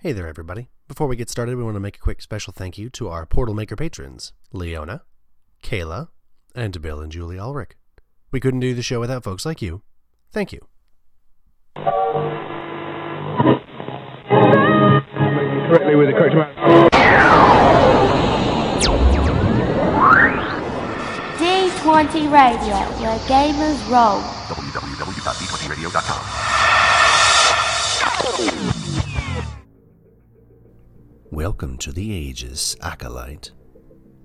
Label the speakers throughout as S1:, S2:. S1: Hey there, everybody. Before we get started, we want to make a quick special thank you to our Portal Maker patrons, Leona, Kayla, and Bill and Julie Ulrich. We couldn't do the show without folks like you. Thank you.
S2: correctly with the correct amount.
S3: D20 Radio, where gamers roll.
S1: Welcome to the ages, Acolyte.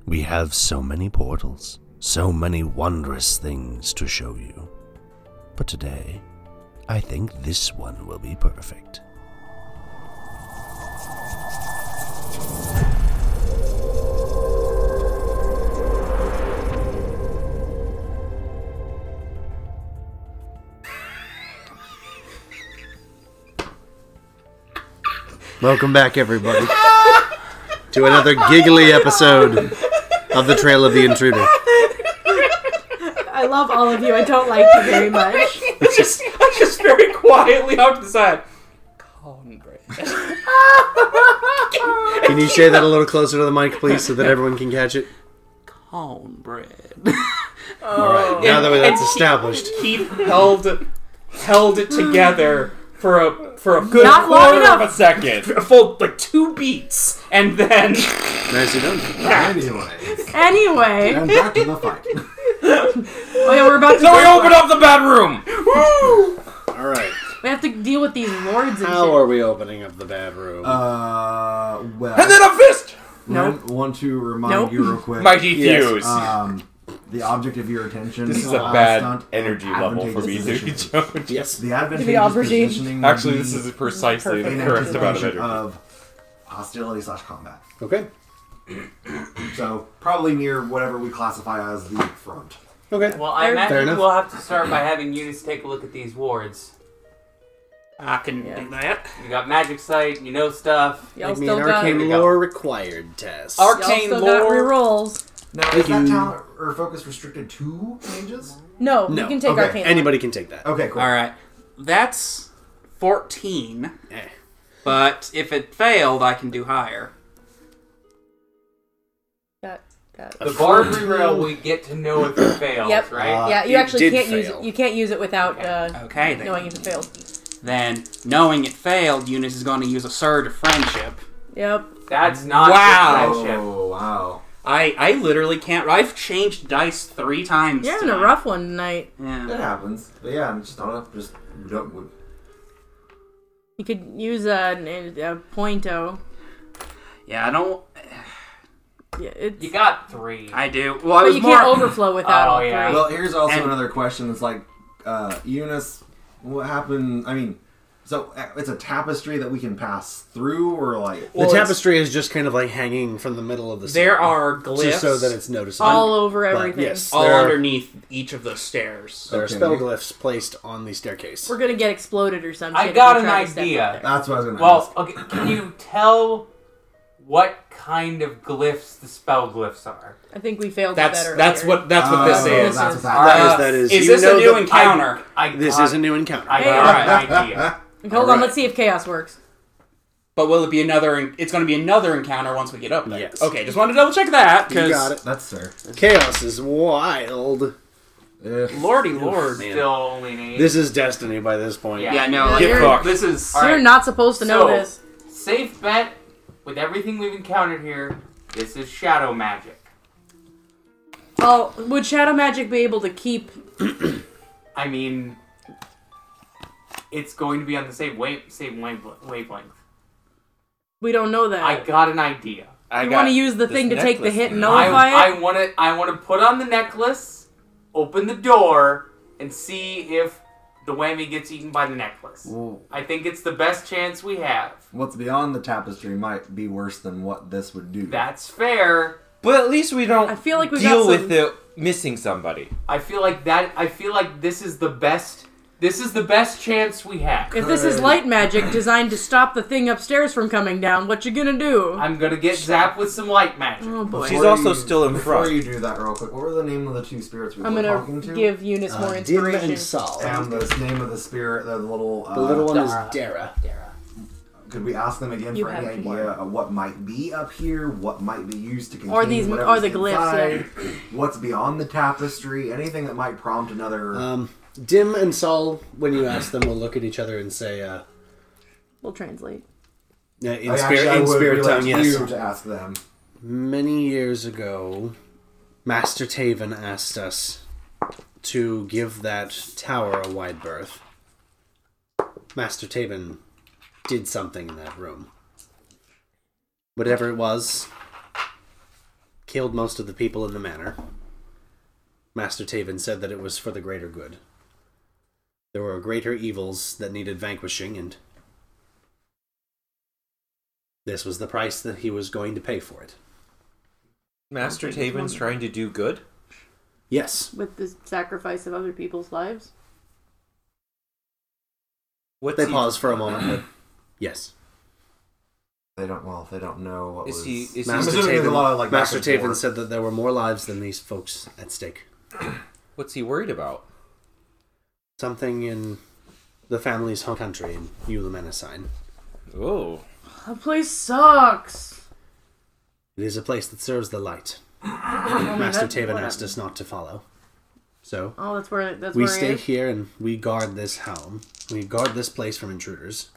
S1: We have so many portals, so many wondrous things to show you. But today, I think this one will be perfect.
S4: Welcome back, everybody, to another giggly episode of the Trail of the Intruder.
S5: I love all of you. I don't like you very much.
S6: It's just, I just very quietly off to the side. Cornbread.
S4: Can you say that a little closer to the mic, please, so that everyone can catch it?
S6: Cornbread.
S4: All right. Now that that's established,
S6: Keith held it, held it together for a for a good
S5: Not long
S6: quarter of a
S5: enough.
S6: second, a full like two beats, and then
S4: nicely done.
S7: Anyway,
S5: Anyway,
S7: and back to the fight.
S5: oh yeah, we're about to.
S6: so we open up the bedroom.
S4: All right.
S5: We have to deal with these lords and
S4: How
S5: shit.
S4: are we opening up the bad room?
S7: Uh, well,
S6: And then a fist.
S7: rem- want to remind
S5: Nope.
S7: you real quick.
S6: Mighty
S4: Yes.
S6: Fuse.
S7: Um, the object of your attention.
S6: this is a
S7: uh,
S6: bad
S7: stunt and
S6: energy level for
S7: advantageous
S6: me,
S7: position.
S6: Joe.
S4: yes.
S7: The
S5: The
S7: advantageous
S5: opportunity.
S7: positioning. would
S6: Actually,
S7: be
S6: this is precisely the
S7: in
S6: correct amount of
S7: anticipation
S6: energy. Uh,
S7: of hostility slash combat.
S4: Okay.
S7: So probably near whatever we classify as the front.
S4: Okay.
S8: Well, I
S4: Fair
S8: imagine
S4: enough.
S8: we'll have to start by having Eunice take a look at these wards.
S6: I can do that.
S8: You got magic sight, you know stuff.
S5: Y'all
S4: Give me an
S5: still got
S4: arcane
S5: y'all
S4: lore required test.
S6: Arc- Arcane
S5: still got
S6: lore.
S5: rerolls.
S7: Now is that talent or focus restricted to mages?
S5: No, you
S4: No.
S5: can take
S7: Okay,
S5: arcane.
S4: Anybody can take that.
S7: Okay, cool.
S6: All right, that's fourteen.
S4: Eh.
S6: But if it failed, I can do higher.
S5: Got, got.
S8: The Barbary Rail, we get to know if it fails,
S5: Yep.
S8: right?
S5: yeah, you
S4: it
S5: actually
S4: did
S5: can't use
S4: fail.
S5: it. You can't use it without uh,
S6: Okay, then.
S5: knowing if it failed.
S6: Then, knowing it failed, Eunice is going to use a surge of friendship.
S5: Yep.
S8: That's not
S6: Wow.
S8: good friendship.
S7: Oh wow.
S6: I I literally can't. I've changed dice three times.
S5: You're in a
S6: tonight.
S5: rough one tonight.
S6: Yeah.
S7: That happens. But yeah, I'm just on Just we don't. We,
S5: You could use a, a, a pointo.
S6: yeah, I don't.
S5: Yeah, it's,
S8: You got three.
S6: I do. Well, I
S5: but
S6: was
S5: you
S6: more.
S5: can't overflow without
S8: Oh,
S5: all three.
S8: yeah.
S7: Well, here's also
S6: And-
S7: another question. That's like, uh, Eunice, what happened? I mean, so uh, it's a tapestry that we can pass through, or like,
S4: The tapestry is just kind of like hanging from the middle of the
S6: there are glyphs
S4: just so that it's noticeable.
S5: all over
S4: But
S5: everything.
S4: yes,
S6: all
S4: there are-
S6: underneath each of those stairs.
S4: There are
S7: Okay.
S4: spell glyphs placed on the staircase.
S5: We're gonna get exploded or something.
S8: I got an idea.
S7: that's what I was gonna
S8: Well, okay, can you tell what kind of glyphs the spell glyphs are?
S5: I think we failed.
S6: That's
S5: better
S6: that's
S5: earlier.
S6: what that's what
S7: ask.
S5: Oh,
S6: this is.
S7: that's
S5: is-
S7: bad.
S6: Alright.
S4: That is, that is.
S6: Is
S4: you
S6: this
S4: know
S6: a new
S4: that-
S6: encounter?
S8: I
S4: This
S8: got,
S4: is a new encounter.
S8: I
S5: Hey,
S8: got an idea.
S5: Hold on,
S4: Alright.
S5: let's see if chaos works.
S6: but will it be another? It's going to be another encounter once we get up there.
S4: Yes.
S6: Okay, just wanted to double check that.
S4: You
S6: 'cause-
S4: got it.
S7: That's fair.
S4: Chaos is wild.
S7: Ugh.
S6: Lordy lord.
S4: man.
S8: Still only an eight.
S4: This is destiny by this point.
S8: Yeah.
S6: Yeah, no.
S5: Yeah,
S6: Like,
S5: you're-
S6: fuck. This is.
S8: All right.
S5: You're not supposed to know
S8: So-
S5: this.
S8: Safe bet with everything we've encountered here. This is shadow magic.
S5: Well, would shadow magic be able to keep?
S8: I mean, it's going to be on the same wave, same wave, wavelength.
S5: We don't know that.
S8: I got an idea.
S6: I
S5: you
S6: got
S5: want to use the
S6: this
S5: thing to take the
S6: necklace
S5: hit and
S6: now.
S8: I,
S5: nullify it?
S8: I want to, I want to put on the necklace, open the door, and see if the whammy gets eaten by the necklace.
S7: Ooh.
S8: I think it's the best chance we have.
S7: What's beyond the tapestry might be worse than what this would do.
S8: That's fair.
S9: But at least we don't
S5: I feel like we
S9: deal
S5: got some-
S9: with it missing somebody.
S8: I feel like that. I feel like this is the best. This is the best chance we have.
S5: if this is light magic designed to stop the thing upstairs from coming down, what you gonna do?
S8: I'm gonna get zapped with some light magic.
S5: oh boy.
S9: She's
S7: Before
S9: also
S7: you-
S9: still in
S7: Before
S9: front.
S7: you do that, real quick, what were the name of the two spirits we
S5: I'm
S7: were
S5: gonna
S7: talking to?
S5: give Eunice more
S4: Uh, Dim
S5: inspiration. Um,
S4: and Sol.
S7: and the name of the spirit, the little, uh,
S4: The little one
S8: Dara.
S4: is Dara.
S7: Could we ask them again
S5: You
S7: for any
S5: have
S7: idea
S5: more.
S7: of what might be up here, what might be used to contain
S5: Or these-
S7: whatever's
S5: or the glyphs,
S7: inside, What's beyond the tapestry? Anything that might prompt another.
S4: Um, Dim and Sol, when you ask them, will look at each other and say, uh,
S5: We'll translate.
S4: uh, in
S7: I
S4: spirit,
S7: actually, I
S4: in
S7: would
S4: spirit
S7: really like
S4: tongue, yes.
S7: You to ask them.
S4: Many years ago, Master Taven asked us to give that tower a wide berth. Master Taven did something in that room. Whatever it was, killed most of the people in the manor. Master Taven said that it was for the greater good. There were greater evils that needed vanquishing, and this was the price that he was going to pay for it.
S9: Master Taven's trying to do good.
S4: Yes.
S5: With the sacrifice of other people's lives.
S9: What's
S4: They
S9: he-
S4: pause for a moment. But yes.
S7: They don't. Well, they don't know what
S9: Is
S7: was.
S9: he? Is
S7: I'm
S9: he?
S4: Master
S7: assuming there's a
S4: Taven,
S7: lot of, like, back
S4: Master
S7: and
S4: Taven
S7: forth.
S4: said that there were more lives than these folks at stake.
S9: What's he worried about?
S4: Something in the family's home country in Ulamenasine.
S9: Oh,
S5: The place sucks.
S4: It is a place that serves the light.
S7: Oh
S4: Master
S5: that's
S4: Taven
S5: Oh, what
S4: asked us not to follow. So
S5: Oh, that's where that's
S4: we
S5: where
S4: stay
S5: it is.
S4: here and we guard this home. We guard this place from intruders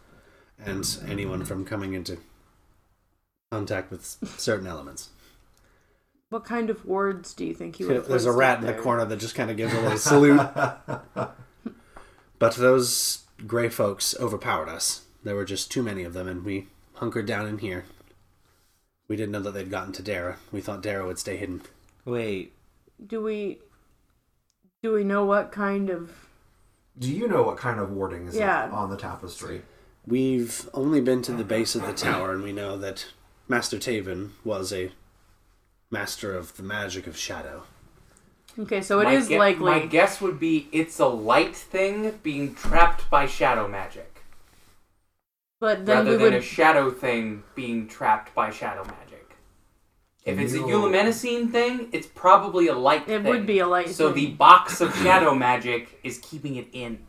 S4: and anyone from coming into contact with certain elements.
S5: What kind of wards do you think he would? have
S4: There's a
S5: placed
S4: rat
S5: up
S4: in the
S5: there?
S4: corner that just kind of gives a little salute. but those gray folks overpowered us. There were just too many of them, and we hunkered down in here. We didn't know that they'd gotten to Dara. We thought Dara would stay hidden.
S9: wait.
S5: Do we? Do we know what kind of?
S7: Do you know what kind of warding is
S5: Yeah.
S7: on the tapestry?
S4: We've only been to the base of the tower, and we know that Master Taven was a master of the magic of shadow.
S5: Okay, so it
S8: My
S5: is
S8: gue-
S5: likely.
S8: My guess would be it's a light thing being trapped by shadow magic,
S5: but then
S8: rather
S5: we
S8: than
S5: would.
S8: a shadow thing being trapped by shadow magic. If it's a
S7: You-
S8: Eulomenacine thing, it's probably a light
S5: It
S8: thing.
S5: would be a light
S8: So
S5: thing.
S8: the box of shadow magic is keeping it in.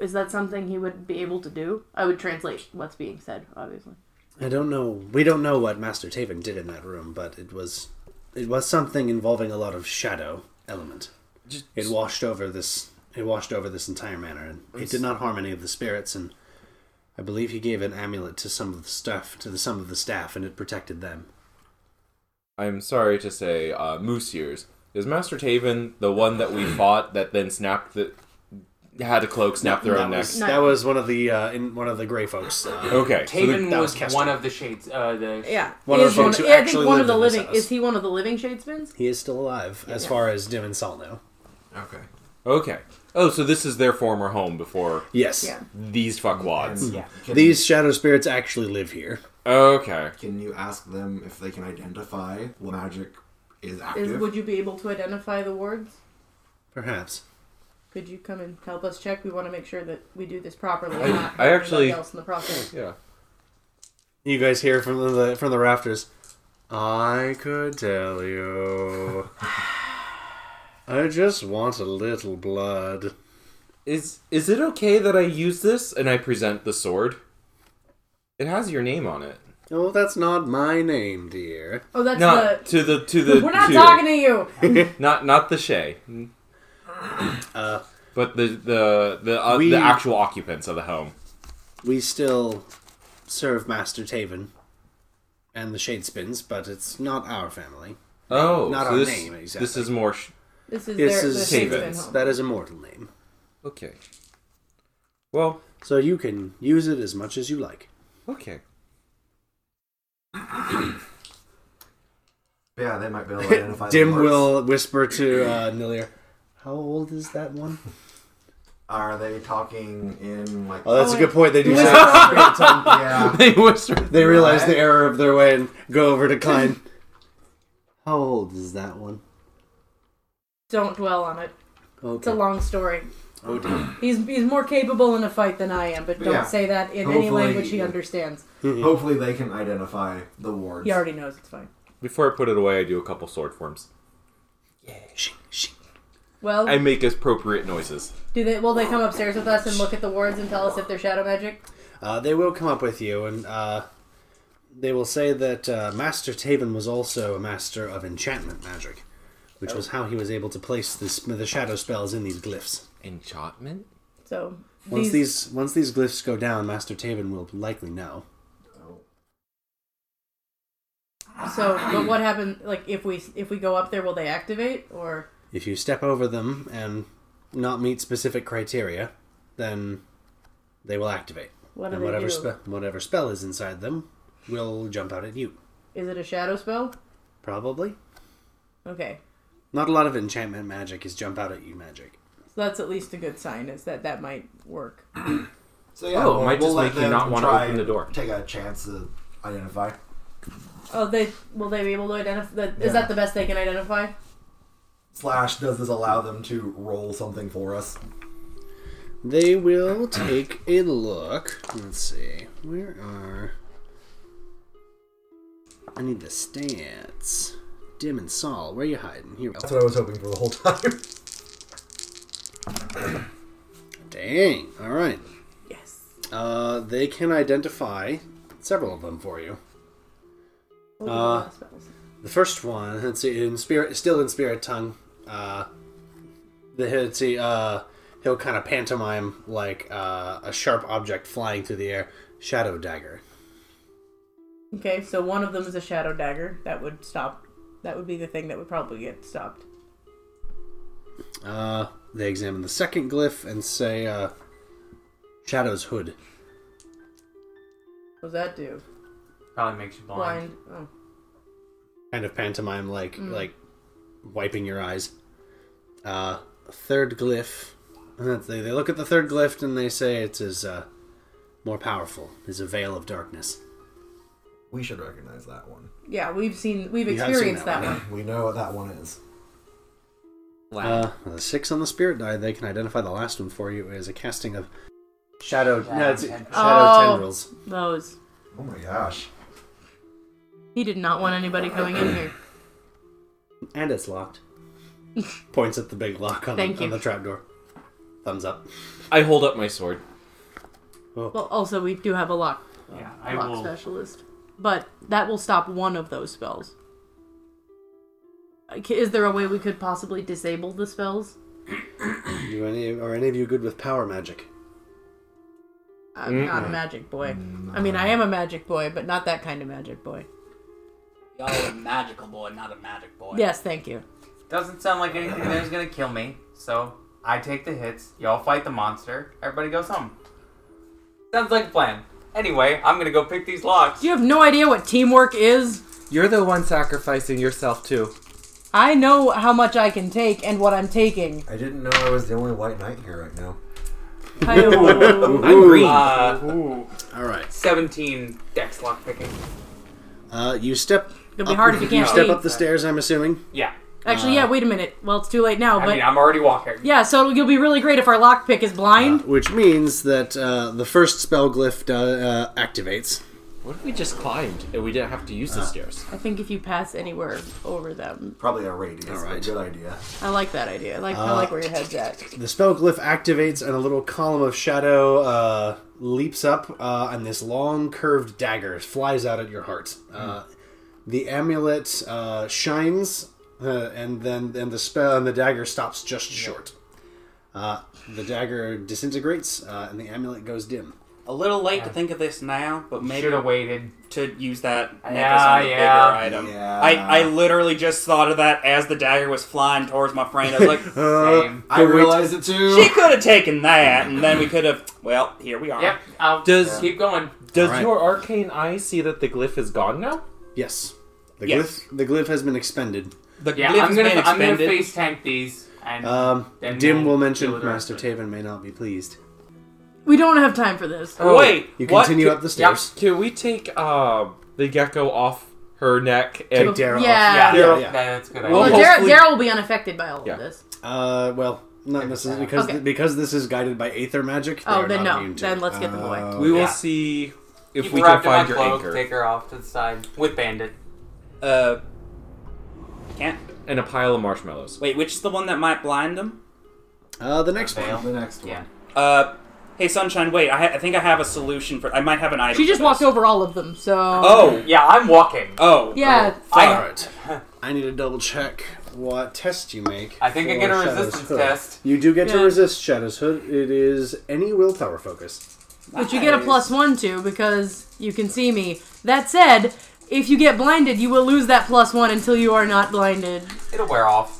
S5: is that something he would be able to do? I would translate what's being said, obviously.
S4: I don't know. We don't know what Master Taven did in that room, but it was it was something involving a lot of shadow element. it washed over this. It washed over this entire manor, and it did not harm any of the spirits. And I believe he gave an amulet to some of the stuff to the, some of the staff, and it protected them.
S9: I'm sorry to say, uh, Moose Ears. Is Master Taven the one that we fought that then snapped the had a cloak snap their own
S4: that
S9: neck?
S4: was, that was one of the uh, in one of the gray folks. Uh,
S9: Okay, so the-
S8: Taven
S4: that was
S8: was,
S4: Kester.
S8: one of the shades. Uh, the
S5: Yeah,
S4: One of
S5: is
S4: the folks who
S5: I think
S4: actually
S5: one of
S4: lived
S5: the
S4: in this
S5: living
S4: house.
S5: is he one of the living Shadespins?
S4: he is still alive, as far as Dim and Sol know.
S7: Okay.
S9: okay. Oh, so this is their former home before
S4: Yes,
S5: Yeah.
S9: these fuckwads.
S8: yeah.
S7: Can,
S4: these shadow spirits actually live here.
S9: Okay.
S7: Can you ask them if they can identify what magic is active?
S5: Is, would you be able to identify the wards?
S4: Perhaps
S5: Could you come and help us check? We want to make sure that we do this properly.
S9: I-
S5: not
S9: I actually-
S5: everybody else in the process.
S9: Yeah.
S4: you guys hear from the from the rafters. I could tell you. I just want a little blood.
S9: Is is it okay that I use this and I present the sword? It has your name on it.
S4: Oh, that's not my name, dear.
S5: Oh, that's
S9: Not
S5: the.
S9: to the to the.
S5: We're not
S9: to-
S5: talking to you.
S9: Not not the Shay.
S4: Uh,
S9: But the the the uh,
S4: We-
S9: the actual occupants of the home.
S4: We still serve Master Taven and the Shade Spins, but it's not our family.
S9: Oh,
S4: Not
S9: so
S4: our
S9: this,
S4: name, exactly.
S9: This is more. Sh-
S5: This is
S4: This
S5: their,
S4: is
S5: the Shadespin
S9: Taven's.
S5: home.
S4: That is a mortal name.
S9: okay. Well,
S4: So you can use it as much as you like.
S9: okay.
S7: yeah, they might be able to identify. the
S4: Dim
S7: parts.
S4: will whisper to uh, Nilir, How old is that one?
S7: Are they talking in like?
S4: Oh, that's a good point. They do
S5: Whisper.
S4: say.
S7: yeah.
S9: They whispered.
S4: They realize the error of their way and go over to Klein. How old is that one?
S5: Don't dwell on it. It's
S4: Okay.
S5: a long story.
S4: oh, dear.
S5: He's he's more capable in a fight than I am, but don't
S7: Yeah.
S5: say that in any
S7: Hopefully-
S5: language he understands.
S4: Mm-hmm.
S7: Hopefully, they can identify the wards.
S5: He already knows it's fine.
S9: Before I put it away, I do a couple sword forms.
S4: Shing, shing.
S5: Well,
S9: I make appropriate noises.
S5: do they? Will they come upstairs with us and look at the wards and tell us if they're shadow magic?
S4: Uh, they will come up with you, and uh, they will say that uh, Master Taven was also a master of enchantment magic, which was how he was able to place this, the shadow spells in these glyphs.
S9: Enchantment?
S5: So
S4: Once
S5: these,
S4: these, once these glyphs go down, Master Taven will likely know.
S5: so but what happened like if we if we go up there will they activate or
S4: If you step over them and not meet specific criteria, then they will activate.
S5: what do
S4: and
S5: they
S4: whatever
S5: do?
S4: spe- whatever spell is inside them will jump out at you.
S5: Is it a shadow spell?
S4: Probably.
S5: Okay.
S4: Not a lot of enchantment magic is jump out at you magic.
S5: So that's at least a good sign is that that might work.
S7: So yeah,
S9: Oh, it
S7: we'll,
S9: might
S7: we'll
S9: just
S7: let
S9: make you
S7: them
S9: not wanna
S7: try
S9: open the
S7: and
S9: door.
S7: Take a chance to identify.
S5: Oh, they will they be able to identify? That,
S7: Yeah.
S5: Is that the best they can identify?
S7: Slash, does this allow them to roll something for us?
S4: They will take a look. Let's see. Where are I need the stats. Dim and Sol, where you hiding? Here we
S7: That's
S4: go.
S7: what I was hoping for the whole time.
S4: Dang. Alright.
S5: Yes.
S4: Uh they can identify several of them for you.
S5: What were
S4: Uh,
S5: the last spells?
S4: The first one, let's see, in spirit, still in spirit tongue. Uh, the let's see, uh, he'll kind of pantomime like uh, a sharp object flying through the air, shadow dagger.
S5: Okay, so one of them is a shadow dagger that would stop. That would be the thing that would probably get stopped.
S4: Uh, they examine the second glyph and say, uh, "Shadow's hood."
S5: What does that do?
S8: Probably makes you blind.
S5: Blind. Oh.
S4: Kind of pantomime like like wiping your eyes. Uh, third glyph. and that's- They, they look at the third glyph and they say it is uh, more powerful. Is a veil of darkness.
S7: We should recognize that one.
S5: Yeah, we've seen. We've
S4: You have seen
S5: experienced
S4: that
S5: that, one.
S7: We know what that one is.
S4: Uh, with a six on the spirit die, they can identify the last one for you as a casting of shadow. no, it's shadow
S5: Oh.
S4: tendrils.
S5: Those.
S7: Oh my gosh.
S5: He did not want anybody coming in here.
S4: And it's locked. Points at the big lock on,
S5: Thank
S4: the, on
S5: you.
S4: the trapdoor. Thumbs up.
S9: I hold up my sword.
S5: Well, also we do have a lock
S8: Yeah, I
S5: lock
S8: will.
S5: specialist, but that will stop one of those spells. Uh, ca- Is there a way we could possibly disable the spells?
S4: You any, are any of you good with power magic?
S5: I'm not a magic boy. I mean, I am a magic boy, but not that kind of magic boy.
S10: Y'all are a magical boy, not a magic boy.
S5: Yes, thank you.
S8: Doesn't sound like anything that is gonna kill me, so I take the hits. Y'all fight the monster. Everybody goes home. Sounds like a plan. Anyway, I'm gonna go pick these locks.
S5: You have no idea what teamwork is.
S6: You're the one sacrificing yourself too.
S5: I know how much I can take and what I'm taking.
S7: I didn't know I was the only white knight here right now.
S5: Hi-yo.
S4: I'm green.
S8: Uh,
S4: All right.
S8: 17 dex lock picking.
S4: Uh, you step
S5: It'll be hard if you can't
S4: step up
S5: see.
S4: the stairs. I'm assuming.
S8: Yeah.
S5: Actually, yeah. Wait a minute. Well, it's too late now.
S8: I
S5: But
S8: mean, I'm already walking.
S5: yeah, so you'll be really great if our lockpick is blind.
S4: Which means that uh, the first spell glyph uh, uh, activates.
S9: What if we just climbed and we didn't have to use the stairs?
S5: I think if you pass anywhere over them,
S7: Probably a radius. All
S4: right.
S7: right. Good idea.
S5: I like that idea. I like I like where your head's at.
S4: The spell glyph activates, and a little column of shadow uh, leaps up, uh, and this long curved dagger flies out at your heart. Uh,
S8: Hmm.
S4: the amulet uh, shines, uh, and then and the spell and the dagger stops just short. Uh, the dagger disintegrates, uh, and the amulet goes dim.
S10: A little late to think of this now, but maybe
S8: Should have waited.
S10: to use that necklace
S8: Yeah,
S10: on the
S8: Ah, yeah.
S10: bigger item.
S7: Yeah.
S10: I, I literally just thought of that as the dagger was flying towards my friend. I was like,
S4: Uh,
S8: Same.
S7: I realized it too.
S10: she could have taken that, and then we could have. Well, here we are.
S8: Yep. I'll
S9: Does-
S8: keep going.
S9: Does
S4: Alright.
S9: your arcane eye see that the glyph is gone now?
S4: Yes, the
S10: Yes.
S4: glyph the glyph has been expended.
S10: The
S8: Yeah,
S10: glyph's
S8: I'm gonna
S10: been
S8: I'm gonna
S10: expended.
S8: face tank these and
S4: Um,
S8: Then
S4: Dim
S8: we'll
S4: will
S8: deal
S4: mention
S8: with the
S4: Master
S8: rest of
S4: Taven may not be pleased.
S5: We don't have time for this.
S4: Oh,
S10: Wait,
S4: You
S10: what?
S4: continue up the stairs.
S9: Can we take uh, the gecko off her neck and
S4: Take Dara off.
S5: yeah.
S8: yeah,
S4: Yeah,
S8: yeah,
S4: yeah.
S8: that's a good
S9: Well,
S5: Well,
S8: idea.
S9: hopefully-
S5: Daryl, Daryl will be unaffected by all
S9: Yeah.
S5: of this.
S4: Uh, well, not necessarily because
S5: Okay.
S4: because this is guided by aether magic. they
S5: Oh,
S4: are
S5: then
S4: not
S5: no.
S4: immune to
S5: Then
S4: it. Uh,
S5: let's get the boy.
S9: We will
S8: Yeah.
S9: see if
S8: Keep
S9: we
S8: her
S9: can
S8: wrapped in my
S9: find your
S8: cloak,
S9: anchor
S8: Take her off to the side with Bandit.
S10: Uh, can't
S9: and a pile of marshmallows.
S10: wait. Which is the one that might blind them?
S4: Uh, the next one.
S7: The next one.
S8: Yeah.
S10: Uh,
S6: "Hey, Sunshine, wait. I, ha- I think I have a solution for. I might have an item."
S5: She just
S6: for
S5: walked
S6: this."
S5: over all of them, so.
S6: Oh.
S8: Yeah, I'm walking.
S6: Oh.
S5: Yeah.
S8: I-
S4: All right. I need to double check what test you make.
S8: I think I
S4: for
S8: get a
S4: Shadow's
S8: resistance
S4: Hood.
S8: test.
S4: You do get to
S5: Yeah.
S4: resist Shadow's Hood. It is any willpower focus.
S5: But you get a plus one too because you can see me. That said, if you get blinded, you will lose that plus one until you are not blinded.
S8: It'll wear off.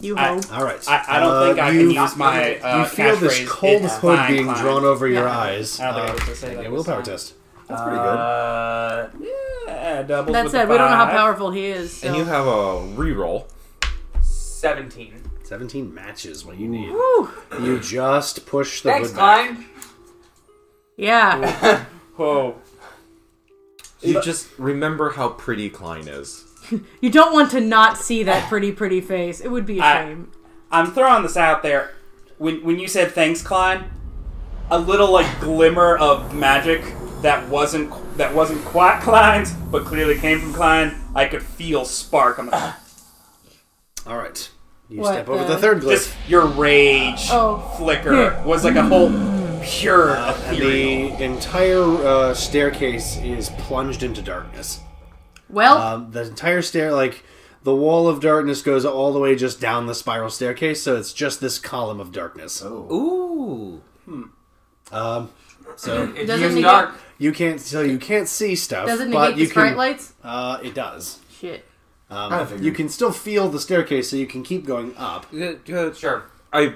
S5: You
S6: I-
S5: ho.
S4: All right.
S6: I, I don't
S4: Uh,
S6: think I
S4: you-
S6: can use my. Uh,
S4: you feel this
S6: catchphrase,
S4: cold
S6: "It's
S4: hood
S6: fine,
S4: being
S6: fine."
S4: drawn over your
S5: Yeah.
S4: eyes.
S6: I don't think I
S4: Uh,
S6: was gonna say that
S4: make a
S6: this
S4: willpower
S6: time.
S4: test.
S7: That's pretty good.
S6: Uh, yeah, doubles
S5: That
S6: with
S5: said,
S6: the
S5: we don't know how
S6: five.
S5: powerful he is. So.
S9: And you have a reroll.
S8: 17.
S4: 17 matches. What you need.
S5: Whew.
S4: You just push the
S8: Thanks,
S4: hood back.
S8: Klein.
S5: Yeah.
S6: Whoa.
S9: You just remember how pretty Klein is.
S5: You don't want to not see that pretty, pretty face. It would be a
S6: I-
S5: shame.
S6: I'm throwing this out there. When when you said thanks, Klein, a little like glimmer of magic that wasn't that wasn't quite Klein's, but clearly came from Klein. I could feel spark. I'm like,
S4: All right. You
S5: What
S4: step over
S5: the-
S4: the third glyph.
S6: just your rage
S5: Oh.
S6: flicker was like a whole pure ethereal.
S4: Uh, The entire uh, staircase is plunged into darkness.
S5: Well,
S4: Um, the entire stair, like the wall of darkness, goes all the way just down the spiral staircase. So it's just this column of darkness.
S9: Ooh.
S4: So
S8: It
S5: Doesn't
S8: doesn't
S5: he get-
S8: dark.
S4: you can't, so you can't see stuff.
S5: does it
S4: but
S5: negate
S4: you
S5: the sprite
S4: can,
S5: lights?
S4: Uh, it does.
S5: Shit.
S9: Um,
S7: I figured.
S4: You can still feel the staircase, so you can keep going up.
S8: Oh, Sure.
S9: I.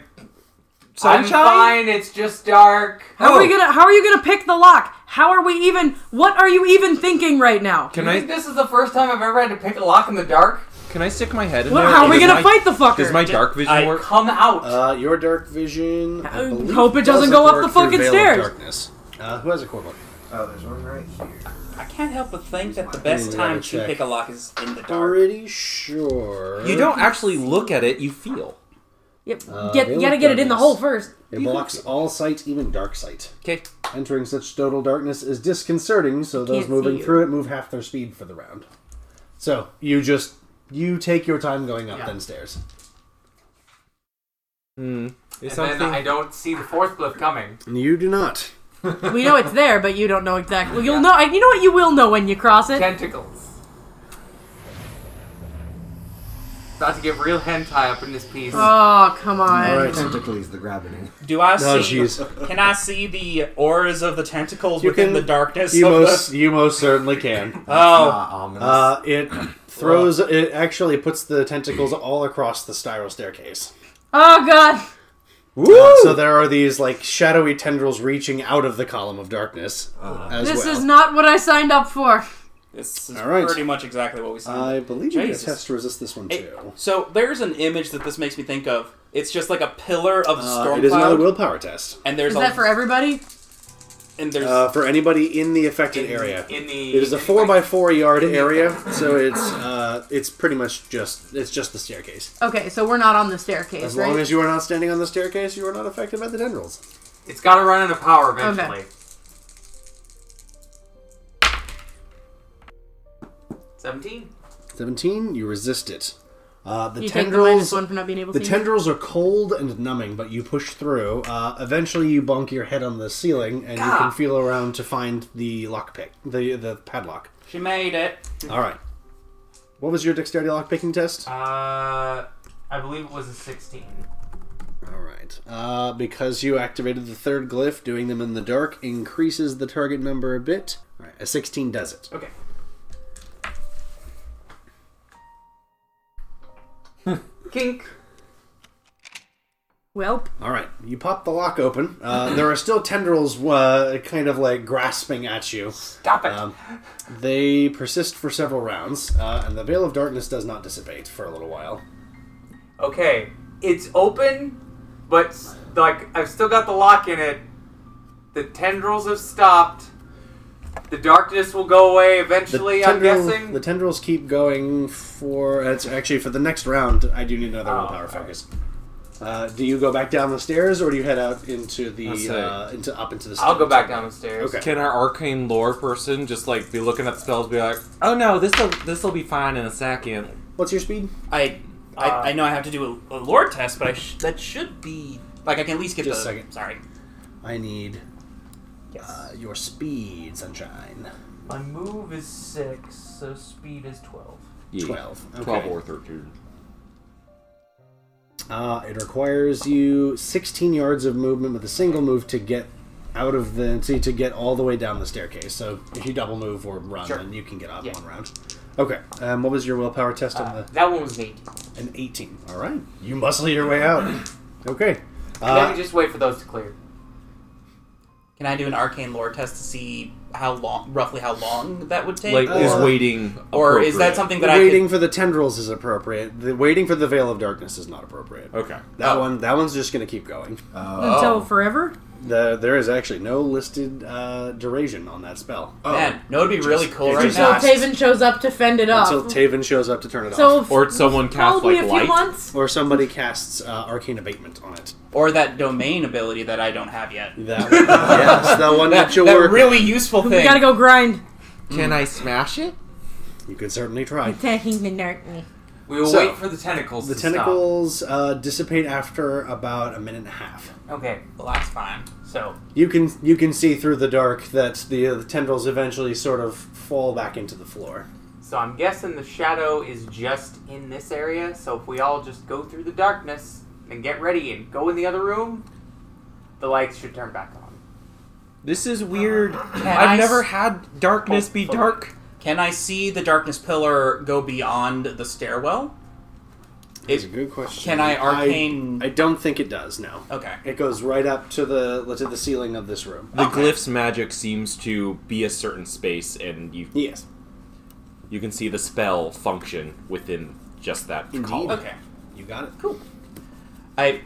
S8: I'm fine. It's just dark. Oh,
S5: How are we gonna? How are you gonna pick the lock? How are we even? What are you even thinking right now?
S9: Can
S8: You
S9: I
S8: think this is the first time I've ever had to pick a lock in the dark?
S9: can I stick my head in
S5: What,
S9: there?
S5: how are we
S9: Does
S5: gonna
S9: my-
S5: fight the fucker?
S9: Does my dark vision
S6: I-
S9: work?
S8: Come out.
S4: Uh, your dark vision. I
S5: I
S4: believe,
S5: hope it doesn't go up
S4: work
S5: the fucking
S4: through Veil of
S5: stairs.
S4: Darkness. Uh, who has a cornbook?
S7: Oh, there's one right here.
S6: I can't help but think that the
S4: Ooh,
S6: best time
S4: check.
S6: to pick a lock is in the dark.
S4: Pretty sure.
S9: You don't actually look at it. You feel.
S5: Yep.
S4: Uh,
S5: get,
S4: they
S5: you gotta
S4: look
S5: get it in the
S4: darkness.
S5: hole first.
S4: It blocks all sight, even dark sight.
S9: Okay.
S4: Entering such total darkness is disconcerting, so those
S5: can't see
S4: moving
S5: you.
S4: through it move half their speed for the round. So you just you take your time going up
S8: Yeah.
S4: then stairs.
S9: Hmm. Is
S8: and then I
S9: something.
S8: don't see the fourth glyph coming.
S4: You do not.
S5: We know it's there, but you don't know exactly. You'll know. You know what? You will know when you cross it.
S8: Tentacles. About to get real hentai up in this piece.
S5: Oh come on!
S4: All right.
S7: Tentacles, the grabbing.
S6: Do I
S4: Oh,
S6: see?
S4: jeez.
S6: Can I see the auras of the tentacles
S4: You
S6: within
S4: can-
S6: the darkness?
S4: You
S6: of the-
S4: most you most certainly can.
S6: oh,
S7: Ah, ominous.
S4: Uh, it throws it actually puts the tentacles all across the spiral staircase.
S5: Oh god!
S4: Woo! so there are these like shadowy tendrils reaching out of the column of darkness as
S5: This
S4: well.
S5: is not what I signed up for.
S6: this is
S4: All right.
S6: pretty much exactly what we saw.
S4: I believe you guys
S6: Jesus.
S4: have to resist this one
S6: Hey,
S4: too.
S6: so there's an image that this makes me think of. It's just like a pillar of the
S4: Uh,
S6: storm
S4: it is
S6: cloud,
S4: another willpower test
S6: and there's
S5: Is
S6: a
S5: that for everybody?
S6: and there's
S4: uh, for anybody in the affected area.
S8: In the.
S4: It is a four by four yard area, so it's uh, it's pretty much just it's just the staircase.
S5: Okay, so we're not on the staircase,
S4: As
S5: right?
S4: long as you are not standing on the staircase, you are not affected by the tendrils.
S8: It's got to run out of power eventually. Seventeen.
S4: Seventeen, you resist it. Uh, the
S5: you take the minus
S4: tendrils
S5: one for not being able to
S4: the
S5: see. me?
S4: tendrils are cold and numbing, but you push through. Uh, eventually, you bonk your head on the ceiling, and you can feel around to find the lockpick, the the padlock.
S6: she made it.
S4: All right. What was your dexterity lockpicking test?
S8: Uh, I believe it was a sixteen.
S4: All right. Uh, because you activated the third glyph, doing them in the dark increases the target number a bit. All right, a 16 does it.
S8: Okay. Kink.
S5: Welp.
S4: All right, you pop the lock open. Uh, there are still tendrils uh, kind of like grasping at you.
S8: Stop it.
S4: Um, they persist for several rounds, uh, and the veil of darkness does not dissipate for a little while.
S8: Okay, it's open, but s- like I've still got the lock in it. The tendrils have stopped. The darkness will go away eventually. I'm
S4: tendril-
S8: guessing.
S4: the tendrils keep going for. It's actually for the next round. I do need another
S8: Oh,
S4: willpower
S8: okay.
S4: focus. Uh, do you go back down the stairs, or do you head out into
S9: I'll
S4: the
S9: say-
S4: uh, into up into the? Stairs?
S8: I'll go back down the stairs.
S4: Okay.
S9: Can our arcane lore person just like be looking at the spells, be like, "Oh no, this will this will be fine in a second.
S4: What's your speed?
S6: I I,
S8: Uh,
S6: I know I have to do a, a lore test, but I sh- that should be Like I can at least get
S4: Just
S6: the.
S4: a second.
S6: Sorry.
S4: I need uh, your speed, Sunshine.
S11: My move is six, so speed is twelve.
S9: Yeah.
S4: 12, okay.
S9: 12 or 13.
S4: Uh, it requires you 16 yards of movement with a single move to get out of the see to get all the way down the staircase. So if you double move or run,
S11: Sure.
S4: then you can get up
S11: Yeah.
S4: one round. Okay. Um, what was your willpower test on the
S11: That one was neat.
S4: an 18? All right. You muscle your way out. Okay.
S8: Let
S4: Uh,
S8: me just wait for those to clear.
S6: Can I do an arcane lore test to see how long, roughly how long that would take?
S9: Like,
S6: or,
S9: is waiting.
S6: or is that
S9: appropriate?
S6: something that
S4: waiting
S6: I
S4: for the tendrils is appropriate. The waiting for the veil of darkness is not appropriate.
S9: Okay.
S4: That
S6: Oh.
S4: one. That one's just gonna keep going.
S5: Until forever?
S4: The, there is actually no listed uh, duration on that spell
S6: could? Man, no, it'd be really cool right
S4: uh, just
S6: now.
S4: lasts.
S5: Taven shows up to fend it up.
S4: until Taven shows up to turn it off.
S5: Oh. so
S9: Or someone cast
S5: probably
S9: like
S5: a few
S9: light.
S5: months.
S4: or somebody casts uh, arcane abatement on it.
S6: Or that domain ability that I don't have yet.
S4: That one, yes, that one
S6: That,
S4: that you
S6: that
S4: work.
S6: really useful thing.
S5: We gotta go grind.
S9: Can I smash it?
S4: you could certainly try.
S5: Attacking the darkness.
S8: We will
S4: So,
S8: wait for the tentacles
S4: The
S8: to
S4: tentacles uh, dissipate after about a minute and a half.
S8: stop. Okay.
S6: Well, that's fine. So
S4: You can you can see through the dark that the, uh, the tendrils eventually sort of fall back into the floor.
S8: So I'm guessing the shadow is just in this area. So if we all just go through the darkness and get ready and go in the other room, the lights should turn back on.
S9: This is weird.
S6: I
S9: I've never
S6: s-
S9: had darkness be dark.
S6: Can I see the darkness pillar go beyond the stairwell?
S4: It's a good question.
S6: Can I arcane-
S4: I, I don't think it does. No.
S6: Okay.
S4: It goes right up to the to the ceiling of this room.
S9: The glyph's magic seems to be a certain space, and you
S4: Yes.
S9: you can see the spell function within just that
S4: Indeed.
S9: column.
S6: Okay.
S4: You got it. Cool.
S6: I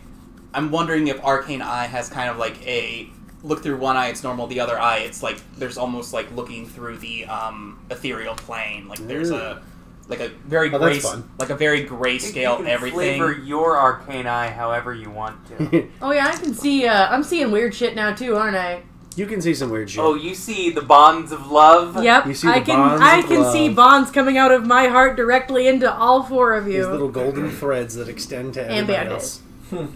S6: I'm wondering if Arcane Eye has kind of like a look through one eye it's normal, the other eye it's like there's almost like looking through the um ethereal plane. Like there's a like a very
S4: Oh,
S6: gray
S4: that's fun.
S6: like a very
S8: You- you
S6: grayscale
S8: can
S6: everything.
S8: Flavor your arcane eye however you want to.
S5: Oh yeah, I can see. Uh, I'm seeing weird shit now too, aren't I?
S4: You can see some weird shit.
S8: oh, you see the bonds of love.
S5: Yep.
S4: You see
S5: I
S4: the
S5: can.
S4: bonds
S5: I
S4: of
S5: can see
S4: love.
S5: bonds coming out of my heart directly into all four of
S4: These
S5: you.
S4: little golden threads that extend to
S5: And
S4: everybody
S5: bad
S4: else.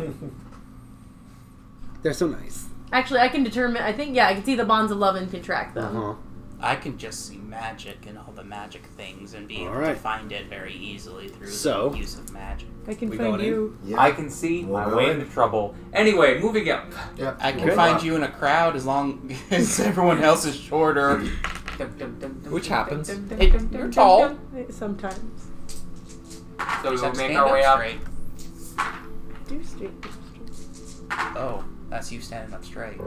S4: They're so nice.
S5: Actually, I can determine. I think yeah, I can see the bonds of love and contract them.
S4: Uh-huh.
S6: I can just see magic and all the magic things and be able
S4: Alright.
S6: to find it very easily through
S4: So-
S6: the use of magic.
S5: I can
S4: We
S5: find
S4: going in?
S5: you.
S7: Yeah.
S8: I can see
S7: Well,
S8: my
S7: go
S8: way
S7: ahead.
S8: into trouble. Anyway, moving up.
S7: Yep.
S6: I can
S4: Okay.
S6: find you in a crowd as long as everyone else is shorter.
S9: Which happens.
S6: Hey, you're tall.
S5: Sometimes.
S8: So
S6: Just
S8: we'll
S6: have to
S8: make
S6: stand
S8: our
S6: up
S8: way up.
S6: straight.
S5: Do street.
S6: Oh, that's you standing up straight.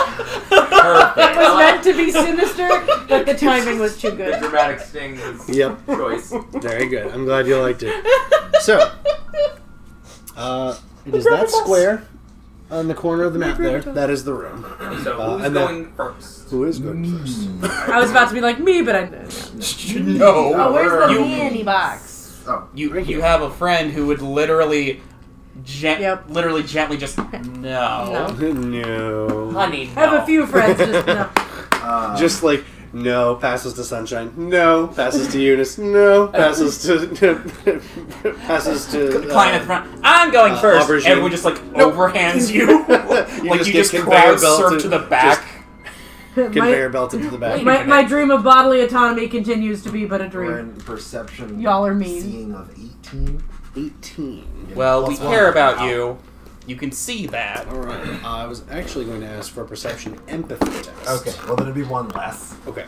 S5: It was meant to be sinister, but the timing was too
S8: The
S5: good.
S8: dramatic sting was
S4: Yep.
S8: choice.
S4: Very good. I'm glad you liked it. So, uh, it is that square on the corner of the map there. That is the room.
S8: So
S4: Uh,
S8: who's
S4: and then-
S8: going first?
S4: Who is going first?
S5: I was about to be like me, but I didn't.
S7: No.
S5: Oh, where's the
S6: You-
S5: candy box?
S7: Oh.
S6: You
S4: Thank
S6: you
S4: you.
S6: have a friend who would literally, gen-
S5: Yep.
S6: literally gently just no.
S8: Mm.
S5: No.
S4: no.
S8: Honey,
S5: I have
S8: no.
S5: a few friends. Just no.
S7: Uh,
S4: Just like no passes to Sunshine. No passes to Eunice. No passes to passes to.
S6: Climbing at the front. I'm going
S4: uh,
S6: first.
S4: aubergine.
S6: Everyone just like overhands you, like
S4: just
S6: you
S4: get
S6: just
S4: conveyor
S6: crowd surf
S4: belted,
S6: to the back.
S4: just-
S5: my,
S4: conveyor belt into the back.
S5: my, my dream of bodily autonomy continues to be but a
S7: we're
S5: dream.
S7: in perception.
S5: Y'all are mean.
S7: Seeing of 18.
S4: Eighteen.
S6: Well, we
S7: Plus one.
S6: care about you. You can see that.
S4: All right. Uh, I was actually going to ask for a perception empathy test.
S7: Okay. Well, then it'd be one less. Uh,
S4: Okay.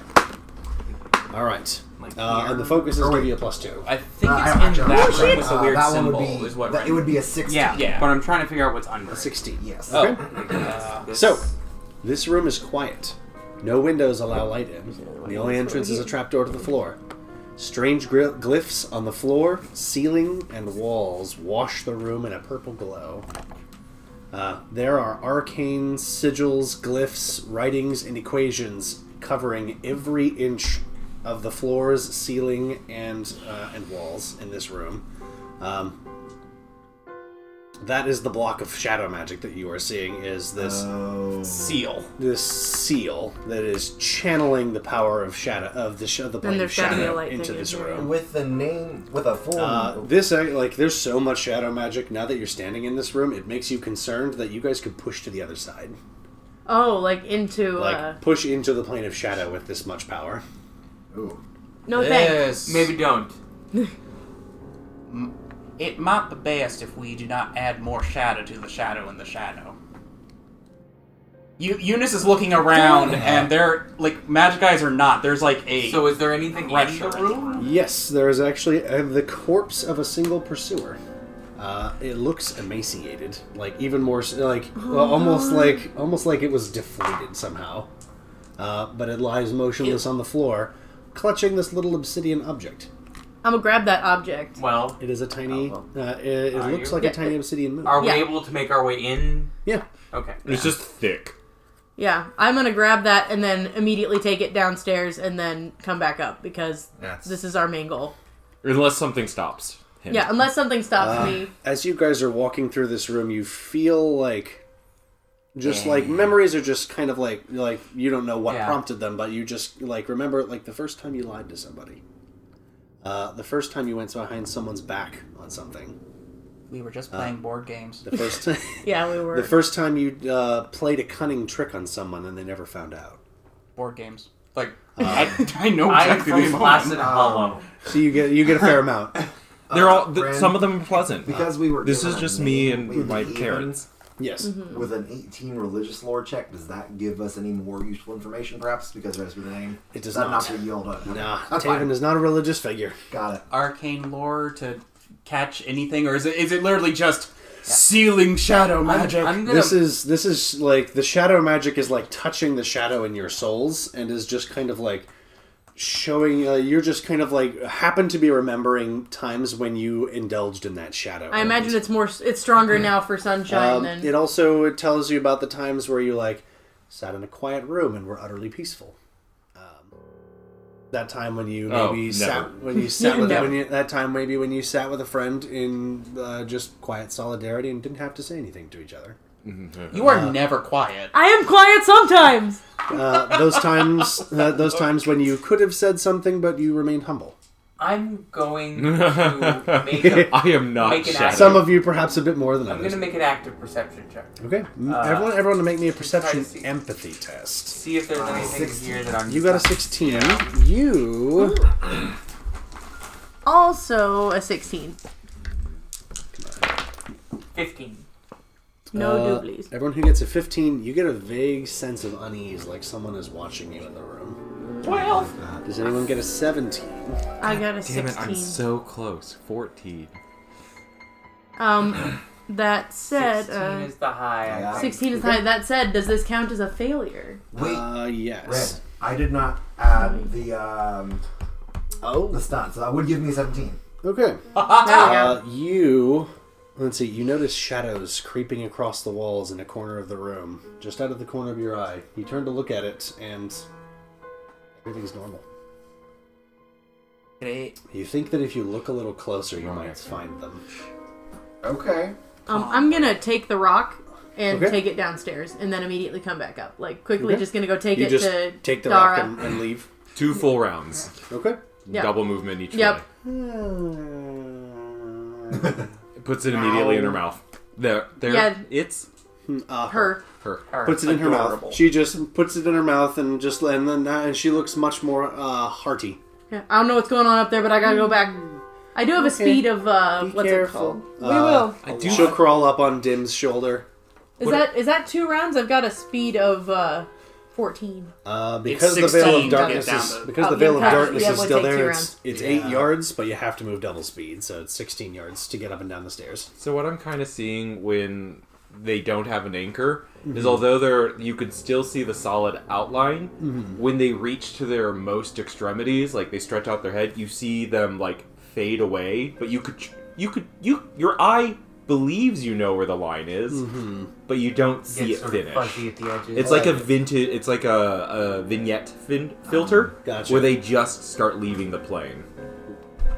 S4: All right. Uh, and the focus is
S7: Oh,
S4: going to
S7: wait.
S4: be a plus two.
S6: I think
S7: Uh, I-
S6: it's in
S7: I'm
S6: that
S7: sorry.
S6: room with the
S7: Uh,
S6: weird
S7: that
S6: symbol.
S7: One would be,
S6: is what
S7: that, it
S6: Ren-
S7: would be a 16.
S8: Yeah,
S6: Yeah.
S8: but I'm trying to figure out what's under. it.
S4: Sixteen.
S7: Yes.
S6: Oh.
S8: Uh, this-
S4: So, this room is quiet. No windows allow light in. The only entrance is a trapdoor to the floor. Strange gri- glyphs on the floor, ceiling, and walls wash the room in a purple glow. Uh, there are arcane sigils, glyphs, writings, and equations covering every inch of the floors, ceiling, and uh, and walls in this room. Um, That is the block of shadow magic that you are seeing is this
S10: seal.
S4: This seal that is channeling the power of shadow of the sh- of the plane
S5: there's
S4: of
S5: gotta be a
S4: shadow
S5: light
S4: into
S5: thing
S4: this
S5: in here.
S4: room.
S7: With the name, with a form.
S4: Uh, this I- like there's so much shadow magic now that you're standing in this room, it makes you concerned that you guys could push to the other side.
S5: Oh, like into.
S4: Like
S5: uh,
S4: push into the plane of shadow with this much power.
S7: Ooh.
S5: no
S6: eh.
S5: thanks.
S8: Maybe don't.
S10: It might be best if we do not add more shadow to the shadow in the shadow. Eu- Eunice is looking around, and they're like magic eyes are not. There's like a
S8: So is there anything in the
S10: Pressure.
S8: room?
S4: Yes, there is actually uh, the corpse of a single pursuer. Uh, it looks emaciated, like even more, s- like well, almost like almost like it was deflated somehow. Uh, but it lies motionless on the floor, clutching this little obsidian object.
S5: I'm gonna grab that object.
S8: Well,
S4: It is a tiny. Uh, it it
S8: Oh, Are
S4: looks
S8: you-
S4: like
S5: Yeah.
S4: a tiny obsidian moon.
S8: are
S5: Yeah.
S8: we able to make our way in?
S4: Yeah.
S8: Okay.
S9: It's just thick.
S5: Yeah, I'm gonna grab that and then immediately take it downstairs and then come back up because
S7: That's-
S5: this is our main goal.
S9: Unless something stops him.
S5: Yeah, unless something stops me.
S4: As you guys are walking through this room, you feel like just like memories are just kind of like like you don't know what
S8: Yeah.
S4: prompted them, but you just like remember like the first time you lied to somebody. Uh, the first time you went behind someone's back on something.
S10: we were just playing board games.
S4: The first time,
S5: Yeah, we were.
S4: the first time you uh, played a cunning trick on someone and they never found out.
S10: Board games. Like I, I know
S8: I'm
S10: exactly
S8: from
S10: the moment.
S8: Placid
S7: Um,
S8: Hollow.
S4: So you get you get a fair amount.
S9: They're all. Th-
S7: friend.
S9: some of them are pleasant.
S7: Because we were.
S9: This
S7: given
S9: is
S7: a
S9: just
S7: name,
S9: me and
S7: we
S9: my
S7: even-
S9: parents.
S4: Yes.
S7: With an 18 religious lore check, does that give us any more useful information, perhaps? Because there's the name.
S4: It does
S7: that
S4: not.
S7: be yelled at.
S4: Nah,
S7: That's
S4: Taven
S7: fine.
S4: is not a religious figure.
S7: Got it.
S10: Arcane lore to catch anything, or is it is it literally just sealing shadow magic?
S8: I'm gonna.
S4: This is this is like the shadow magic is like touching the shadow in your souls and is just kind of like showing uh, you're just kind of like happen to be remembering times when you indulged in that shadow.
S5: I imagine it's more. It's stronger now for sunshine
S4: um,
S5: than.
S4: it also it tells you about the times where you like sat in a quiet room and were utterly peaceful. Um, that time when you
S9: Oh,
S4: maybe
S9: never.
S4: sat when you sat with
S5: Never.
S4: when you, that time maybe when you sat with a friend in uh, just quiet solidarity and didn't have to say anything to each other.
S10: you are never quiet.
S5: I am quiet sometimes.
S4: uh, those times uh, those times when you could have said something but you remained humble
S8: I'm going to make a.
S9: I am not
S8: Make an
S9: shadow.
S8: act.
S4: some of you perhaps a bit more than
S8: I'm
S4: others
S8: gonna make an active perception check.
S4: okay M everyone everyone to make me a perception
S8: see.
S4: empathy test
S8: See if there's
S4: Uh,
S8: anything here that I'm.
S4: you got a 16 you
S5: Also a 16.
S8: Fifteen.
S5: No
S4: uh,
S5: dooblies.
S4: everyone who gets a 15 you get a vague sense of unease like someone is watching you in the room Uh,
S10: Twelve.
S4: does anyone get a 17
S5: I got
S9: Damn
S5: a 16.
S9: it, I'm so close. 14.
S5: Um, that said,
S8: Sixteen
S5: uh,
S8: is the high.
S7: Yeah.
S5: 16 is high. That said, does this count as a failure?
S7: Wait,
S4: uh
S7: Red.
S4: yes
S7: I did not add the um, the
S4: oh
S7: stats. So that would give me 17.
S4: okay
S5: There we go.
S4: Uh, you, let's see, you notice shadows creeping across the walls in a corner of the room, just out of the corner of your eye. You turn to look at it, and everything's normal.
S10: Great.
S4: You think that if you look a little closer, you might find them.
S7: Okay.
S5: Um, I'm gonna take the rock and
S4: Okay.
S5: take it downstairs, and then immediately come back up. Like quickly,
S4: Okay.
S5: just gonna go take
S4: You
S5: it
S4: just
S5: to
S4: take the
S5: Dara.
S4: rock and, and leave.
S9: Two full rounds.
S4: Okay.
S5: Yep.
S9: Double movement each
S5: Yep.
S9: way. It puts it immediately in her mouth. There, there.
S5: Yeah.
S9: It's
S4: Uh,
S5: her.
S9: her.
S4: puts it in her
S10: Adorable.
S4: mouth. She just puts it in her mouth and just and then and she looks much more uh, hearty.
S5: Yeah, I don't know what's going on up there, but I gotta go back. I do have a speed of uh, what's it called?
S4: We will.
S9: I do.
S4: She'll crawl up on Dim's shoulder.
S5: Is that is that two rounds? I've got a speed of uh, 14.
S4: Uh, because the
S10: It's
S4: veil
S10: 16
S4: of darkness
S10: to get
S4: is
S10: down to-
S4: because
S5: Oh,
S4: the veil of
S5: yeah,
S4: darkness
S5: yeah,
S4: is
S5: it would
S4: still
S5: take two
S4: there. It's,
S5: rounds.
S4: it's
S7: Yeah.
S4: eight yards, but you have to move double speed, so it's sixteen yards to get up and down the stairs.
S9: So what I'm kind of seeing when they don't have an anchor is although they're you could still see the solid outline when they reach to their most extremities like they stretch out their head you see them like fade away but you could you could you your eye believes you know where the line is but you don't
S8: Gets
S9: see it
S8: sort of
S9: finish
S8: fuzzy at the edges.
S9: it's like a vintage it's like a, a vignette fin-
S8: Ah,
S9: filter
S4: Gotcha.
S9: where they just start leaving the plane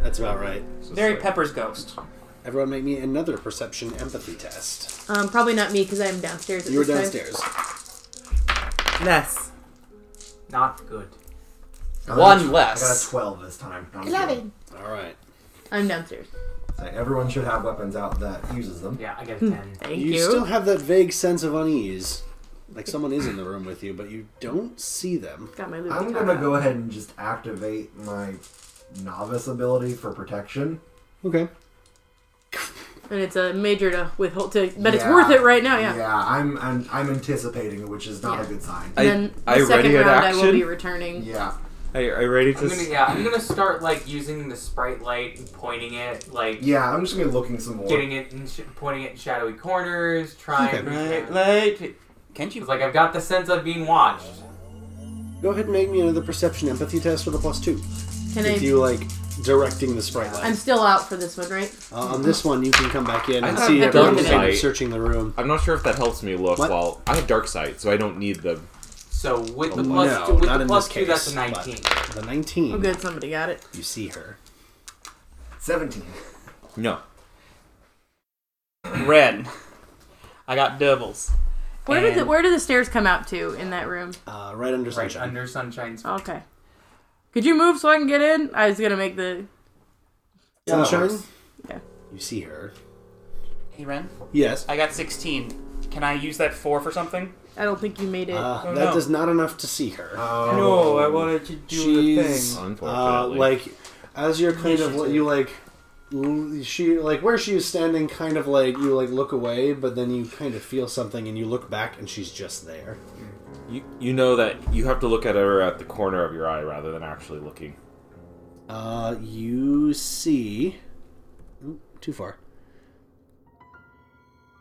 S4: That's about right.
S9: It's just
S10: Very
S9: like-
S10: Pepper's ghost.
S4: Everyone, make me another perception empathy test.
S5: Um, probably not me because I'm downstairs. At
S4: You were
S5: this time.
S4: downstairs.
S6: Less.
S8: Not good.
S7: I got a
S6: One
S7: tw- I got
S6: less.
S7: a 12 this time. Not a
S3: Eleven.
S4: All right.
S5: I'm downstairs.
S7: 12. So everyone should have weapons out that uses them.
S8: Yeah, I got a
S6: Hmm.
S8: ten.
S5: Thank
S4: you, still have that vague sense of unease, like someone is in the room with you, but you don't see them.
S5: Got my
S7: I'm
S5: Louis
S7: going to
S5: Vuitton.
S7: go ahead and just activate my novice ability for protection.
S4: Okay.
S5: and it's a major to withhold to, but it's
S7: Yeah.
S5: worth it right now. Yeah.
S7: Yeah, I'm I'm, I'm anticipating, which is not a
S5: Yeah.
S7: good sign.
S5: And
S9: I-
S5: then the
S9: I
S5: second
S9: ready an
S5: round, I will
S9: action?
S5: be returning.
S7: yeah.
S9: Are you, are you ready to?
S8: I'm gonna,
S9: s-
S8: yeah, I'm gonna start like using the sprite light and pointing it, like
S7: Yeah, I'm just going to be looking some more.
S8: getting it and sh- pointing it in shadowy corners, trying.
S6: Right, light.
S10: Can't you?
S8: It's like I've got the sense of being watched.
S4: Go ahead and make me another perception empathy test with a plus two.
S5: Can
S4: If
S5: I?
S4: you like directing the sprite light.
S5: I'm still out for this one, right?
S4: Uh, on this one, you can come back in and
S9: I
S4: see
S5: have
S4: everyone
S5: dark
S4: kind of
S9: sight.
S4: searching the room.
S9: I'm not sure if that helps me look.
S4: What?
S9: Well, I have dark sight, so I don't need the.
S8: So with the
S9: Oh,
S8: plus
S4: no,
S8: two, with
S4: not
S8: the
S4: in
S8: plus
S4: this
S8: two, that's a
S4: case, but-
S8: nineteen.
S4: The 19.
S5: Oh, good. Somebody got it.
S4: You see her.
S7: 17.
S9: No.
S10: Red. I got doubles.
S5: Where did the
S10: And-
S5: Where do the stairs come out to in that room? Oh,
S4: Uh, right under
S8: Right
S4: sunshine.
S8: under sunshine's.
S5: Okay. Could you move so I can get in? I was gonna make the.
S7: Yeah, that
S4: Sunshine?
S7: works.
S5: Yeah.
S4: You see her.
S10: Hey Ren,
S4: Yes.
S10: I got 16. Can I use that four for something?
S5: I don't think you made it.
S4: Uh,
S10: Oh,
S4: that
S10: no.
S4: is not enough to see her.
S6: No, I wanted to do
S4: She's
S6: the
S4: uh,
S9: Unfortunately.
S4: like as you're kind of you like l- she like where she is standing kind of like you like look away but then you kind of feel something and you look back and she's just there
S9: You, you know that you have to look at her at the corner of your eye rather than actually looking.
S4: uh you see Ooh, too far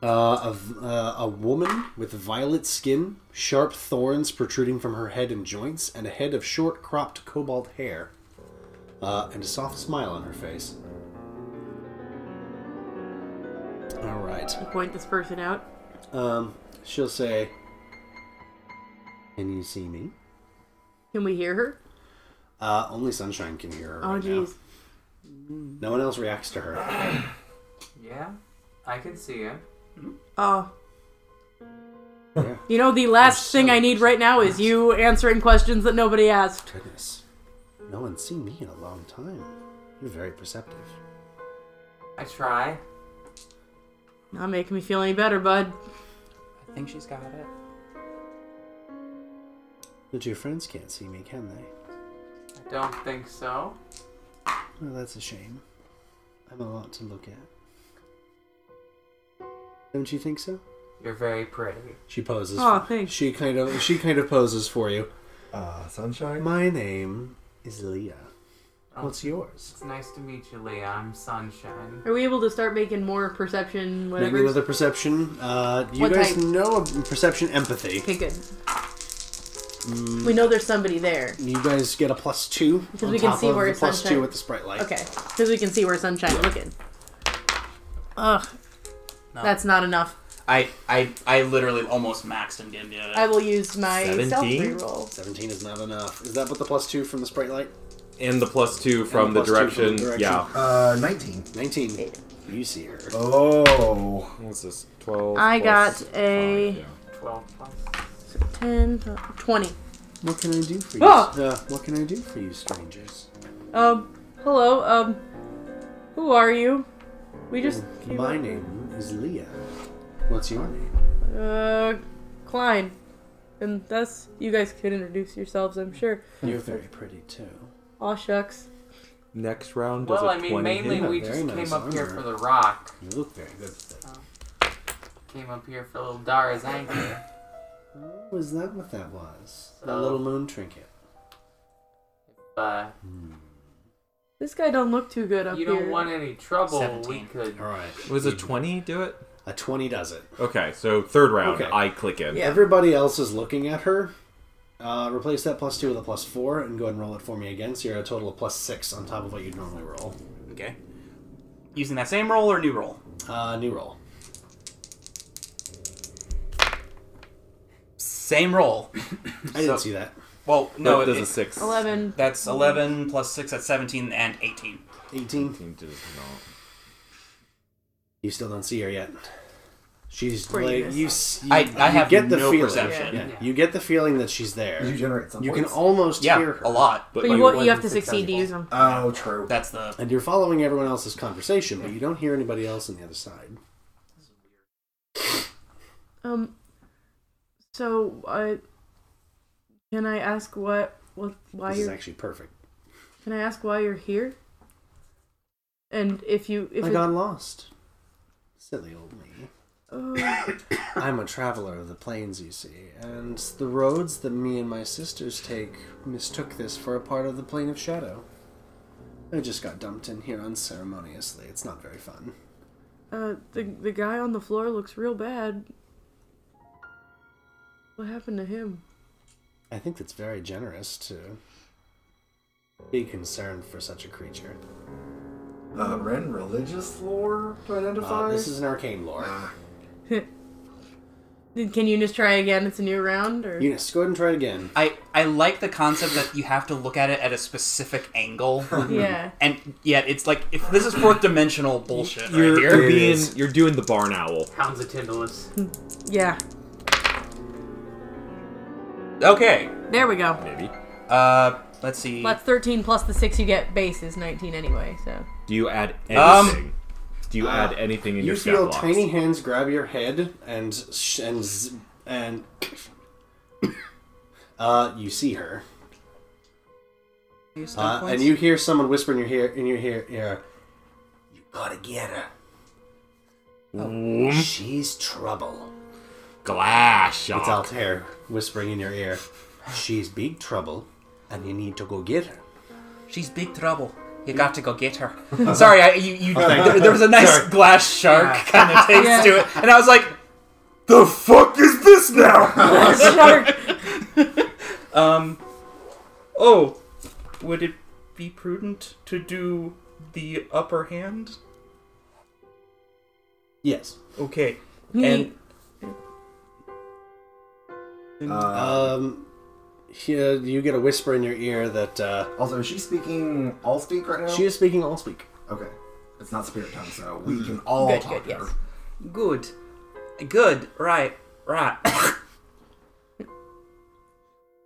S4: uh, a, v- uh, a woman with violet skin, sharp thorns protruding from her head and joints, and a head of short, cropped cobalt hair, uh, and a soft smile on her face. All right.
S5: Point this person out.
S4: Um, she'll say, "Can you see me?"
S5: Can we hear her?
S4: Uh, only Sunshine can hear her.
S5: Oh,
S4: right
S5: jeez.
S4: Now. No one else reacts to her.
S8: Yeah, I can see it.
S5: Oh.
S4: Yeah.
S5: You know, the last thing I need right now is you answering questions that nobody asked.
S4: Goodness, no one's seen me in a long time. You're very perceptive.
S8: I try.
S5: Not making me feel any better, bud.
S10: I think she's got it.
S4: But your friends can't see me, can they?
S8: I don't think so.
S4: Well, that's a shame. I'm a lot to look at. Don't you think so?
S8: You're very pretty.
S4: She poses.
S5: Aw, thanks.
S4: She kind of she kind of poses for you.
S7: Uh, sunshine?
S4: My name is Leah.
S8: Oh,
S4: What's yours?
S8: It's nice to meet you, Leah. I'm Sunshine.
S5: Are we able to start making more perception,
S4: Make
S5: whatever?
S4: me another perception. Uh, you
S5: What
S4: guys
S5: type?
S4: know a perception empathy.
S5: Okay, good. We know there's somebody there.
S4: You guys get a plus two
S5: Because
S4: on
S5: we can
S4: top
S5: see
S4: of
S5: where
S4: the plus
S5: Sunshine-
S4: two with the sprite light.
S5: Okay, because we can see where Sunshine's looking. Ugh. That's not enough.
S10: I, I, I literally almost maxed and didn't do it.
S5: I will use my stealth
S9: 17?
S5: reroll.
S4: Seventeen is not enough. Is that what the plus two from the sprite light?
S9: And the plus two from the,
S4: plus two
S9: direction.
S4: from the direction.
S9: Yeah.
S7: Uh, 19.
S4: Nineteen. You see her.
S7: Oh.
S9: What's this? Twelve.
S5: I
S9: plus
S5: got a-
S9: five, yeah.
S8: Twelve plus.
S5: 10, 12, 20.
S4: What can I do for you?
S5: Ah!
S4: Uh, what can I do for you, strangers?
S5: Um, hello, um, who are you? We just. came
S4: Mm, My
S5: up-
S4: name is Leah. What's your name?
S5: Uh, Klein. And that's. You guys could introduce yourselves, I'm sure.
S4: You're very pretty too.
S5: Aw, shucks.
S9: Next round does
S8: Well,
S9: a
S8: I mean,
S9: 20
S8: mainly
S9: hit?
S8: we
S4: Very
S8: just came
S4: nice
S8: up here
S4: armor.
S8: for the rock.
S4: You look very good. with that.
S5: Oh.
S8: Came up here for little Dara's anchor.
S4: Was that what that was? The
S5: Oh.
S8: So-
S4: little moon trinket.
S8: But
S5: This guy don't look too good up
S8: you
S5: here.
S8: don't want any trouble. We
S10: 17.
S8: could.
S4: All right.
S9: Was a twenty do it?
S4: A twenty does it.
S9: Okay, so third round,
S4: Okay.
S9: I click in.
S5: Yeah.
S4: Everybody else is looking at her. Uh, replace that plus two with a plus four, and go ahead and roll it for me again. So you're a total of plus six on top of what you'd normally roll.
S10: Okay. Using that same roll or new roll?
S4: Uh, new roll.
S10: Same roll.
S4: I didn't see that.
S10: Well,
S9: No,
S10: no,
S9: it
S10: it,
S9: does a
S10: it,
S9: six.
S5: 11.
S10: that's 11 plus 6, that's 17 and 18.
S4: Eighteen.
S9: It does not.
S4: You still don't see her yet. She's
S5: Pretty
S4: like
S5: innocent.
S4: you. s- you
S6: I- I
S4: you
S6: have
S4: get the
S6: no
S4: feeling.
S6: perception.
S4: Yeah, You get the feeling that she's there.
S7: You generate some
S4: You can
S7: points.
S4: almost hear
S6: Yeah,
S4: her
S6: a lot.
S5: But you, won't- you have to succeed to use them.
S7: Oh, true.
S6: That's the
S4: and you're following everyone else's conversation, but you don't hear anybody else on the other side.
S5: Um. So, uh, can I ask what, what, why
S4: This is
S5: you're,
S4: actually perfect.
S5: can I ask why you're here? And if you, if
S4: I
S5: it-
S4: got lost. Silly old me.
S5: oh,
S4: I'm a traveler of the plains, you see, and the roads that me and my sisters take mistook this for a part of the Plain of Shadow. I just got dumped in here unceremoniously. It's not very fun.
S5: uh, the the guy on the floor looks real bad. What happened to him?
S4: I think that's very generous to be concerned for such a creature.
S7: Uh, Ren religious lore to identify. Ah.
S4: Uh, this is an arcane lore.
S5: Did- Can you just try again? It's a new round, or
S4: Eunice, go ahead and try it again.
S6: I I like the concept that you have to look at it at a specific angle.
S5: yeah.
S6: And yet it's like if this is fourth dimensional bullshit
S9: You're,
S6: right here.
S9: you're being you're doing the barn owl.
S8: Hounds of Tindalus.
S5: Yeah.
S6: Okay.
S5: There we go.
S9: Maybe.
S6: Uh let's see.
S5: That's 13 plus the 6 you get base is 19 anyway, so.
S9: Do you add anything?
S6: Um,
S9: Do you add anything in
S4: uh, You
S9: your stat
S4: feel
S9: blocks?
S4: tiny hands grab your head and sh- and z- and uh, you see her,
S6: Use
S4: uh,
S6: stuff
S4: and
S6: points.
S4: you hear someone whisper in your ear in your ear, ear you gotta get her. She's trouble.
S9: Glass
S4: It's
S9: shot.
S4: Altair whispering in your ear. She's big trouble, and you need to go get her.
S6: She's big trouble. You got to go get her. Hmm. Sorry, I, you, you there, there was a nice glass shark kind of taste
S5: Yeah.
S6: to it, and I was like, "The fuck is this now?"
S5: Shark!
S6: um, oh, would it be prudent to do the upper hand?
S4: Yes.
S6: Okay,
S5: Yeet.
S6: and
S7: Uh,
S4: Um, here you get a whisper in your ear that uh,
S7: also, is she speaking all speak right now?
S4: she is speaking all speak.
S7: Okay. It's not spirit tongue, so we can all
S6: Good,
S7: talk
S6: good,
S7: to her.
S6: yes. good, good, right, right.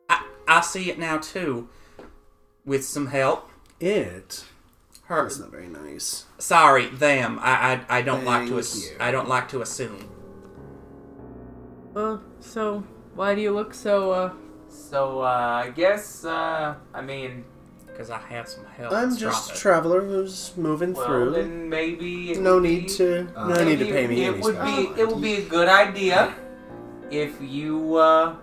S6: I, I see it now too. With some help,
S4: It.
S6: her
S4: That's not very nice.
S6: Sorry, them. I I, I don't like to
S4: Thank
S6: ass-
S4: you.
S6: I don't like to assume.
S5: Well, so, why do you look so, uh.
S8: So, uh, I guess, uh, I mean,
S6: Because I have some help.
S4: I'm
S6: Let's drop
S4: just a
S6: it.
S4: traveler who's moving
S8: well,
S4: through.
S8: then maybe. it
S4: No
S8: would
S4: need
S8: be-
S4: to.
S7: Uh,
S4: no need to
S8: Maybe
S4: pay me
S8: It
S4: any
S8: would
S4: special
S8: be. It would be a good idea if you uh,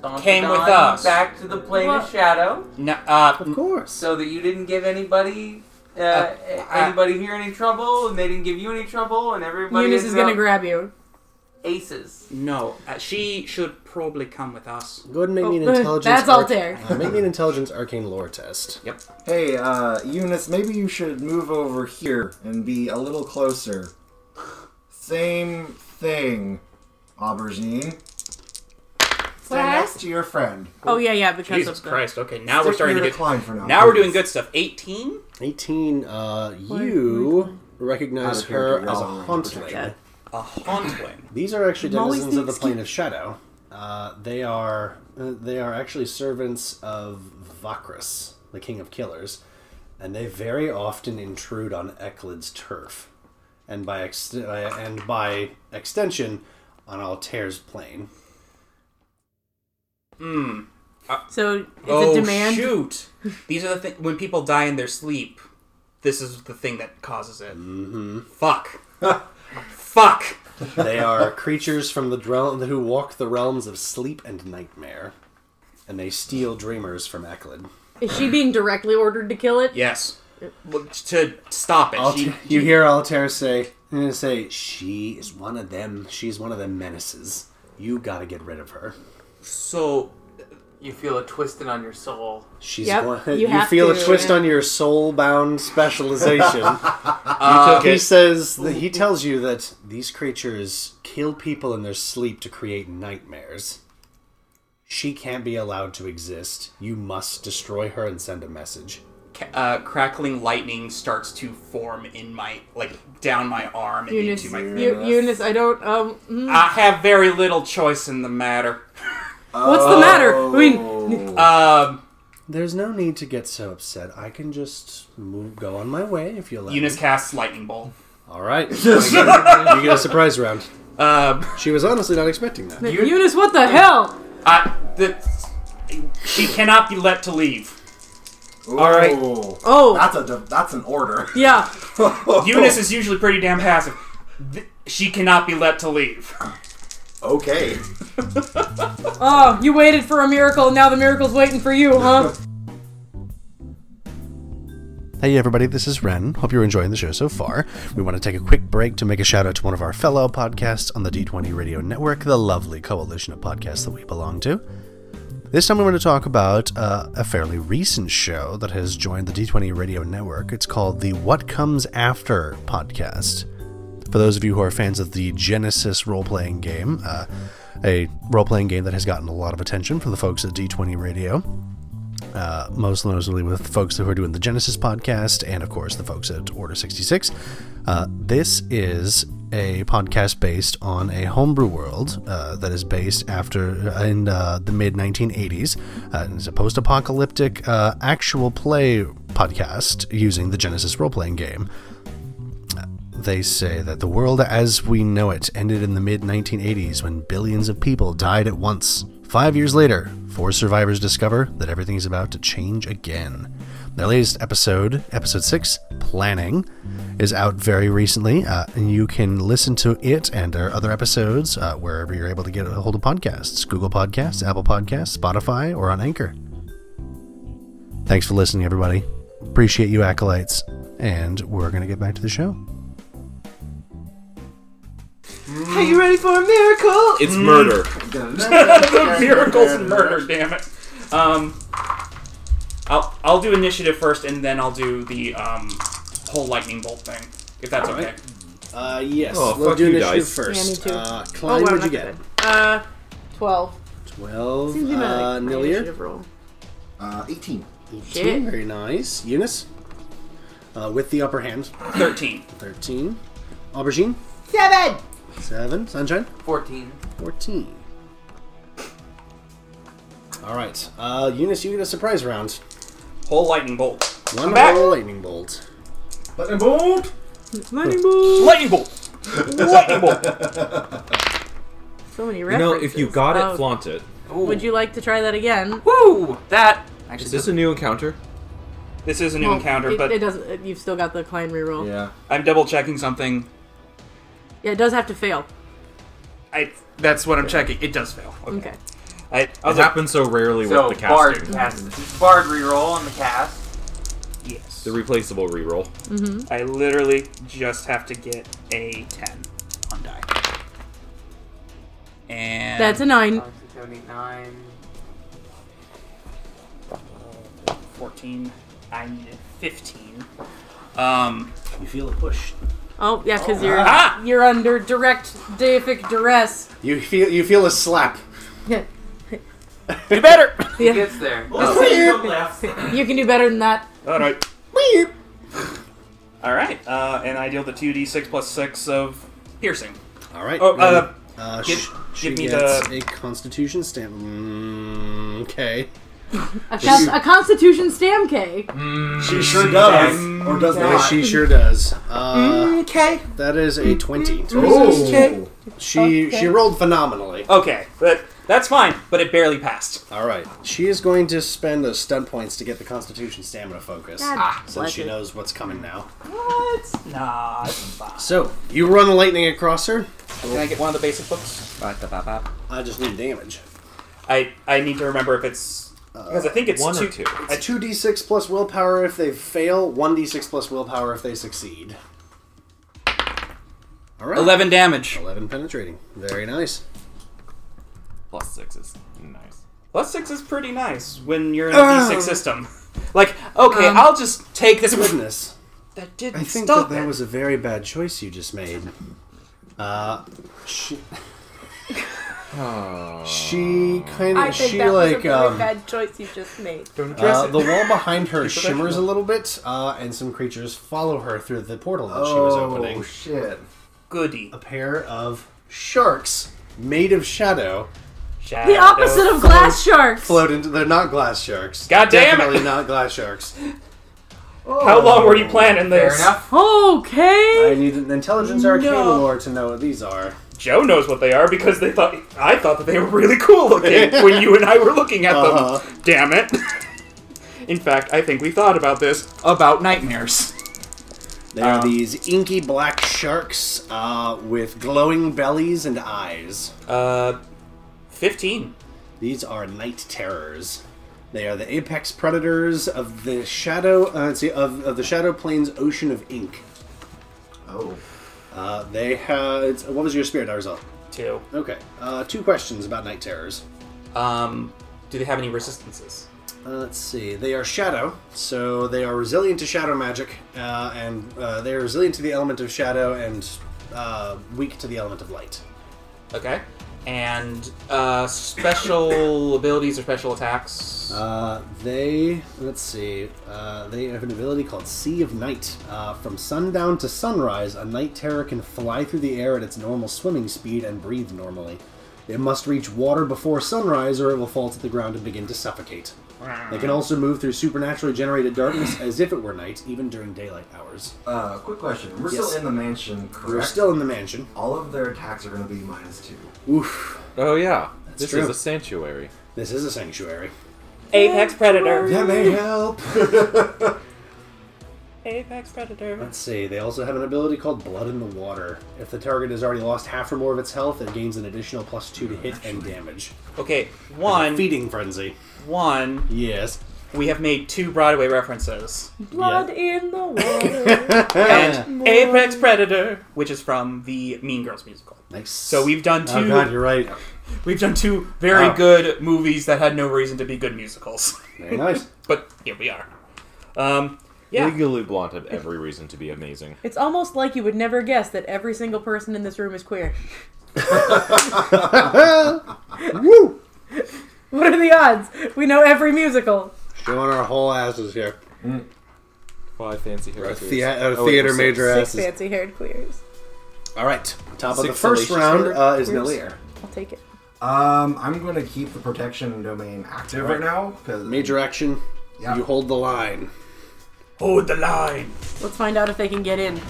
S8: sauntered
S6: Came with
S8: on
S6: us.
S8: back to the plane
S5: What?
S8: of shadow,
S6: No, uh,
S4: Of course.
S8: so that you didn't give anybody. Uh,
S6: Uh, I-
S8: anybody here any trouble, and they didn't give you any trouble, and everybody
S5: Eunice
S8: ends
S5: is gonna
S8: up
S5: grab you.
S8: aces.
S6: no. Uh, she should probably come with us.
S4: Go ahead and make me an
S5: Oh,
S4: intelligence.
S5: that's
S4: arc-
S5: Altair.
S4: Uh, make me an intelligence arcane lore test.
S7: Hey, uh, Eunice, maybe you should move over here and be a little closer. Same thing, Aubergine. Stay next to your friend.
S5: Oh, yeah, yeah, because
S6: Jesus
S5: of the.
S6: Christ. Okay, now we're
S7: Stick
S6: starting
S7: your
S6: to get.
S7: decline for now.
S6: Now we're doing
S7: please.
S6: good stuff. Eighteen.
S4: 18. Uh, you recognize
S7: Out of character,
S4: her
S7: you're
S4: as a
S7: all right.
S4: hauntling.
S5: Yeah.
S6: A hauntling.
S4: These are actually
S5: Molly
S4: denizens of the
S5: Sneakskin.
S4: plane of shadow. Uh, they are uh, they are actually servants of Vakris, the king of killers, and they very often intrude on Eklid's turf, and by ex- uh, and by extension, on Altair's plane.
S5: So, it's
S6: oh
S5: a demand?
S6: shoot! These are the thing when people die in their sleep. This is the thing that causes it. Mm-hmm. Fuck. Fuck.
S4: They are creatures from the drel- who walk the realms of sleep and nightmare, and they steal dreamers from Eklid.
S5: Is she being directly ordered to kill it?
S6: Yes. Well, To stop it. She,
S4: Alta- you hear Altair say, and say, she is one of them. She's one of them menaces. You gotta get rid of her.
S6: so
S8: You feel a twisting on your soul.
S4: She's
S5: Yep,
S4: one.
S5: you
S4: You,
S5: have
S4: feel
S5: to,
S4: a twist
S5: yeah.
S4: on your soul-bound specialization. he says that he tells you that these creatures kill people in their sleep to create nightmares. She can't be allowed to exist. You must destroy her and send a message.
S6: ca- uh, crackling lightning starts to form in my like down my arm and
S5: Eunice,
S6: into my.
S5: Eu- Eunice, I don't. Um, mm.
S6: I have very little choice in the matter.
S5: what's the matter? I mean,
S6: Um,
S4: There's no need to get so upset. I can just move, go on my way if you let
S6: Eunice
S4: me.
S6: casts lightning bolt.
S4: All right. you get a surprise round.
S6: Um,
S4: She was honestly not expecting that.
S6: You-
S5: Eunice, what the hell?
S6: I, the, she cannot be let to leave.
S7: All
S6: right.
S5: Oh.
S7: That's a de- that's an order.
S5: Yeah.
S6: Eunice is usually pretty damn passive. Th- she cannot be let to leave.
S7: Okay.
S5: Oh, you waited for a miracle, and now the miracle's waiting for you, huh?
S1: Hey everybody, this is Ren. Hope you're enjoying the show so far. We want to take a quick break to make a shout out to one of our fellow podcasts on the D20 Radio Network, the lovely coalition of podcasts that we belong to. This time we want to talk about uh, a fairly recent show that has joined the D20 Radio Network. It's called the What Comes After podcast. For those of you who are fans of the Genesis role playing game, uh, a role playing game that has gotten a lot of attention from the folks at D20 Radio, uh, most notably with folks who are doing the Genesis podcast and, of course, the folks at Order 66. Uh, this is a podcast based on a homebrew world uh, that is based after in uh, the mid 1980s. Uh, and it's a post apocalyptic uh, actual play podcast using the Genesis role playing game they say that the world as we know it ended in the mid 1980s when billions of people died at once. Five years later, four survivors discover that everything is about to change again. Their latest episode, episode 6, Planning, is out very recently, uh, and you can listen to it and our other episodes uh, wherever you're able to get a hold of podcasts Google Podcasts, Apple Podcasts, Spotify, or on Anchor. Thanks for listening, everybody. Appreciate you, acolytes. And we're going to get back to the show.
S5: Are you ready for a miracle?
S9: It's murder.
S6: the miracles and murder, damn it. Um, I'll I'll do initiative first, and then I'll do the um whole lightning bolt thing, if that's okay.
S4: Uh, yes.
S9: Oh,
S4: we'll
S9: fuck
S4: do
S9: you
S4: initiative
S9: guys.
S4: first.
S5: Yeah, me too. Oh,
S4: Uh, Klein, what'd you get?
S5: Uh, twelve.
S4: 12.
S5: Seems to be my, like,
S4: Uh,
S5: my
S4: Nilier.
S5: initiative roll.
S7: Uh, 18.
S5: Shit.
S4: Very nice. Eunice. Uh, with the upper hand.
S6: Thirteen.
S4: 13. Aubergine.
S5: Seven.
S4: 7. Sunshine.
S8: 14.
S4: 14. All right. Uh, Eunice, you get a surprise round.
S6: Whole lightning bolt.
S4: One
S6: back.
S4: whole lightning bolt.
S7: Lightning bolt.
S5: Lightning bolt.
S6: Lightning bolt. Lightning bolt.
S5: So many
S9: You know,
S5: references.
S9: if you got it,
S5: Oh,
S9: flaunt it.
S5: would you like to try that again?
S6: Woo! That actually
S9: Is this a new encounter?
S6: This is a new
S5: Well,
S6: encounter,
S5: it,
S6: but
S5: it doesn't. it- you've still got the Klein reroll. Yeah.
S7: Yeah.
S6: I'm double checking something.
S5: it does have to fail.
S6: I that's what I'm checking. It does fail. Okay.
S5: Okay.
S6: I, I
S9: It
S6: was like,
S9: happens so rarely
S8: So,
S9: with the
S8: Bard
S9: casting.
S8: cast. Bard reroll on the cast.
S6: yes.
S9: The replaceable reroll.
S6: I literally just have to get a ten on die. And
S5: That's a nine.
S8: 5, 6, 7, 8, 9.
S6: fourteen. I needed fifteen. Um.
S4: You feel a push.
S5: Oh yeah, because you're
S6: Ah!
S5: you're under direct deific duress.
S4: You feel you feel a slap.
S5: Yeah.
S6: Do better.
S8: He gets there.
S5: You can do better than that.
S6: All right. All right. Uh, and I deal the two d six plus six of piercing.
S4: All right.
S6: Oh, uh,
S4: uh,
S6: give-
S4: sh-
S6: give
S4: she
S6: me
S4: gets
S6: the-
S4: a Constitution stamp. Mm, okay.
S5: A, con- a Constitution stam K.
S7: She sure does. Or does
S4: Boy,
S7: not.
S4: she sure does. Uh,
S6: Mm, Okay. Mm,
S4: that is a twenty.
S7: Oh.
S4: She she rolled phenomenally.
S6: Okay. But that's fine. But it barely passed.
S4: All right. She is going to spend those stunt points to get the Constitution stamina focus,
S5: God
S6: Ah.
S4: since
S5: bless
S4: she
S5: it.
S4: knows what's coming now.
S6: What? Nah. it's fine.
S4: So you run lightning across her.
S6: Can I get one of the basic books?
S4: I just need damage.
S6: I I need to remember if it's because I think it's
S9: one or
S6: two.
S9: two.
S6: I-
S4: Two d six plus willpower if they fail. One d six plus willpower if they succeed. All right.
S6: Eleven damage.
S4: 11 penetrating. Very nice.
S9: Plus six is nice.
S6: Plus six is pretty nice when you're in a
S5: Ah.
S6: D6 system. Like, okay,
S5: Um,
S6: I'll just take this.
S4: Goodness.
S6: That didn't
S4: I think
S6: stop
S4: that
S6: it.
S4: that was a very bad choice you just made. Uh, she, She kind
S5: I
S4: of
S5: think
S4: she
S5: that was a
S4: like
S5: really
S4: um,
S5: bad choice you just made.
S4: uh, the wall behind her shimmers a little bit, uh, and some creatures follow her through the portal that she was opening.
S7: Oh shit!
S10: Goody.
S4: A pair of sharks made of shadow
S5: The opposite of glass sharks.
S4: float into. They're not glass sharks.
S10: God damn it!
S4: Definitely not glass sharks.
S10: How long were you
S9: Oh,
S10: planning this?
S8: Fair enough.
S5: Okay.
S4: I need an intelligence arcane
S5: No.
S4: lore to know what these are.
S10: Joe knows what they are because they thought I thought that they were really cool looking when you and I were looking at
S4: Uh-huh.
S10: them. Damn it. In fact, I think we thought about this about nightmares.
S4: They are
S10: Um,
S4: these inky black sharks uh, with glowing bellies and eyes.
S10: Uh 15.
S4: These are night terrors. They are the apex predators of the shadow. Uh, let's see, of, of the shadow plane's ocean of ink.
S7: Oh,
S4: Uh, they have. It's, what was your spirit result?
S6: 2.
S4: Okay. Uh, two questions about night terrors.
S6: Um, do they have any resistances?
S4: Uh, let's see. They are shadow, so they are resilient to shadow magic, uh, and uh, they are resilient to the element of shadow and uh, weak to the element of light.
S6: Okay. And uh, special abilities or special attacks?
S4: Uh, they let's see. Uh, they have an ability called Sea of Night. Uh, from sundown to sunrise, a night terror can fly through the air at its normal swimming speed and breathe normally. It must reach water before sunrise, or it will fall to the ground and begin to suffocate. They can also move through supernaturally generated darkness as if it were night, even during daylight hours.
S7: uh, quick question. We're
S4: Yes.
S7: still in the mansion, correct?
S4: We're still in the mansion.
S7: All of their attacks are going to be minus two.
S4: Oof.
S9: Oh yeah, this
S4: true.
S9: is a sanctuary.
S4: This is a sanctuary.
S5: Apex predator.
S7: That may help.
S5: Apex predator.
S4: Let's see. They also have an ability called Blood in the Water. If the target has already lost half or more of its health, it gains an additional plus two to hit and damage.
S6: Okay, one,
S4: Feeding frenzy.
S6: one.
S4: Yes.
S6: We have made two Broadway references,
S5: Blood in the water.
S6: and Apex Predator, which is from the Mean Girls musical.
S4: Nice.
S6: So we've done
S4: Oh
S6: two.
S4: god, you're right.
S6: we've done two very
S9: Oh.
S4: Wow.
S6: good movies that had no reason to be good musicals,
S4: Very nice.
S6: but here we are. Um, yeah.
S9: Legally Blonde had every reason to be amazing.
S5: it's almost like you would never guess that every single person in this room is queer.
S4: Woo!
S5: What are the odds? We know every musical.
S4: Showing our whole asses here.
S9: Well, I fancy her.
S4: Thea- uh, theater major
S5: Six
S4: asses.
S5: fancy haired queers.
S4: All right. Top of the
S9: Six
S4: first
S9: salacious
S4: round uh, is
S5: Here's-
S4: Nelair.
S5: I'll take it.
S7: Um, I'm going to keep the protection domain active right, now because
S4: Major action.
S7: Yeah.
S4: You hold the line.
S6: Hold the line.
S5: Let's find out if they can get in.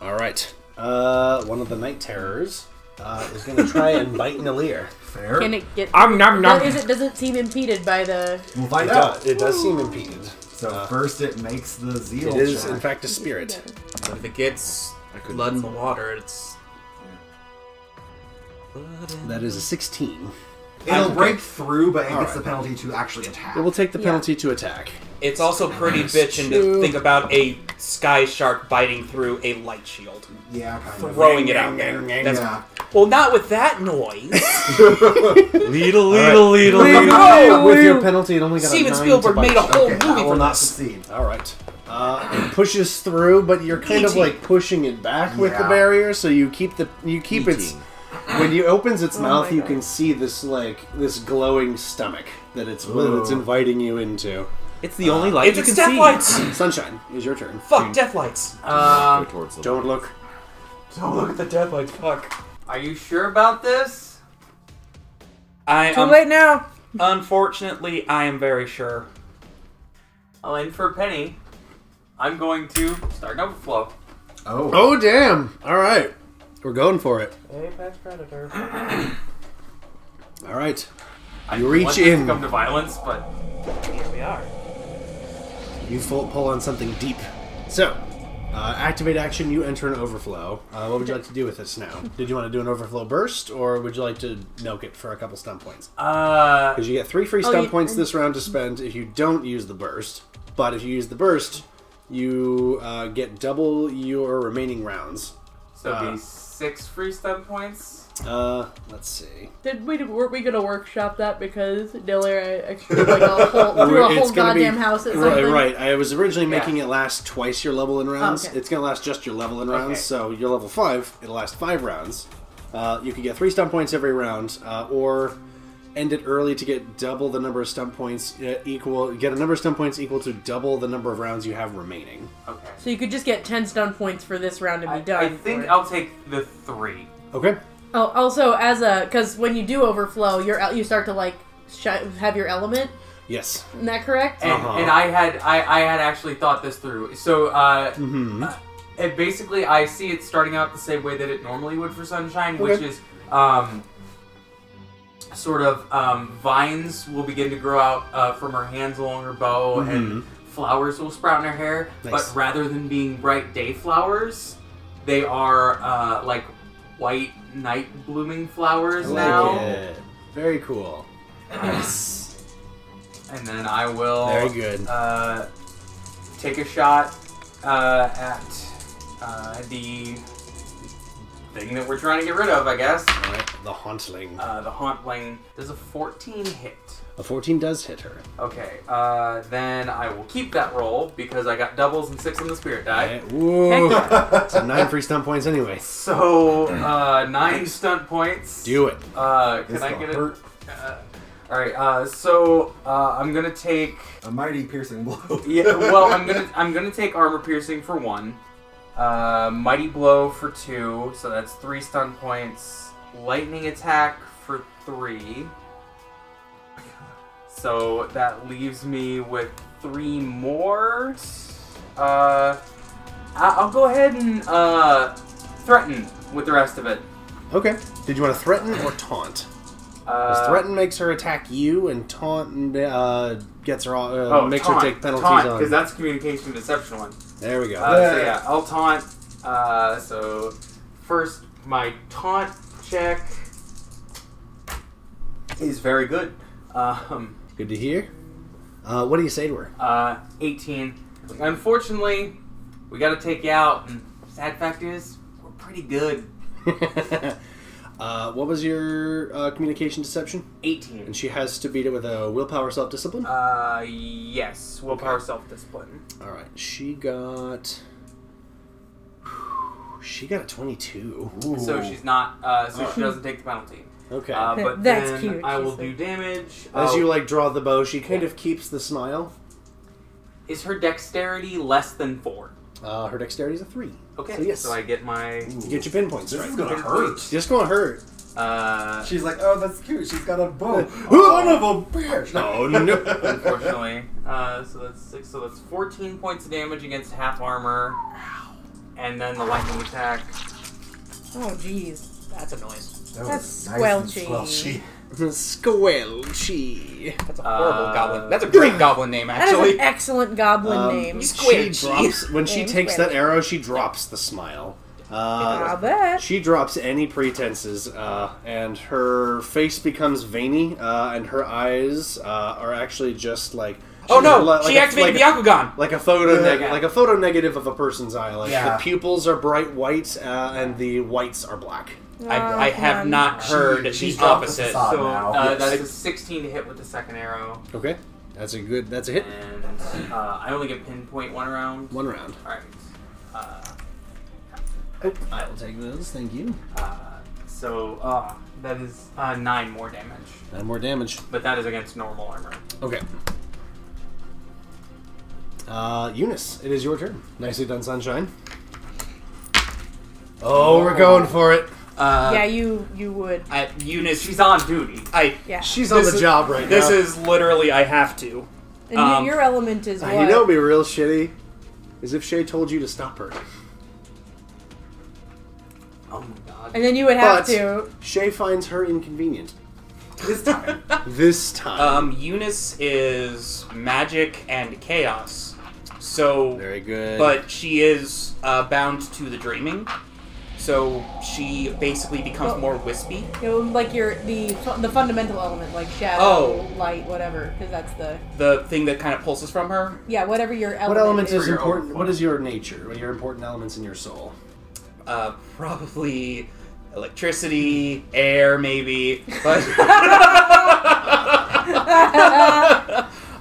S4: All right. Uh, one of the night terrors uh, is going to try and bite Nelair.
S7: fair.
S5: Can it get?
S6: Um, nom, nom.
S5: Is it? Does it seem impeded by the?
S7: We'll find
S4: It
S7: out.
S4: does, it does seem impeded.
S7: So first, it makes the zeal
S4: Uh, It is,
S7: check.
S4: in fact, a spirit.
S6: But if it gets
S9: couldn't-
S6: blood in the water, it's
S4: That is a 16.
S7: It'll break through, but it gets
S4: Alright.
S7: the penalty to actually attack.
S4: It will take the
S5: Yeah.
S4: penalty to attack.
S6: It's also pretty bitching to think about a sky shark biting through a light shield,
S7: yeah, kind of.
S6: throwing it out there. That's,
S7: Yeah.
S6: Well, not with that noise.
S9: Leedle, leedle, leedle,
S4: With your penalty, it only got
S6: Steven
S4: a nine
S6: Spielberg
S4: to bite
S6: made a
S4: you.
S6: whole
S7: Okay, I
S6: movie
S7: will
S6: for
S7: not
S6: this.
S7: succeed.
S4: All right. Uh, it pushes through, but you're kind of
S6: 18.
S4: like pushing it back with the
S7: Yeah.
S4: barrier, so you keep the you keep its
S9: 18.
S4: when you opens
S6: Oh
S4: its mouth, you can see this like this glowing stomach that it's that it's
S7: Ooh.
S4: inviting you into.
S9: It's the
S8: uh,
S9: only light
S6: It's
S9: you
S6: its
S9: can
S6: death
S9: see.
S6: lights.
S4: Sunshine is your turn.
S6: Fuck death lights.
S9: Go towards the
S4: Don't look.
S6: Don't look at the death lights. Fuck.
S8: Are you sure about this?
S6: I
S5: Too
S6: um,
S5: late now.
S6: Unfortunately, I am very sure.
S8: I'll in for a penny. I'm going to start an overflow.
S7: Oh,
S4: Oh damn! All right, we're going for it.
S6: Apex predator.
S4: All right,
S8: I
S4: You reach
S8: want this to
S4: in.
S8: Come to violence, but
S6: Here we are.
S4: you full pull on something deep. So, uh, activate action. You enter an overflow. Uh, what would you like to do with this now? Did you want to do an overflow burst, or would you like to milk it for a couple stun points?
S6: Uh,
S4: Because you get three free stun
S5: you-
S4: points this round to spend if you don't use the burst. But if you use the burst, you uh, get double your remaining rounds.
S8: so it'd be six free stun points.
S4: Uh, let's see.
S5: Did we were we gonna workshop that because Delair actually like a whole threw a
S4: It's
S5: whole
S4: gonna be-
S5: goddamn house at
S4: Right,
S5: something?
S4: right. I was originally making it last twice your level in rounds.
S5: Okay.
S4: It's gonna last just your level in rounds.
S8: Okay.
S4: So you're level five. It'll last five rounds. Uh, you could get three stunt points every round, uh, or end it early to get double the number of stunt points uh, equal. Get a number of stunt points equal to double the number of rounds you have remaining.
S8: Okay.
S5: So you could just get 10 stun points for this round and be
S8: I,
S5: done.
S8: I think
S5: for it.
S8: I'll take the three.
S4: Okay.
S5: Oh, also as a because when you do overflow, you're you start to like sh- have your element.
S4: Yes.
S5: Isn't that correct?
S8: And,
S4: Uh-huh.
S8: and I had I, I had actually thought this through. So uh,
S4: Mm-hmm.
S8: it basically I see it starting out the same way that it normally would for Sunshine, which
S4: Okay.
S8: is um, sort of um, vines will begin to grow out uh, from her hands along her bow, and flowers will sprout in her hair.
S4: Mm-hmm. Nice.
S8: But rather than being bright day flowers, they are uh, like white night blooming flowers now.
S4: Very cool.
S8: And then I will
S4: Very good.
S8: Uh, take a shot uh, at uh, the thing that we're trying to get rid of, I guess.
S4: All right. The Hauntling.
S8: Uh, the haunt lane does a 14 hit.
S4: A 14 does hit her.
S8: Okay, uh, then I will keep that roll because I got doubles and six on the spirit die.
S4: Alright, Woo. so nine free stunt points anyway.
S8: So uh, nine stunt points.
S4: Do it.
S8: Uh, can
S7: This
S8: I
S7: will
S8: get it?
S7: hurt.
S8: Uh, all right. Uh, so uh, I'm gonna take.
S7: A mighty piercing blow.
S8: Yeah, well, I'm gonna I'm gonna take armor piercing for one, uh, mighty blow for two, so that's three stun points. Lightning attack for three, so that leaves me with three more. Uh, I- I'll go ahead and uh, threaten with the rest of it.
S4: Okay. Did you want to threaten or taunt? Because
S8: Uh,
S4: threaten makes her attack you, and taunt uh, gets her all, uh,
S8: oh,
S4: makes
S8: taunt,
S4: her take penalties
S8: because
S4: on.
S8: that's communication deception one.
S4: there we go.
S8: Uh, so yeah, I'll taunt. Uh, so first, my taunt check is very good. Um,
S4: Good to hear. Uh, what do you say to her?
S8: uh, 18. Unfortunately, we got to take you out. And sad fact is, we're pretty good.
S4: uh, what was your uh, communication deception?
S8: 18.
S4: And she has to beat it with a willpower self discipline.
S8: Uh, yes, willpower, self discipline.
S4: All right, she got. She got a twenty-two.
S8: So she's not. Uh, so she doesn't take the penalty.
S4: Oh. Okay.
S8: Uh, but
S5: That's
S8: then
S5: cute,
S8: I
S5: she
S8: will
S5: said.
S8: do damage.
S4: As
S8: Oh,
S4: you like draw the bow, she kind of keeps the smile.
S8: is her dexterity less than four?
S4: Uh, her dexterity is a three.
S8: Okay.
S4: So yes,
S8: I get my.
S4: you get your pinpoints. This
S7: is gonna hurt.
S4: Just gonna hurt.
S8: Uh,
S7: She's like, oh, that's cute. She's got a bow. Son of a bitch.
S4: Oh no!
S8: unfortunately. Uh, so that's six. So that's 14 points of damage against half armor, and then the lightning attack.
S5: Oh jeez,
S6: That's a noise.
S7: That was
S5: That's
S7: nice
S5: squelchy.
S7: and squelchy.
S4: Squelchy.
S6: That's a horrible
S8: Uh,
S6: goblin. That's a great goblin name,
S5: that is
S6: actually.
S5: an excellent goblin
S4: Um,
S5: name.
S4: she
S6: Squelchy.
S4: drops when she
S5: Name
S4: takes that
S5: Squelchy.
S4: arrow. She drops the smile.
S5: I
S4: Uh,
S5: bet.
S4: she drops any pretenses, uh, and her face becomes veiny, uh, and her eyes uh, are actually just like
S6: Oh no!
S4: like-
S6: she
S4: like a-
S6: activated
S4: like
S6: the Akugan!
S4: like a photo neg-
S8: Yeah.
S4: like a photo negative of a person's eye. Like
S7: Yeah.
S4: the pupils are bright white uh, and the whites are black.
S5: Oh,
S6: I, I have
S5: come
S6: not heard
S7: She- she's
S6: the
S7: dropped the
S6: opposite.
S7: facade.
S8: So
S7: now.
S8: uh,
S7: Yes.
S8: that's a 16 to hit with the second arrow,
S4: Okay, that's a good. That's a hit.
S8: and uh, I only get pinpoint one round.
S4: One round.
S8: All right. Uh,
S4: I will take those. Thank you.
S8: uh, so uh, that is uh, nine more damage,
S4: Nine more damage.
S8: but that is against normal armor.
S4: Okay. Uh, Eunice, it is your turn. Nicely done, Sunshine. Oh, we're going for it.
S6: Uh,
S5: yeah, you you would.
S6: I, Eunice,
S8: She's on duty.
S6: I,
S5: Yeah.
S4: She's on
S10: This
S4: the
S10: is-
S4: job right
S10: This
S4: now.
S10: is literally I have to.
S5: and
S10: um,
S5: you, your element is
S4: Uh,
S5: what?
S4: you know, what would be real shitty is if Shay told you to stop her.
S8: Oh my god.
S5: and then you would have
S4: but-
S5: to.
S4: Shay finds her inconvenient
S8: This time.
S4: this time.
S6: um, Eunice is magic and chaos. So
S4: Very good.
S6: but she is uh, bound to the dreaming, so she basically becomes
S5: Well-
S6: more wispy.
S5: You know, like your the fu- the fundamental element, like shadow,
S6: Oh.
S5: light, whatever, because that's the
S6: The thing that kind of pulses from her,
S5: yeah, whatever your element.
S4: what element is
S8: your
S4: important?
S8: overflow.
S4: What is your nature? What are your important elements in your soul?
S6: uh, probably electricity, air, maybe. But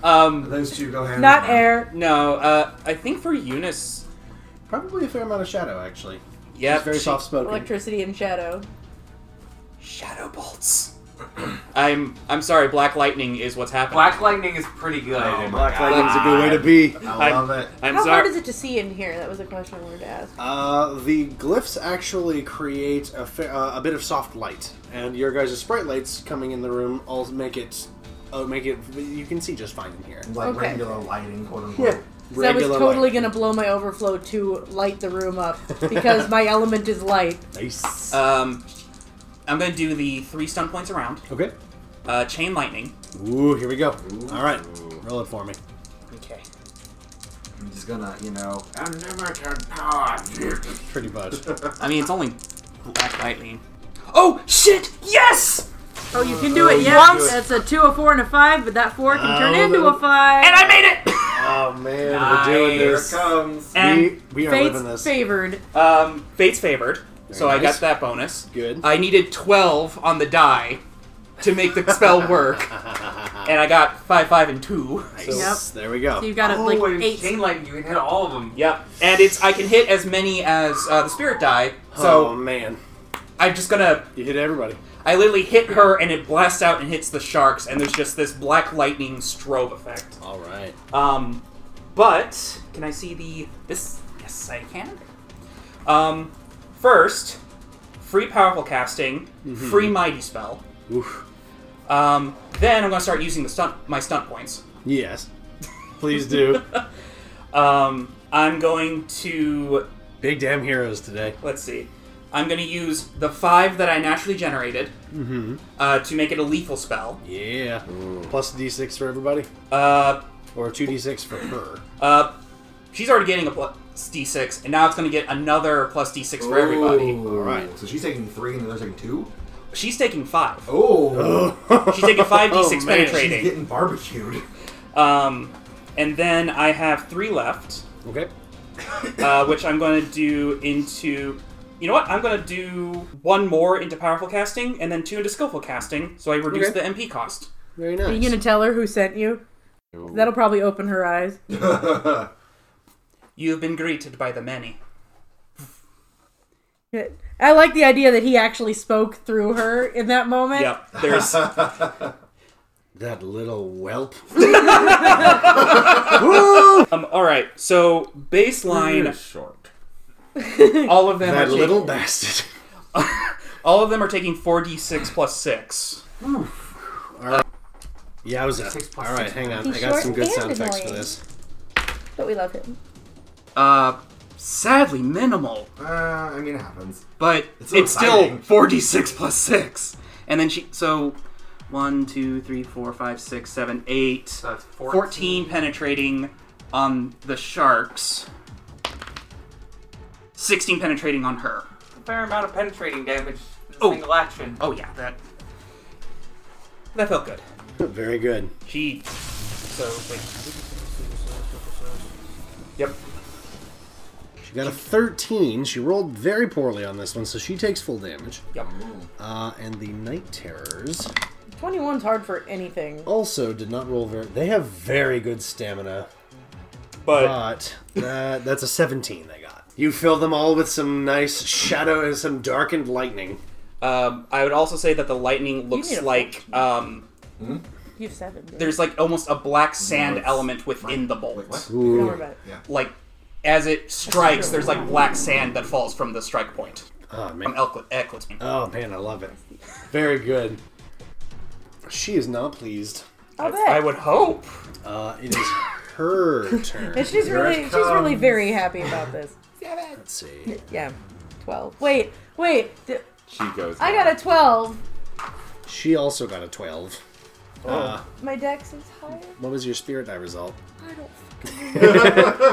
S6: um,
S7: Those two go hand
S5: Not
S7: in hand.
S5: air.
S6: no, uh, I think for Eunice,
S4: Probably a fair amount of shadow, actually.
S6: yeah,
S4: She's very soft spoken.
S5: Electricity and shadow.
S6: shadow bolts. I'm I'm sorry. Black lightning is what's happening.
S8: Black lightning is pretty good.
S4: Black lightning's a good way to be.
S7: I love it.
S10: I'm
S5: How hard
S10: sorry.
S5: is it to see in here? That was a question I wanted to ask.
S4: Uh, the glyphs actually create a, fa- uh, a bit of soft light, and your guys' sprite lights coming in the room all make it, uh, make it you can see just fine in here.
S7: Like
S5: Okay.
S7: regular lighting, quote unquote.
S5: So I was
S4: Regular
S5: totally
S4: light.
S5: gonna blow my overflow to light the room up because my element is light.
S4: nice.
S6: Um, I'm gonna do the three stun points around.
S4: okay.
S6: Uh, chain lightning.
S4: Ooh, here we go. All right, roll it for me.
S6: Okay.
S7: I'm just gonna, you know, unlimited power.
S4: Pretty much.
S6: I mean, it's only black lightning. Oh shit! Yes!
S5: Oh, you can do it, yeah. That's a two, a four, and a five, but that four can turn
S4: Oh,
S5: into
S4: that-
S5: a five.
S6: Uh, And I made it.
S4: oh man, we're doing
S8: Nice.
S4: this.
S6: Oh.
S8: Um,
S7: Comes.
S6: And
S4: we, we are living
S5: Fate's
S4: this.
S5: favored.
S6: um, fate's favored, so I
S4: nice.
S6: got that bonus.
S4: Good.
S6: I needed twelve on the die to make the spell work, and I got five, five, and two.
S4: Nice.
S5: Yep.
S4: There we go.
S5: So you've got a,
S8: Oh,
S5: like
S8: and
S5: eight.
S8: chain lightning, you can hit all of them.
S6: Yep. And it's I can hit as many as uh, the spirit die. So
S4: oh man,
S6: I'm just gonna
S4: you hit everybody.
S6: I literally hit her and it blasts out and hits the sharks and there's just this black lightning strobe effect.
S4: All right.
S6: Um but can I see the this yes I can. Um first, free powerful casting, free mighty spell.
S4: Oof.
S6: Um then I'm gonna start using the stunt my stunt points.
S4: Yes. Please do.
S6: Um I'm going to
S4: Big damn heroes today.
S6: let's see. I'm going to use the five that I naturally generated
S4: Mm-hmm.
S6: uh, to make it a lethal spell.
S4: Yeah. Plus a d6 for everybody,
S6: Uh,
S4: or two d6 for her.
S6: uh, she's already getting a plus d6, and now it's going to get another plus d6 for everybody.
S7: All
S4: right.
S7: So she's taking three and the other's taking two?
S6: She's taking five.
S7: Oh.
S6: She's taking five d6
S4: Oh, man.
S7: She's
S6: penetrating.
S7: getting barbecued.
S6: Um, and then I have three left,
S4: Okay.
S6: uh, which I'm going to do into. You know what? I'm going to do one more into powerful casting, and then two into skillful casting, so I reduce
S4: Okay.
S6: the MP cost.
S4: Very
S5: Are
S4: nice.
S5: you gonna tell her who sent you? That'll probably open her eyes.
S6: You have been greeted by the many.
S5: I like the idea that he actually spoke through her in that moment.
S6: Yep. There's
S4: That little whelp.
S6: Um, all right, so baseline,
S9: short.
S6: all of them are
S4: That
S6: taking,
S4: little bastard.
S6: all of them are taking four d six plus six.
S4: Yeah, I was up.
S8: plus
S4: All right, hang on.
S3: He's
S4: I got
S3: short
S4: some good
S3: and
S4: sound effects for
S3: annoying.
S4: this.
S3: But we love him.
S6: Uh, sadly minimal,
S7: uh, I mean, it happens.
S6: but
S7: It's
S6: it's,
S7: so
S6: still
S7: exciting.
S6: four d six plus six. And then she, so one, two, three, four, five, six, seven, eight,
S8: So that's 14.
S6: 14 penetrating on the sharks, sixteen penetrating on her.
S8: Fair amount of penetrating damage.
S6: Oh.
S8: Single action.
S6: Oh yeah, that that felt good.
S4: Very good.
S6: She. So wait. Yep.
S4: She got a 13. She rolled very poorly on this one, so she takes full damage.
S6: Yep.
S4: Uh, and the night terrors
S5: 21's hard for anything.
S4: also did not roll very. They have very good stamina,
S6: But
S4: but that, that's a 17 they got. You fill them all with some nice shadow and some darkened lightning.
S7: Ah.
S6: um, I would also say that the lightning
S5: need
S6: looks
S5: a
S6: like um,
S5: You have seven. dude.
S6: there's like almost a black sand element within the bolt.
S7: Wait, what?
S5: Don't worry about it.
S6: Like as it strikes, there's like black sand that falls from the strike point.
S4: Oh,
S6: From
S4: man.
S6: Elklit. Elklit.
S4: Oh, man, I love it. Very good. She is not pleased.
S5: I'll bet.
S6: I would hope.
S4: Uh, it is her turn.
S5: And she's really, she's really very happy about this.
S4: Let's see.
S5: Yeah, twelve. Wait, wait. th-
S9: She goes.
S5: I got a twelve.
S4: She also got a 12.
S5: My dex is higher.
S4: What was your spirit die result?
S5: I don't.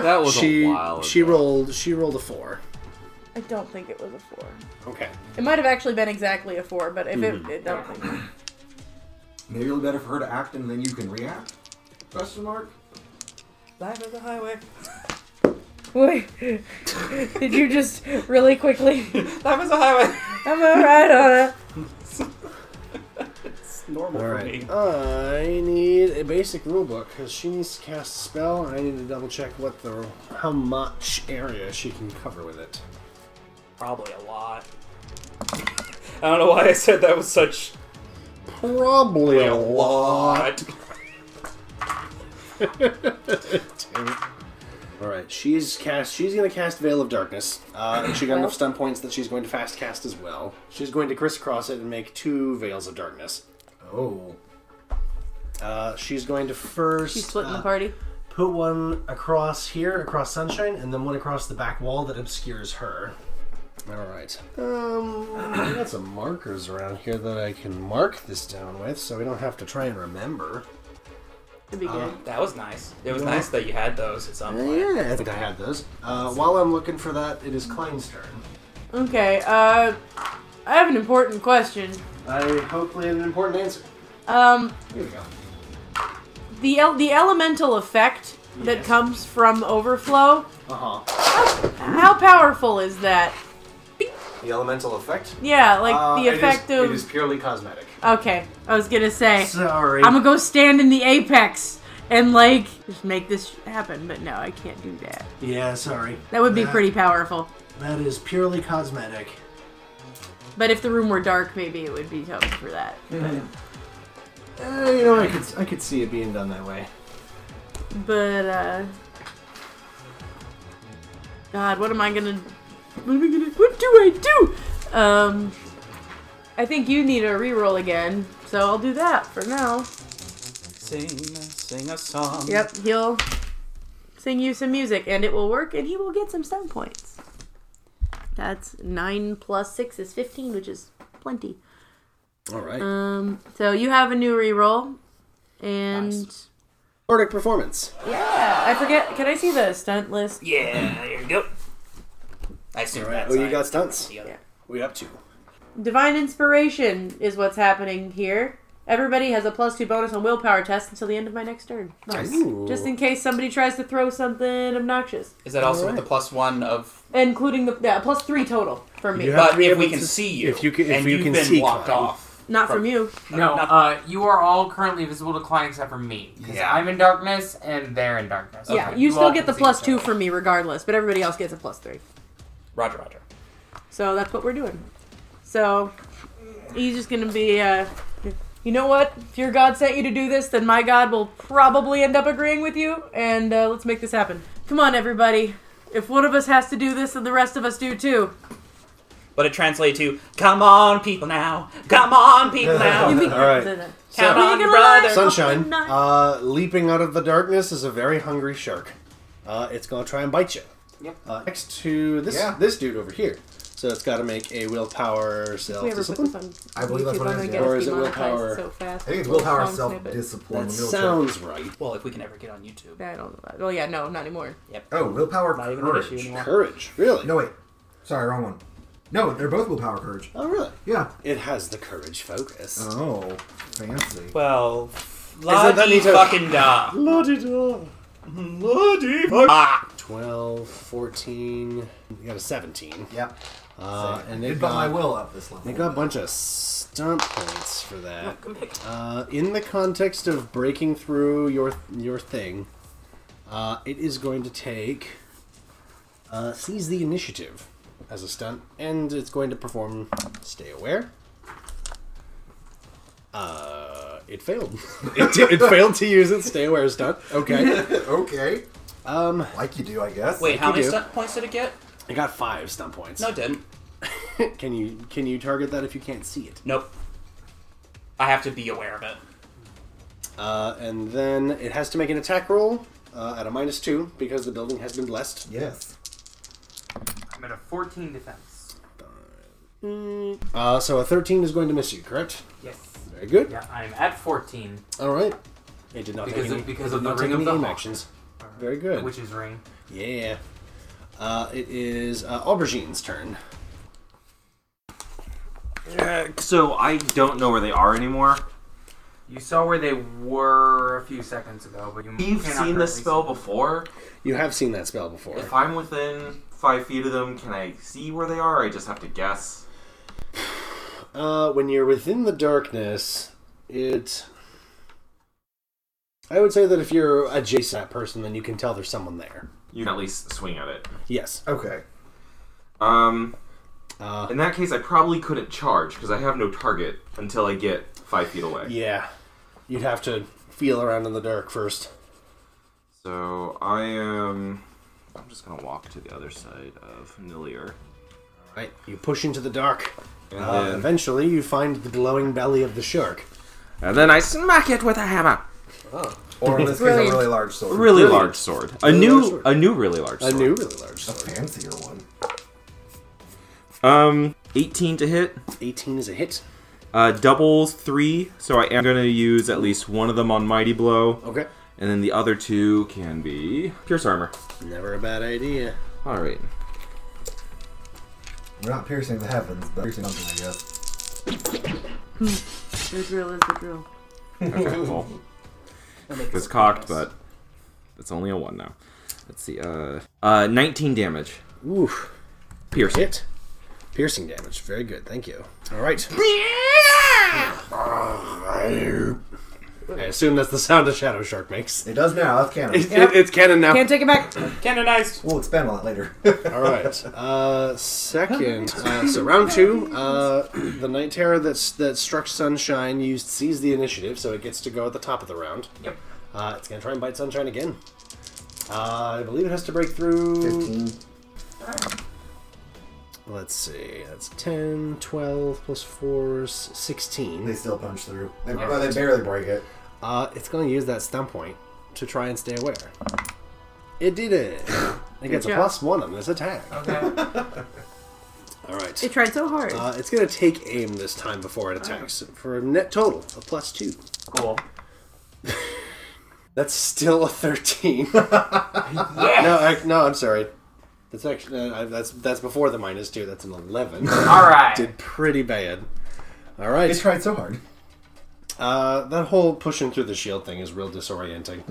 S9: That was a
S4: She
S9: while.
S4: she
S9: ago.
S4: rolled she rolled a 4.
S5: I don't think it was a four.
S4: Okay.
S5: It might have actually been exactly a four, but if
S4: Mm-hmm.
S5: it, it, I don't think.
S7: Maybe it'll be better for her to act and then you can react? Question mark?
S6: Life is a highway.
S5: Wait, did you just really quickly?
S6: Life is a highway.
S5: I'm alright on it.
S6: It's normal
S4: All
S6: for
S4: right.
S6: me.
S4: I need a basic rulebook because she needs to cast a spell, and I need to double check what the how much area she can cover with it.
S6: Probably a lot.
S10: I don't know why I said that was such
S4: Probably a lot.
S10: odd.
S4: All right, she's cast. She's going to cast Veil of Darkness, uh, and she got enough stun points that she's going to fast cast as well. She's going to crisscross it and make two veils of darkness.
S7: Oh.
S4: Uh, she's going to first
S5: She's splitting
S4: uh,
S5: the party.
S4: put one across here, across Sunshine, and then one across the back wall that obscures her. All right. Um, I got some markers around here that I can mark this down with, so we don't have to try and remember.
S5: It'd be good.
S6: Uh, That was nice. It was nice that you had those at some
S4: Uh,
S6: point.
S4: yeah, I think I had those. Uh, while I'm looking for that, it is Klein's turn.
S5: Okay, uh, I have an important question.
S4: I hopefully an important answer.
S5: Um,
S4: Here we go.
S5: the el- the elemental effect that comes from overflow.
S4: Uh huh.
S5: How powerful is that?
S4: The elemental effect.
S5: Yeah, like
S4: Uh,
S5: the effect
S4: it is,
S5: of.
S4: It is purely cosmetic.
S5: Okay, I was gonna say.
S4: Sorry.
S5: I'm gonna go stand in the apex and like just make this happen, but no, I can't do that.
S4: yeah, sorry.
S5: That would be pretty powerful.
S4: That is purely cosmetic.
S5: But if the room were dark, maybe it would be tough for that.
S4: Uh, you know, I could I could see it being done that way.
S5: But uh God, what am I gonna what am I gonna what do I do? Um I think you need a reroll again, so I'll do that for now.
S6: Sing, sing a song.
S5: Yep, he'll sing you some music and it will work and he will get some stun points. That's nine plus six is fifteen, which is plenty.
S4: All right.
S5: Um so you have a new reroll. And
S4: Bardic performance.
S5: yeah, I forget. Can I see the stunt list?
S6: Yeah, there you go. I assume that's
S4: Oh, you
S6: like
S4: got stunts.
S6: the other.
S4: We up to.
S5: Divine Inspiration is what's happening here. Everybody has a plus two bonus on willpower tests until the end of my next turn.
S4: Nice.
S5: Just in case somebody tries to throw something obnoxious,
S6: Is that also with the plus one of?
S5: including the yeah, plus three total from me,
S4: You have to
S6: But
S4: be
S6: if
S4: able
S6: we can
S4: to-
S6: see you,
S4: if you can- if
S6: and
S4: you
S6: have
S4: can
S6: been
S4: see
S6: blocked
S4: Klein.
S6: off.
S5: not from you.
S8: No,
S6: Not-
S8: uh, you are all currently visible to Klein except for me. Because I'm in darkness and they're in darkness.
S5: Yeah,
S8: Okay.
S5: you
S8: all
S5: still get
S8: can
S5: the
S8: see
S5: plus
S8: each
S5: two
S8: other.
S5: from me regardless, but everybody else gets a plus three.
S6: Roger, Roger.
S5: So that's what we're doing. So he's just gonna be. Uh, you know what? If your God sent you to do this, then my God will probably end up agreeing with you, and uh, let's make this happen. Come on, everybody. If one of us has to do this, then the rest of us do too.
S6: But it translates to "Come on, people now! Come on, people now!"
S5: All
S4: right.
S5: Are
S6: Come on,
S5: you gonna
S6: brother.
S5: lie?
S4: Sunshine,
S5: Not-
S4: uh, leaping out of the darkness is a very hungry shark. Uh, it's gonna try and bite you.
S8: Yep.
S4: Uh, next to this
S7: Yeah.
S4: this dude over here. So it's got to make a willpower
S5: If we
S4: self
S5: ever put this
S4: discipline.
S5: on
S7: I believe that's
S5: YouTube,
S7: what it
S5: I'm gonna
S7: is, yeah.
S5: get
S4: Or is it
S5: demonetized
S4: willpower?
S5: so fast.
S7: I think it's willpower
S5: Song
S7: self
S5: snippet.
S7: discipline.
S4: That sounds right.
S6: Well, if we can ever get on YouTube,
S5: I don't know. Well, yeah, no, not anymore.
S7: Oh, willpower
S6: not even an issue
S7: courage.
S6: anymore.
S4: Courage, really?
S7: No, wait. Sorry, wrong one. No, they're both willpower courage.
S4: Oh, really?
S7: Yeah.
S4: It has the courage focus.
S7: Oh, fancy.
S6: Well,
S4: that
S6: bloody
S4: neat?
S6: fucking da. Bloody fuck. Ah,
S4: 12, 14. You got a 17.
S7: Yep.
S4: Uh, and
S7: Did
S4: it
S7: but my
S4: got,
S7: will up this level.
S4: it got a bunch of stump points for that. Uh, in the context of breaking through your your thing, uh, it is going to take uh, seize the initiative as a stunt, and it's going to perform stay aware. Uh, it failed. it, did- it failed to use its stay aware stunt. Okay,
S7: okay.
S4: um,
S7: Like you do, I guess.
S6: wait, how
S4: you
S6: many
S4: do.
S6: stunt points did it get?
S4: it got five stunt points.
S6: No, it didn't.
S4: Can you can you target that if you can't see it?
S6: Nope. I have to be aware of it.
S4: Uh, and then it has to make an attack roll uh, at a minus two because the building has been blessed.
S7: Yes.
S8: I'm at a 14 defense.
S4: Uh, so a 13 is going to miss you, correct?
S8: Yes.
S4: Very good.
S8: Yeah, I'm at 14,
S4: All right. It did not
S8: Because
S4: take
S8: of-
S4: any,
S8: because
S4: it did
S8: of the
S4: not
S8: ring
S4: take
S8: of
S4: any
S8: the
S4: aim
S8: hawk. Uh-huh.
S4: actions. Very good.
S8: which is ring.
S4: yeah. Uh, it is uh, Aubergine's turn.
S9: So I don't know where they are anymore.
S8: You saw where they were a few seconds ago, but you
S9: You've
S8: cannot
S9: seen this
S8: currently
S9: spell
S8: see them.
S9: before.
S4: You have seen that spell before.
S9: If I'm within five feet of them, can I see where they are? I just have to guess.
S4: Uh, when you're within the darkness, it. I would say that if you're adjacent to that person, then you can tell there's someone there.
S9: You can at least swing at it.
S4: Yes.
S7: Okay.
S9: Um, In that case, I probably couldn't charge because I have no target until I get five feet away.
S4: Yeah. You'd have to feel around in the dark first.
S9: So I am. I'm just gonna walk to the other side of Nilier.
S4: Right. You push into the dark.
S9: And,
S4: Uh,
S9: then,
S4: Eventually, you find the glowing belly of the shark.
S9: and then I smack it with a hammer.
S7: Or in this case, a
S3: Brilliant.
S7: really large sword.
S9: Really large sword. A new, a new really large
S4: A
S9: sword.
S4: new, really large sword.
S7: fancier one.
S9: Um, 18 to hit.
S4: 18 is a hit.
S9: Uh, doubles three. So I am gonna use at least one of them on mighty blow,
S4: Okay.
S9: and then the other two can be pierce armor.
S4: Never a bad idea.
S9: All right.
S7: We're not piercing the heavens, but piercing something, I guess.
S5: The drill is the drill.
S9: Okay, cool. It's cocked, but it's only a one now. Let's see. Uh, uh, 19 damage.
S4: Oof.
S9: Pierce.
S4: Hit. Piercing damage. Very good. Thank you. All right. I assume that's the sound a shadow shark makes.
S7: It does now. That's canon.
S4: It- it's canon now.
S5: Can't take it back.
S10: Canonized.
S7: We'll expand on that later.
S4: All right. Uh, second. Uh, so round two. Uh, the night terror that's that struck sunshine used sees the initiative, so it gets to go at the top of the round.
S6: Yep.
S4: Uh, it's gonna try and bite sunshine again. Uh, I believe it has to break through.
S7: 15.
S4: Let's see. That's 10, 12 plus 4 is 16.
S7: They still punch through. They, well, they barely break it.
S4: Uh, it's going to use that stun point to try and stay aware. It did it. It gets a
S5: job.
S4: plus one on this attack.
S6: Okay.
S4: All right.
S5: It tried so hard.
S4: Uh, it's going to take aim this time before it attacks for a net total of plus two.
S6: cool.
S4: That's still a thirteen. no, I, no, I'm sorry. That's actually uh, I- that's that's before the minus two. That's an eleven.
S6: All right.
S4: did pretty bad. All right.
S7: They tried so hard.
S4: Uh, that whole pushing through the shield thing is real disorienting.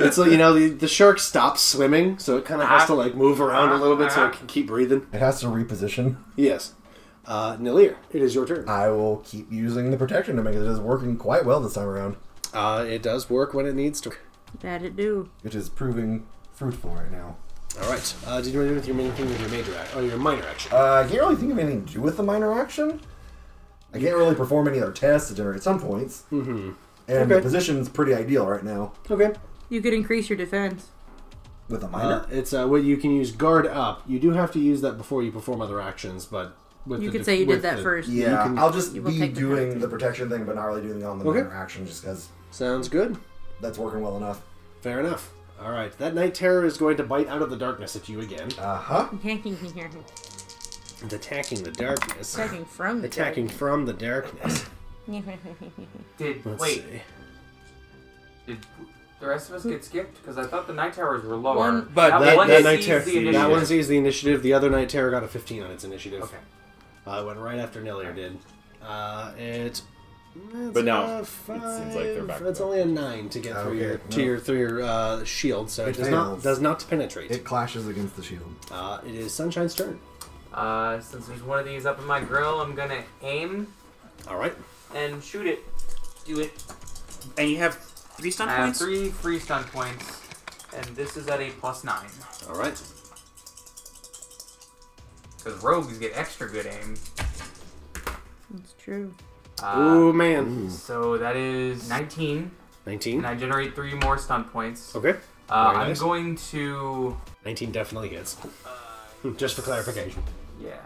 S4: it's like, you know, the, the shark stops swimming, so it kind of has to, like, move around a little bit so it can keep breathing.
S7: It has to reposition.
S4: Yes. Uh, Nilir, it is your turn.
S7: I will keep using the protection to make it. It is working quite well this time around.
S4: Uh, it does work when it needs to.
S5: that it do.
S7: It is proving fruitful right now.
S4: All right. Uh, did you want to do with your main thing with your major action? Oh, your minor action.
S7: Uh, I can't really think of anything to do with the minor action. I can't really perform any other tests to generate some points. Mm-hmm. And the
S4: Okay.
S7: position's pretty ideal right now
S4: Okay.
S5: You could increase your defense.
S7: with a minor.
S4: Uh, it's uh, what you can use guard up. You do have to use that before you perform other actions, but with
S5: You could
S4: the def-
S5: say you did
S4: with
S5: that
S4: the-
S5: first.
S7: yeah,
S4: can-
S7: I'll just
S5: you will
S7: be
S5: take the
S7: doing the protection thing, but not really doing it on the
S4: Okay.
S7: minor action just because
S4: Sounds good.
S7: that's working well enough.
S4: Fair enough. All right. That night terror is going to bite out of the darkness at you again.
S7: Uh huh.
S5: Attacking
S4: It's attacking the darkness.
S5: from the
S4: attacking from the darkness.
S8: Did
S4: Let's
S8: wait?
S4: see.
S8: Did the rest of us get skipped? Because I thought the night towers were lower.
S5: One-
S6: But
S8: that,
S4: That,
S8: one
S4: that
S8: sees
S4: night
S8: the
S4: terror.
S8: initiative.
S4: that one sees the initiative. The other night terror got a 15 on its initiative.
S8: Okay.
S4: Uh, it went right after Nillier did. Uh, it.
S9: But now,
S4: it
S9: it seems like they're back
S4: That's
S9: up.
S4: only a nine to get through
S7: Okay,
S4: your to
S7: no.
S4: your through your uh, shield, so it,
S7: It
S4: does not
S7: fails.
S4: does not penetrate.
S7: It clashes against the shield.
S4: uh, it is Sunshine's turn.
S8: Uh, since there's one of these up in my grill, I'm gonna aim
S4: All right.
S8: and shoot it.
S6: Do it. And you have three stun
S8: I have
S6: points?
S8: three free stun points, and this is at a plus nine.
S4: All right.
S8: Because rogues get extra good aim.
S5: It's true.
S8: Uh,
S4: Ooh man.
S8: so that is 19,
S4: 19.
S8: and I generate three more stun points. Uh,
S4: Okay. Oh, very
S8: I'm
S4: nice.
S8: going to.
S4: 19 definitely hits. Just for clarification.
S8: Yeah,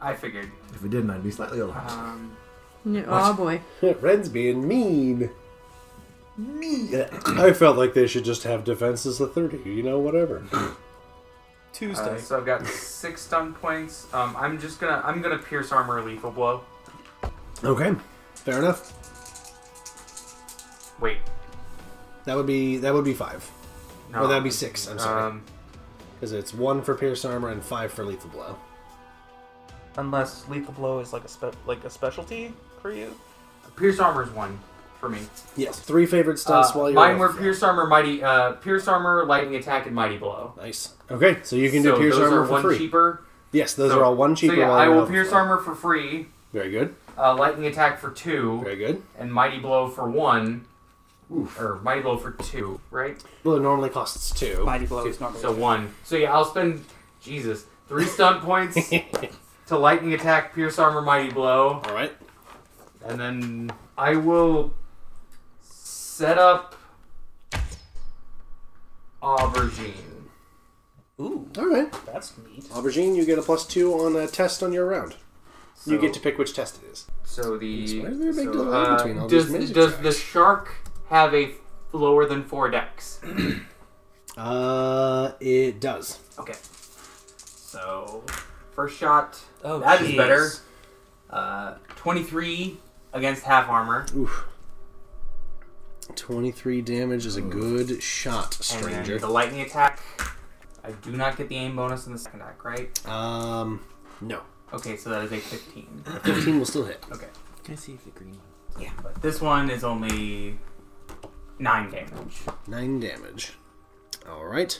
S8: I figured.
S7: If we didn't, I'd be slightly alarmed.
S5: Uh,
S8: Um,
S5: No, oh boy.
S4: Ren's being mean. Mean. I felt like they should just have defenses of 30, you know, whatever.
S10: Tuesday.
S8: uh, so I've got six stun points. Um, I'm just gonna I'm gonna pierce armor lethal blow.
S4: Okay. Fair enough.
S8: Wait,
S4: That would be that would be 5.
S8: no.
S4: Or that'd be 6, I'm sorry.
S8: Um,
S4: Cuz it's 1 for pierce armor and 5 for lethal blow.
S10: Unless lethal blow is like a spe- like a specialty for you.
S8: pierce armor is one for me.
S4: Yes. 3 favorite
S8: Uh,
S4: stunts while you're
S8: mine
S4: off.
S8: were pierce armor, mighty, uh, pierce armor, lightning attack, and mighty blow.
S4: Nice. Okay, so you can
S8: so
S4: do pierce
S8: those
S4: armor
S8: are
S4: for
S8: one
S4: free.
S8: cheaper.
S4: Yes, those
S8: So-
S4: are all one cheaper
S8: So yeah,
S4: while
S8: I
S4: you're
S8: will
S4: off.
S8: pierce armor for free,
S4: Very good.
S8: uh, lightning attack for two,
S4: Very good.
S8: and mighty blow for one, or mighty blow for two, right?
S4: Well, it normally costs 2.
S10: Mighty blow is not
S8: So one. So yeah, I'll spend Jesus three stunt points to lightning attack, pierce armor, mighty blow,
S4: All right.
S8: and then I will set up aubergine.
S4: All right.
S6: That's neat.
S4: Aubergine, you get a plus two on a test on your round. you get to pick which test it is.
S8: So the
S4: Why is there a big
S8: so,
S4: delay
S8: uh,
S4: between all
S8: does
S4: these magic
S8: does the
S4: attacks?
S8: shark have a f- lower than four decks?
S4: Uh, it does.
S8: Okay. So, first shot.
S6: Oh,
S8: that is
S6: jeez.
S8: better. Uh, 23 against half armor.
S4: Oof. 23 damage is a good shot,
S8: And
S4: stranger.
S8: then the lightning attack. I do not get the aim bonus in the second attack, right?
S4: Um, no.
S8: Okay, so that is a 15.
S4: 15 will still hit.
S8: Okay.
S6: Can I see if the green one?
S8: Yeah, but this one is only 9 damage.
S4: 9 damage. All right.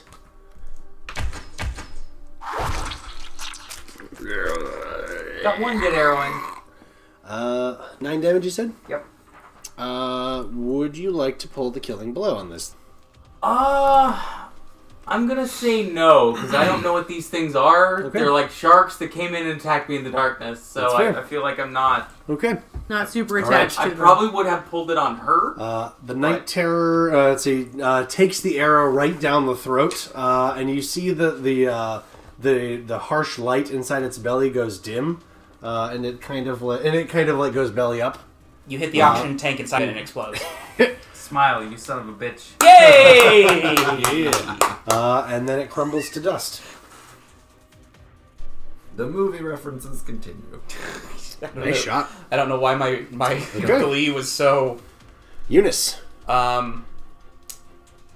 S8: Got one good arrow in.
S4: Uh, 9 damage, you said?
S8: Yep.
S4: Uh, would you like to pull the killing blow on this?
S8: Uh, I'm gonna say no because I don't know what these things are.
S4: Okay.
S8: They're like sharks that came in and attacked me in the darkness, so
S4: That's fair.
S8: I, I feel like I'm not.
S4: Okay.
S5: Not super
S4: All right.
S5: attached
S8: I
S5: to
S8: probably would have pulled it on her.
S4: Uh, the night terror. Uh, let's see. Uh, takes the arrow right down the throat, uh, and you see the the uh, the the harsh light inside its belly goes dim, uh, and it kind of li- and it kind of like goes belly up.
S6: You hit the oxygen tank inside and it explodes.
S8: Smile, Oh, you son of a bitch.
S6: Yay!
S4: Uh, and then it crumbles to dust.
S7: The movie references continue.
S4: Nice shot,
S6: I don't know why my my glee was so.
S4: Eunice.
S6: Um,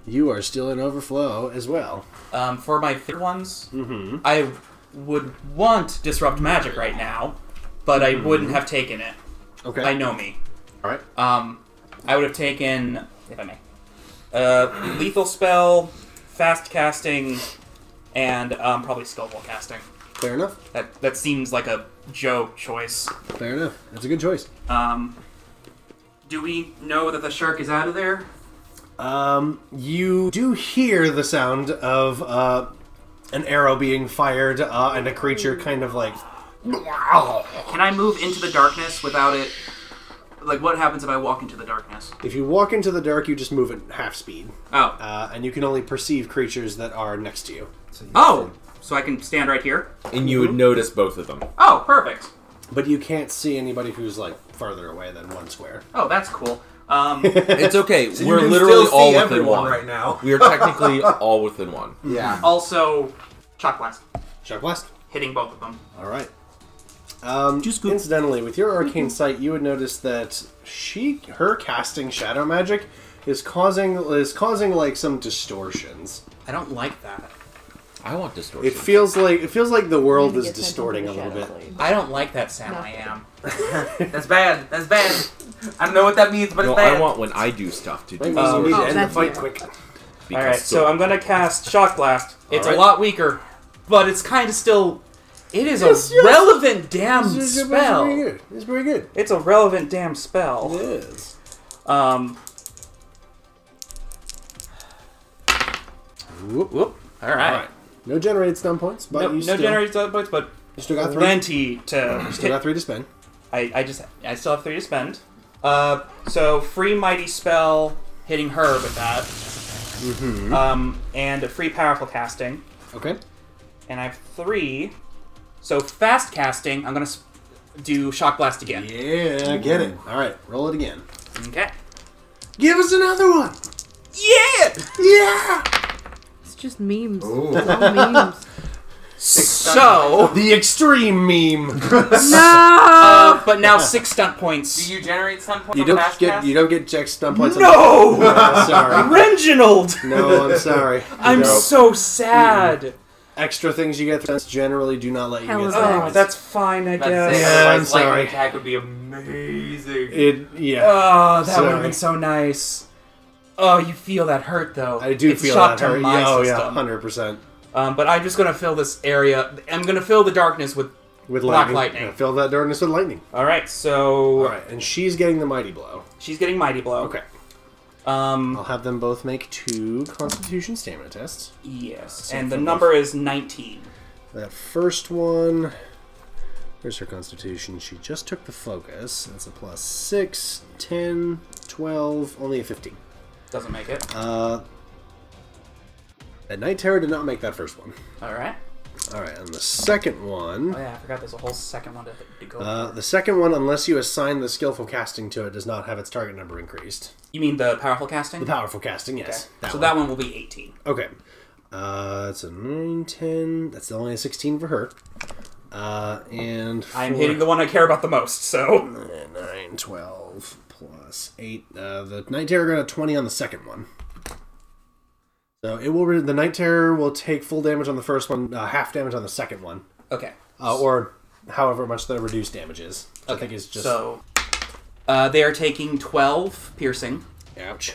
S4: You are still in overflow as well.
S6: um, for my third ones, I would want disrupt magic right now, but I wouldn't have taken it.
S4: Okay.
S6: I know me.
S4: All right. Uh,
S6: Um, I would have taken, if I may, uh, lethal spell, fast casting, and um, probably skillful casting.
S4: Fair enough.
S6: That that seems like a Joe choice.
S4: Fair enough. That's a good choice.
S6: Um, do we know that the shark is out of there?
S4: Um, you do hear the sound of uh, an arrow being fired uh, and a creature kind of like
S6: Can I move into the darkness without it? Like, what happens if I walk into the darkness?
S4: If you walk into the dark, you just move at half speed,
S6: Oh,
S4: uh, and you can only perceive creatures that are next to you.
S6: oh, so I can stand right here.
S9: And you would notice both of them.
S6: Oh, perfect.
S4: But you can't see anybody who's like farther away than one square.
S6: Oh, that's cool. Um,
S9: It's okay.
S7: So you
S9: We're
S7: can
S9: literally
S7: still see
S9: all within
S7: everyone
S9: one
S7: right now.
S9: We are technically all within one.
S7: Yeah.
S6: also, shock blast,
S4: Shock blast.
S6: hitting both of them.
S4: All right. Um, incidentally, with your arcane sight, you would notice that she, her casting shadow magic, is causing is causing like some distortions.
S6: I don't like that.
S9: I want distortion.
S4: It feels like it feels like the world
S3: Need to get
S4: is
S3: something
S4: distorting a
S3: to
S4: little
S3: shadow blade.
S4: bit.
S6: I don't like that Sam.
S3: No.
S6: I am.
S8: That's bad. That's bad. I don't know what that means, but
S9: no,
S8: it's bad.
S9: I want when I do stuff to do
S4: Maybe you need to
S5: oh,
S4: end the
S5: that's
S4: fight
S5: fair.
S4: quick.
S9: because
S6: All right, so I'm gonna cast shock blast. It's
S4: right.
S6: a lot weaker, but it's kind of still. It is
S4: Yes,
S6: a
S4: yes.
S6: relevant damn
S4: This is pretty
S6: spell.
S4: good. It's pretty good.
S6: It's a relevant damn spell.
S4: It is.
S6: Um.
S4: Whoop.
S6: Whoop. All right.
S4: All right. No generated stun points, but
S6: No,
S4: you
S6: no
S4: still,
S6: generated stun points, but
S4: you still got three.
S6: plenty to.
S4: Still got three to spend.
S6: I, I just I still have three to spend. Uh, so free mighty spell hitting her with that.
S8: Mm-hmm.
S6: Um, and a free powerful casting,
S4: Okay.
S6: and I have three. So fast casting, I'm gonna sp- do shock blast again.
S4: Yeah, get it. All right, roll it again.
S6: Okay.
S4: Give us another one.
S6: Yeah.
S4: Yeah.
S5: It's just memes.
S7: Ooh.
S5: All memes.
S6: So,
S4: The extreme meme.
S5: no!
S6: uh, but now six stunt points.
S8: Do you generate some points
S4: you
S8: on the
S4: don't
S8: fast
S4: get
S8: cast?
S4: you don't get check stun points. on
S6: No,
S4: that. sorry.
S6: Reginald.
S4: No, I'm sorry.
S6: I'm
S4: No.
S6: so sad.
S4: extra things you get through generally do not let you
S5: Hell
S4: get.
S5: is
S4: through
S5: that?
S6: Oh,
S4: points.
S6: that's fine, I
S8: That's
S6: guess.
S8: it.
S4: Yeah, I'm
S8: Otherwise, lightning
S4: sorry.
S8: attack would be amazing.
S4: it. Yeah.
S6: Oh, that would
S4: Sorry.
S6: have been so nice. Oh, you feel that hurt though.
S4: I do
S6: it's
S4: feel
S6: shocked
S4: that hurt.
S6: to my
S4: Yeah, oh yeah,
S6: system.
S4: hundred percent
S6: Um, but I'm just gonna fill this area. I'm gonna fill the darkness with.
S4: with
S6: Black
S4: lightning.
S6: lightning. Uh-huh.
S4: Yeah, fill that darkness with lightning.
S6: All right, so
S4: All right, and she's getting the mighty blow.
S6: she's getting mighty blow.
S4: Okay, I'll
S6: Um,
S4: have them both make two Constitution stamina tests.
S6: yes, and the
S4: for
S6: number is 19.
S4: That first one Here's her constitution. She just took the focus. That's a plus 6, 10, 12, only a 15.
S6: Doesn't make it.
S4: Uh, that Night Terror did not make that first one.
S6: All right.
S4: All right, and the second one.
S6: Oh yeah, I forgot there's a whole second one to, to go.
S4: Uh, the second one, unless you assign the skillful casting to it, does not have its target number increased.
S6: you mean the powerful casting?
S4: The powerful casting, yes.
S6: so that one will be 18.
S4: Okay. Uh, it's a 9, 10. That's only a 16 for her. Uh, and
S6: I'm
S4: for-
S6: hitting the one I care about the most, so.
S4: Uh, 9, 12, plus 8. Uh, the Night Terror got a 20 on the second one. So it will. Re- the Night Terror will take full damage on the first one, uh, half damage on the second one,
S6: Okay.
S4: uh, or however much the reduced damage is. I think it's just.
S6: So. Uh, they are taking 12 piercing.
S4: Ouch.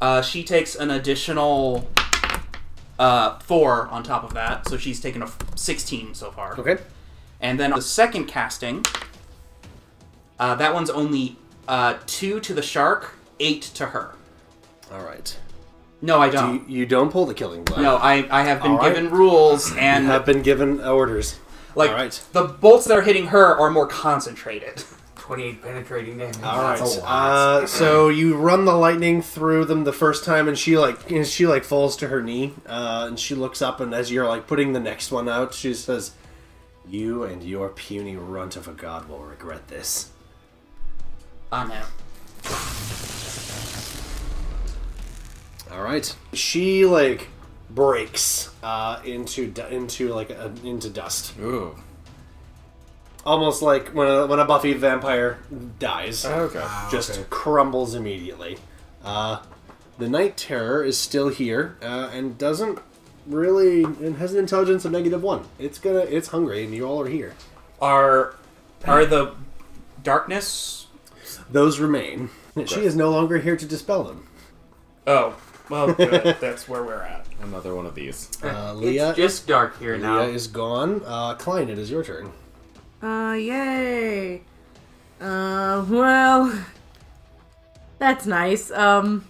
S6: Uh, she takes an additional uh, 4 on top of that, so she's taken a f- 16 so far.
S4: Okay.
S6: And then the second casting, uh, that one's only uh, 2 to the shark, 8 to her.
S4: All right.
S6: No, I
S4: Do
S6: don't.
S4: You, you don't pull the killing blow.
S6: No, I, I have been
S4: All right.
S6: given rules and
S4: You have been given orders.
S6: like
S4: All right.
S6: the bolts that are hitting her are more concentrated.
S8: 28 penetrating damage.
S4: All right.
S8: That's a lot.
S4: Uh, so you run the lightning through them the first time, and she like and she like falls to her knee, uh, and she looks up, and as you're like putting the next one out, she says, "You and your puny runt of a god will regret this."
S6: Oh no.
S4: All right. She like breaks uh, into du- into like a, into dust,
S9: Ooh.
S4: almost like when a, when a Buffy vampire dies.
S9: Okay.
S4: just crumbles immediately. Uh, the night terror is still here uh, and doesn't really and has an intelligence of negative one. It's gonna it's hungry and you all are here.
S6: Are are the darkness?
S4: Those remain. She is no longer here to dispel them.
S10: Oh, well, good. That's where we're at.
S9: Another one of these.
S4: Uh, Leah,
S8: it's just dark here now.
S4: Leah is gone. Uh, Klein, it is your turn.
S5: Uh, yay. Uh, well, that's nice. Um,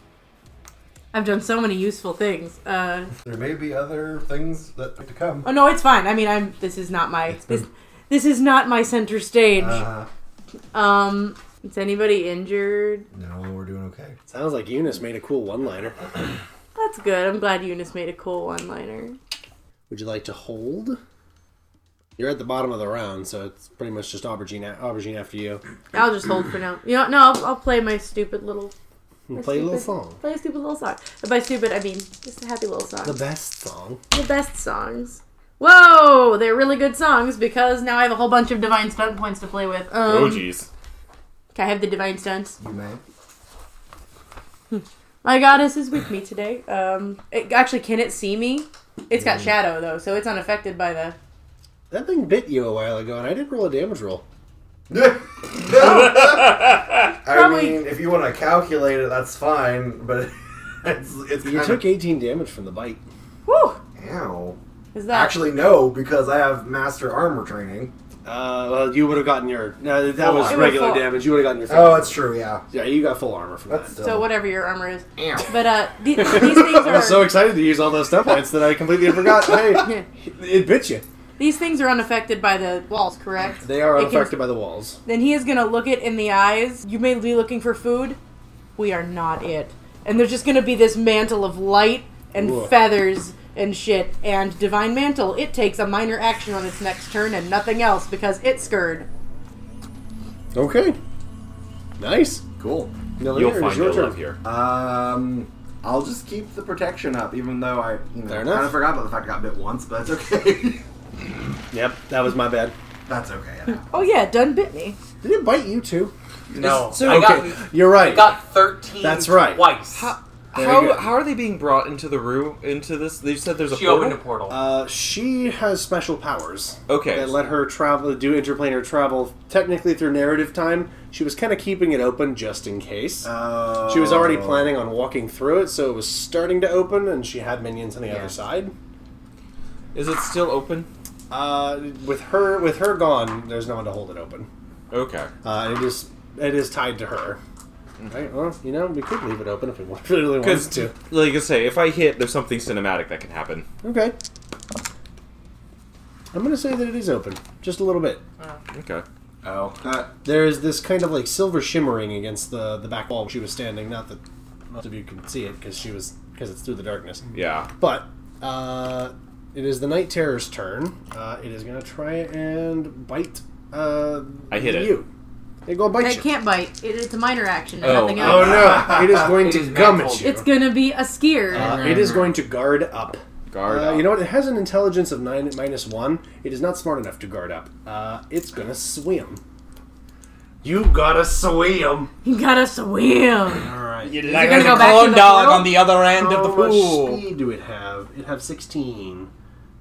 S5: I've done so many useful things. Uh,
S12: There may be other things that to come.
S5: oh no, it's fine. I mean, I'm. This is not my. This, this is not my center stage.
S12: Uh,
S5: Um, is anybody injured?
S12: no, we're doing okay.
S4: Sounds like Eunice made a cool one liner.
S5: That's good. I'm glad Eunice made a cool one-liner.
S4: Would you like to hold? You're at the bottom of the round, so it's pretty much just aubergine aubergine after you.
S5: I'll just hold for now. You know, no, I'll, I'll play my stupid little
S4: And play a little
S5: stupid-
S4: song.
S5: Play a stupid little song. And by stupid, I mean just a happy little song.
S4: The best song.
S5: the best songs. Whoa, they're really good songs because now I have a whole bunch of divine stunt points to play with. Um,
S9: oh jeez.
S5: Can I have the divine stunts?
S12: You may.
S5: My goddess is with me today. Um, it, actually, can it see me? It's
S4: Mm.
S5: got shadow though, so it's unaffected by the.
S4: That thing bit you a while ago, and I didn't roll a damage roll.
S12: I mean, if you want to calculate it, that's fine, but it's it's
S4: You
S12: kind
S4: took 18 damage from the bite.
S5: Whew,
S12: of ow.
S5: is that
S12: Actually, no, because I have master armor training.
S4: Uh, well, you would have gotten your. No, that was
S5: It was
S4: regular
S5: full.
S4: damage. You would have gotten your. Full.
S12: Oh, that's true. Yeah.
S4: yeah, you got full armor from
S12: That's
S4: that.
S12: still.
S5: so? Whatever your armor is,
S12: Ow.
S5: but uh, the, these things
S4: I
S5: are
S4: was so excited to use all those stuff points that I completely forgot. Hey, it bit you.
S5: these things are unaffected by the walls, correct?
S4: They are
S5: It can-
S4: unaffected by the walls.
S5: Then he is gonna look it in the eyes. You may be looking for food. We are not it. And there's just gonna be this mantle of light and
S4: Whoa.
S5: feathers and shit. And divine mantle, it takes a minor action on its next turn and nothing else because it's scurred.
S4: Okay. Nice.
S12: Cool.
S4: No,
S9: You'll
S4: it is
S9: find
S4: your
S9: your
S4: turn.
S9: love here.
S12: Um, I'll just keep the protection up, even though I you know,
S4: Fair
S12: kind
S4: enough.
S12: of forgot about the fact I got bit once, but that's okay.
S4: Yep, that was my bad.
S12: that's okay. Yeah.
S5: Oh yeah, it done bit me.
S4: Did it bite you too?
S6: No.
S4: So,
S6: I
S4: okay,
S6: got
S4: you're right.
S6: got 13.
S4: That's right.
S6: Twice.
S4: There you
S9: How,
S4: go.
S9: how are they being brought into the room into this? They said there's a
S6: she
S9: portal.
S6: opened a portal.
S4: Uh, she has special powers.
S9: Okay.
S4: That let her travel, do interplanar travel, technically through narrative time. She was kind of keeping it open just in case.
S7: Oh.
S12: Uh,
S4: She was already planning on walking through it, so it was starting to open, and she had minions on the other side.
S9: Is it still open?
S4: Uh, with her, with her gone, there's no one to hold it open.
S9: Okay.
S4: Uh, it is, it is tied to her. Right. Well, you know, we could leave it open if we want- really
S9: Because,
S4: wanted to.
S9: like I say, if I hit, there's something cinematic that can happen.
S4: Okay. I'm gonna say that it is open, just a little bit.
S9: Okay.
S7: Oh.
S12: uh,
S4: There is this kind of like silver shimmering against the the back wall where she was standing. Not that most of you can see it because she was because it's through the darkness.
S9: Yeah.
S4: But uh, it is the night terror's turn. Uh, it is gonna try and bite. Uh,
S9: I hit it.
S4: you. It go bite
S5: I
S4: you.
S5: can't bite. It, it's a minor action.
S9: Oh.
S5: Nothing
S4: Oh
S5: else.
S4: no! It is going
S8: It
S4: to
S8: is
S4: gum
S8: mangled.
S4: at you.
S5: It's gonna be a skier.
S4: Uh, it is going to guard up.
S9: Guard.
S4: Uh,
S9: up.
S4: you know what? It has an intelligence of nine minus one. It is not smart enough to guard up. Uh, it's gonna swim.
S12: You gotta swim.
S5: you gotta swim.
S4: All right.
S10: You're
S5: it
S10: like
S5: gonna
S10: a
S5: go back in
S10: corn
S5: the Oh,
S10: dog
S5: world?
S10: on the other end
S4: How
S10: of the
S4: much
S10: pool.
S4: speed do it have? It have sixteen.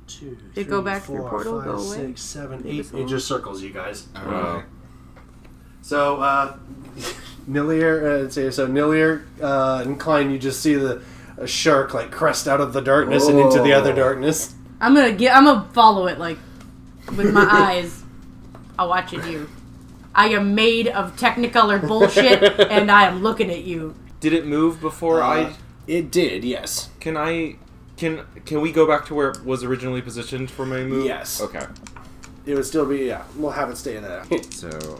S4: Two,
S5: It go back through portal, go away?
S4: six, seven, eight.
S5: it's
S4: It just circles you guys. Uh,
S9: Oh.
S4: So, uh, Nilier, uh, so- so Nilier uh, and Klein, you just see the a shark like crest out of the darkness and into the other
S7: Whoa.
S4: darkness.
S5: I'm gonna get. I'm gonna follow it like with my eyes. I watch at you. I am made of Technicolor bullshit, and I am looking at you.
S9: Did it move before I?
S4: Uh, It did, yes.
S9: Can I? Can Can we go back to where it was originally positioned for my move?
S4: Yes.
S9: Okay.
S4: It would still be, yeah. We'll have it stay in that.
S9: So.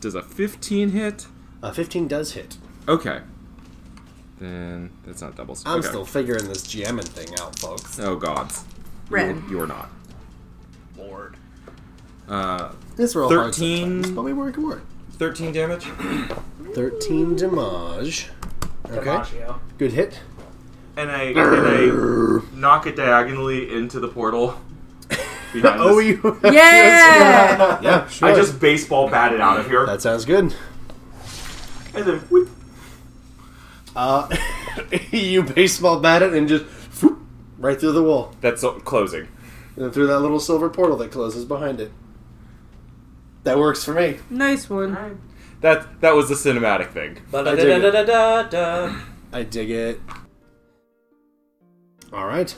S9: Does a 15 hit?
S4: Uh, 15 does hit.
S9: Okay. Then that's not double.
S4: I'm
S9: okay.
S4: still figuring this GMing thing out, folks.
S9: Oh gods.
S5: Red.
S9: You're not. Lord.
S4: Oh,
S9: Uh,
S4: This roll
S9: 13.
S4: hard sometimes, but we work work.
S9: 13 damage.
S4: 13 damage. Okay.
S6: DiMaggio.
S4: Good hit.
S9: And I, and I knock it diagonally into the portal. Behind
S4: Oh,
S9: this-
S4: you.
S5: Yeah.
S4: yeah, sure.
S9: I just baseball bat it out of here.
S4: That sounds good.
S9: And then whoop.
S4: Uh, you baseball bat it and just whoop, right through the wall
S9: That's so- closing.
S4: and then through that little silver portal that closes behind it. That works for me.
S5: nice one.
S9: That that was the cinematic thing.
S6: Ba-da-da-da-da-da-da.
S4: I dig it. All right.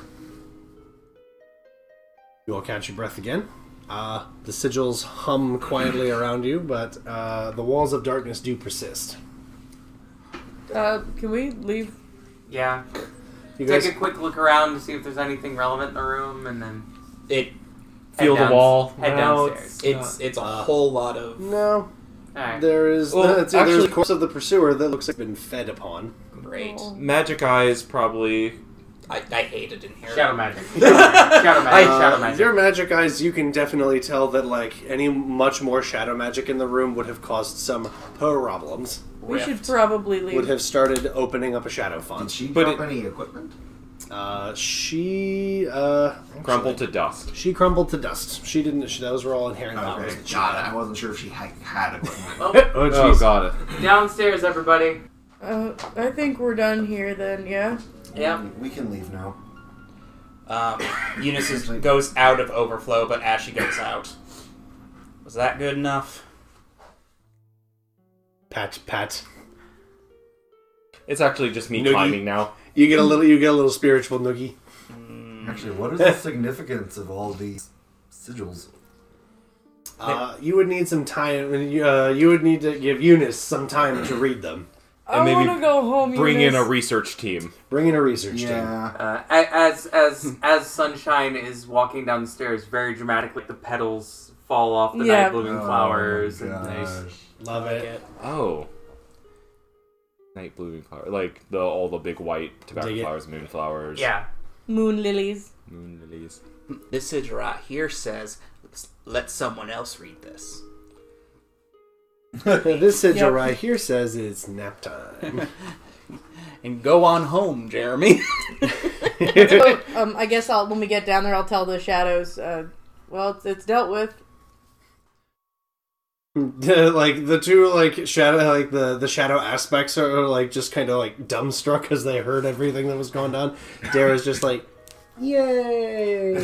S4: You all catch your breath again. Uh, the sigils hum quietly around you, but uh, the walls of darkness do persist.
S5: Uh, can we leave?
S8: Yeah.
S4: You guys,
S8: Take a quick look around to see if there's anything relevant in the room, and then
S10: It
S8: head
S10: feel the
S8: down-
S10: wall.
S8: Head
S10: No,
S8: downstairs.
S10: It's it's a whole lot of
S4: no,
S8: Alright.
S4: there is.
S9: Well,
S4: it's either
S9: actually-
S4: the corpse of the pursuer that looks like been fed upon.
S10: great.
S9: Magic eyes probably.
S10: I, I hate it in here.
S8: Shadow magic. Shadow magic. Shadow
S4: Uh,
S8: magic.
S4: Your magic eyes, you can definitely tell that like any much more shadow magic in the room would have caused some problems.
S5: We should probably
S4: Would
S5: leave.
S4: have started opening up a shadow
S7: Did
S4: font.
S7: she
S9: But
S7: drop
S9: it-
S7: any equipment?
S4: Uh, she uh,
S9: Crumpled to dust.
S4: She crumbled to dust. She didn't. She, those were all inherent powers.
S7: Okay,
S4: that she
S7: God,
S4: had.
S7: I wasn't sure if she had, had equipment.
S4: Oh,
S9: Oh
S4: jeez.
S9: god.
S8: Downstairs, everybody.
S5: Uh, I think we're done here then. Yeah.
S8: Yeah.
S7: We can leave now.
S10: Um, Eunice is, goes out of overflow, but Ashy goes out. Was that good enough?
S4: Pat, pat.
S9: It's actually just me
S4: Noogie.
S9: climbing now.
S4: You get a little. You get a little spiritual noogie.
S7: Actually, what is the significance of all these sigils?
S4: Uh, you would need some time. Uh, you would need to give Eunice some time to read them.
S5: I
S9: maybe
S5: want to go
S4: Oh,
S5: home.
S9: Bring in a
S5: Eunice.
S9: research team.
S4: Bring in a research team.
S7: Yeah.
S8: Uh, a- as as as sunshine is walking down the stairs, very dramatically, the petals fall off the
S5: Yeah.
S8: night blooming
S7: Oh
S8: flowers, and
S7: gosh.
S4: Love it.
S9: Oh. Night blooming flower, like the all the big white tobacco
S4: Dig it.
S9: flowers, moon flowers,
S8: yeah,
S5: moon lilies.
S9: moon lilies.
S10: This sigil right here says, "Let's let someone else read this."
S4: this sigil
S5: Yep.
S4: right here says it's nap time.
S10: And go on home, Jeremy.
S5: So, um, I guess I'll when we get down there, I'll tell the shadows. Uh, well, it's, it's dealt with.
S4: like the two like shadow, like the the shadow aspects are like just kind of like dumbstruck as they heard everything that was going on. Dara's just like, yay.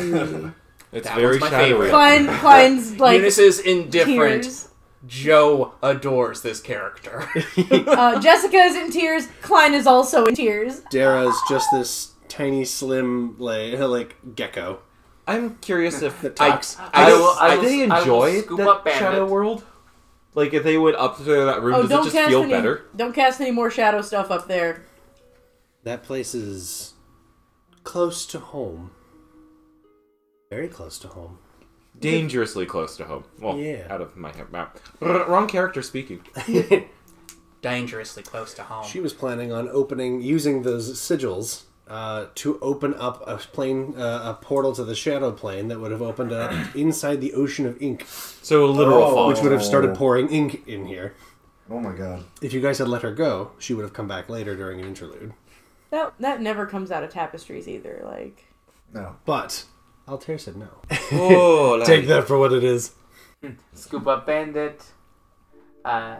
S9: It's
S10: That
S9: very
S10: one's my
S9: shadowy.
S10: favorite.
S5: Klein, Klein's like
S10: Eunice is indifferent.
S5: tears.
S10: Joe adores this character.
S5: Uh, Jessica is in tears. Klein is also in tears.
S4: Dara's just this tiny, slim, like, like gecko.
S9: I'm curious if
S4: That
S10: I,
S4: talks.
S10: I,
S8: I will- I
S9: do they
S8: will- I will
S9: enjoy
S8: scoop
S9: that
S8: up Bandit.
S9: shadow world? Like if they went up to that room,
S5: Oh,
S9: does
S5: don't
S9: it just
S5: cast
S9: feel
S5: any.
S9: better?
S5: Don't cast any more shadow stuff up there.
S4: That place is close to home. Very close to home.
S9: Dangerously close to home. Well,
S4: Yeah.
S9: out of my head map. Wrong character speaking.
S6: Dangerously close to home.
S4: She was planning on opening using those sigils uh, to open up a plane, uh, a portal to the shadow plane that would have opened up inside the ocean of ink.
S9: So a literal fall.
S4: Oh, which would have started pouring ink in here.
S7: Oh my god.
S4: If you guys had let her go, she would have come back later during an interlude.
S5: That that never comes out of tapestries either. Like
S7: No.
S4: But Altair said no.
S9: Oh, like-
S4: Take that for what it is.
S8: Scuba Bandit. Uh,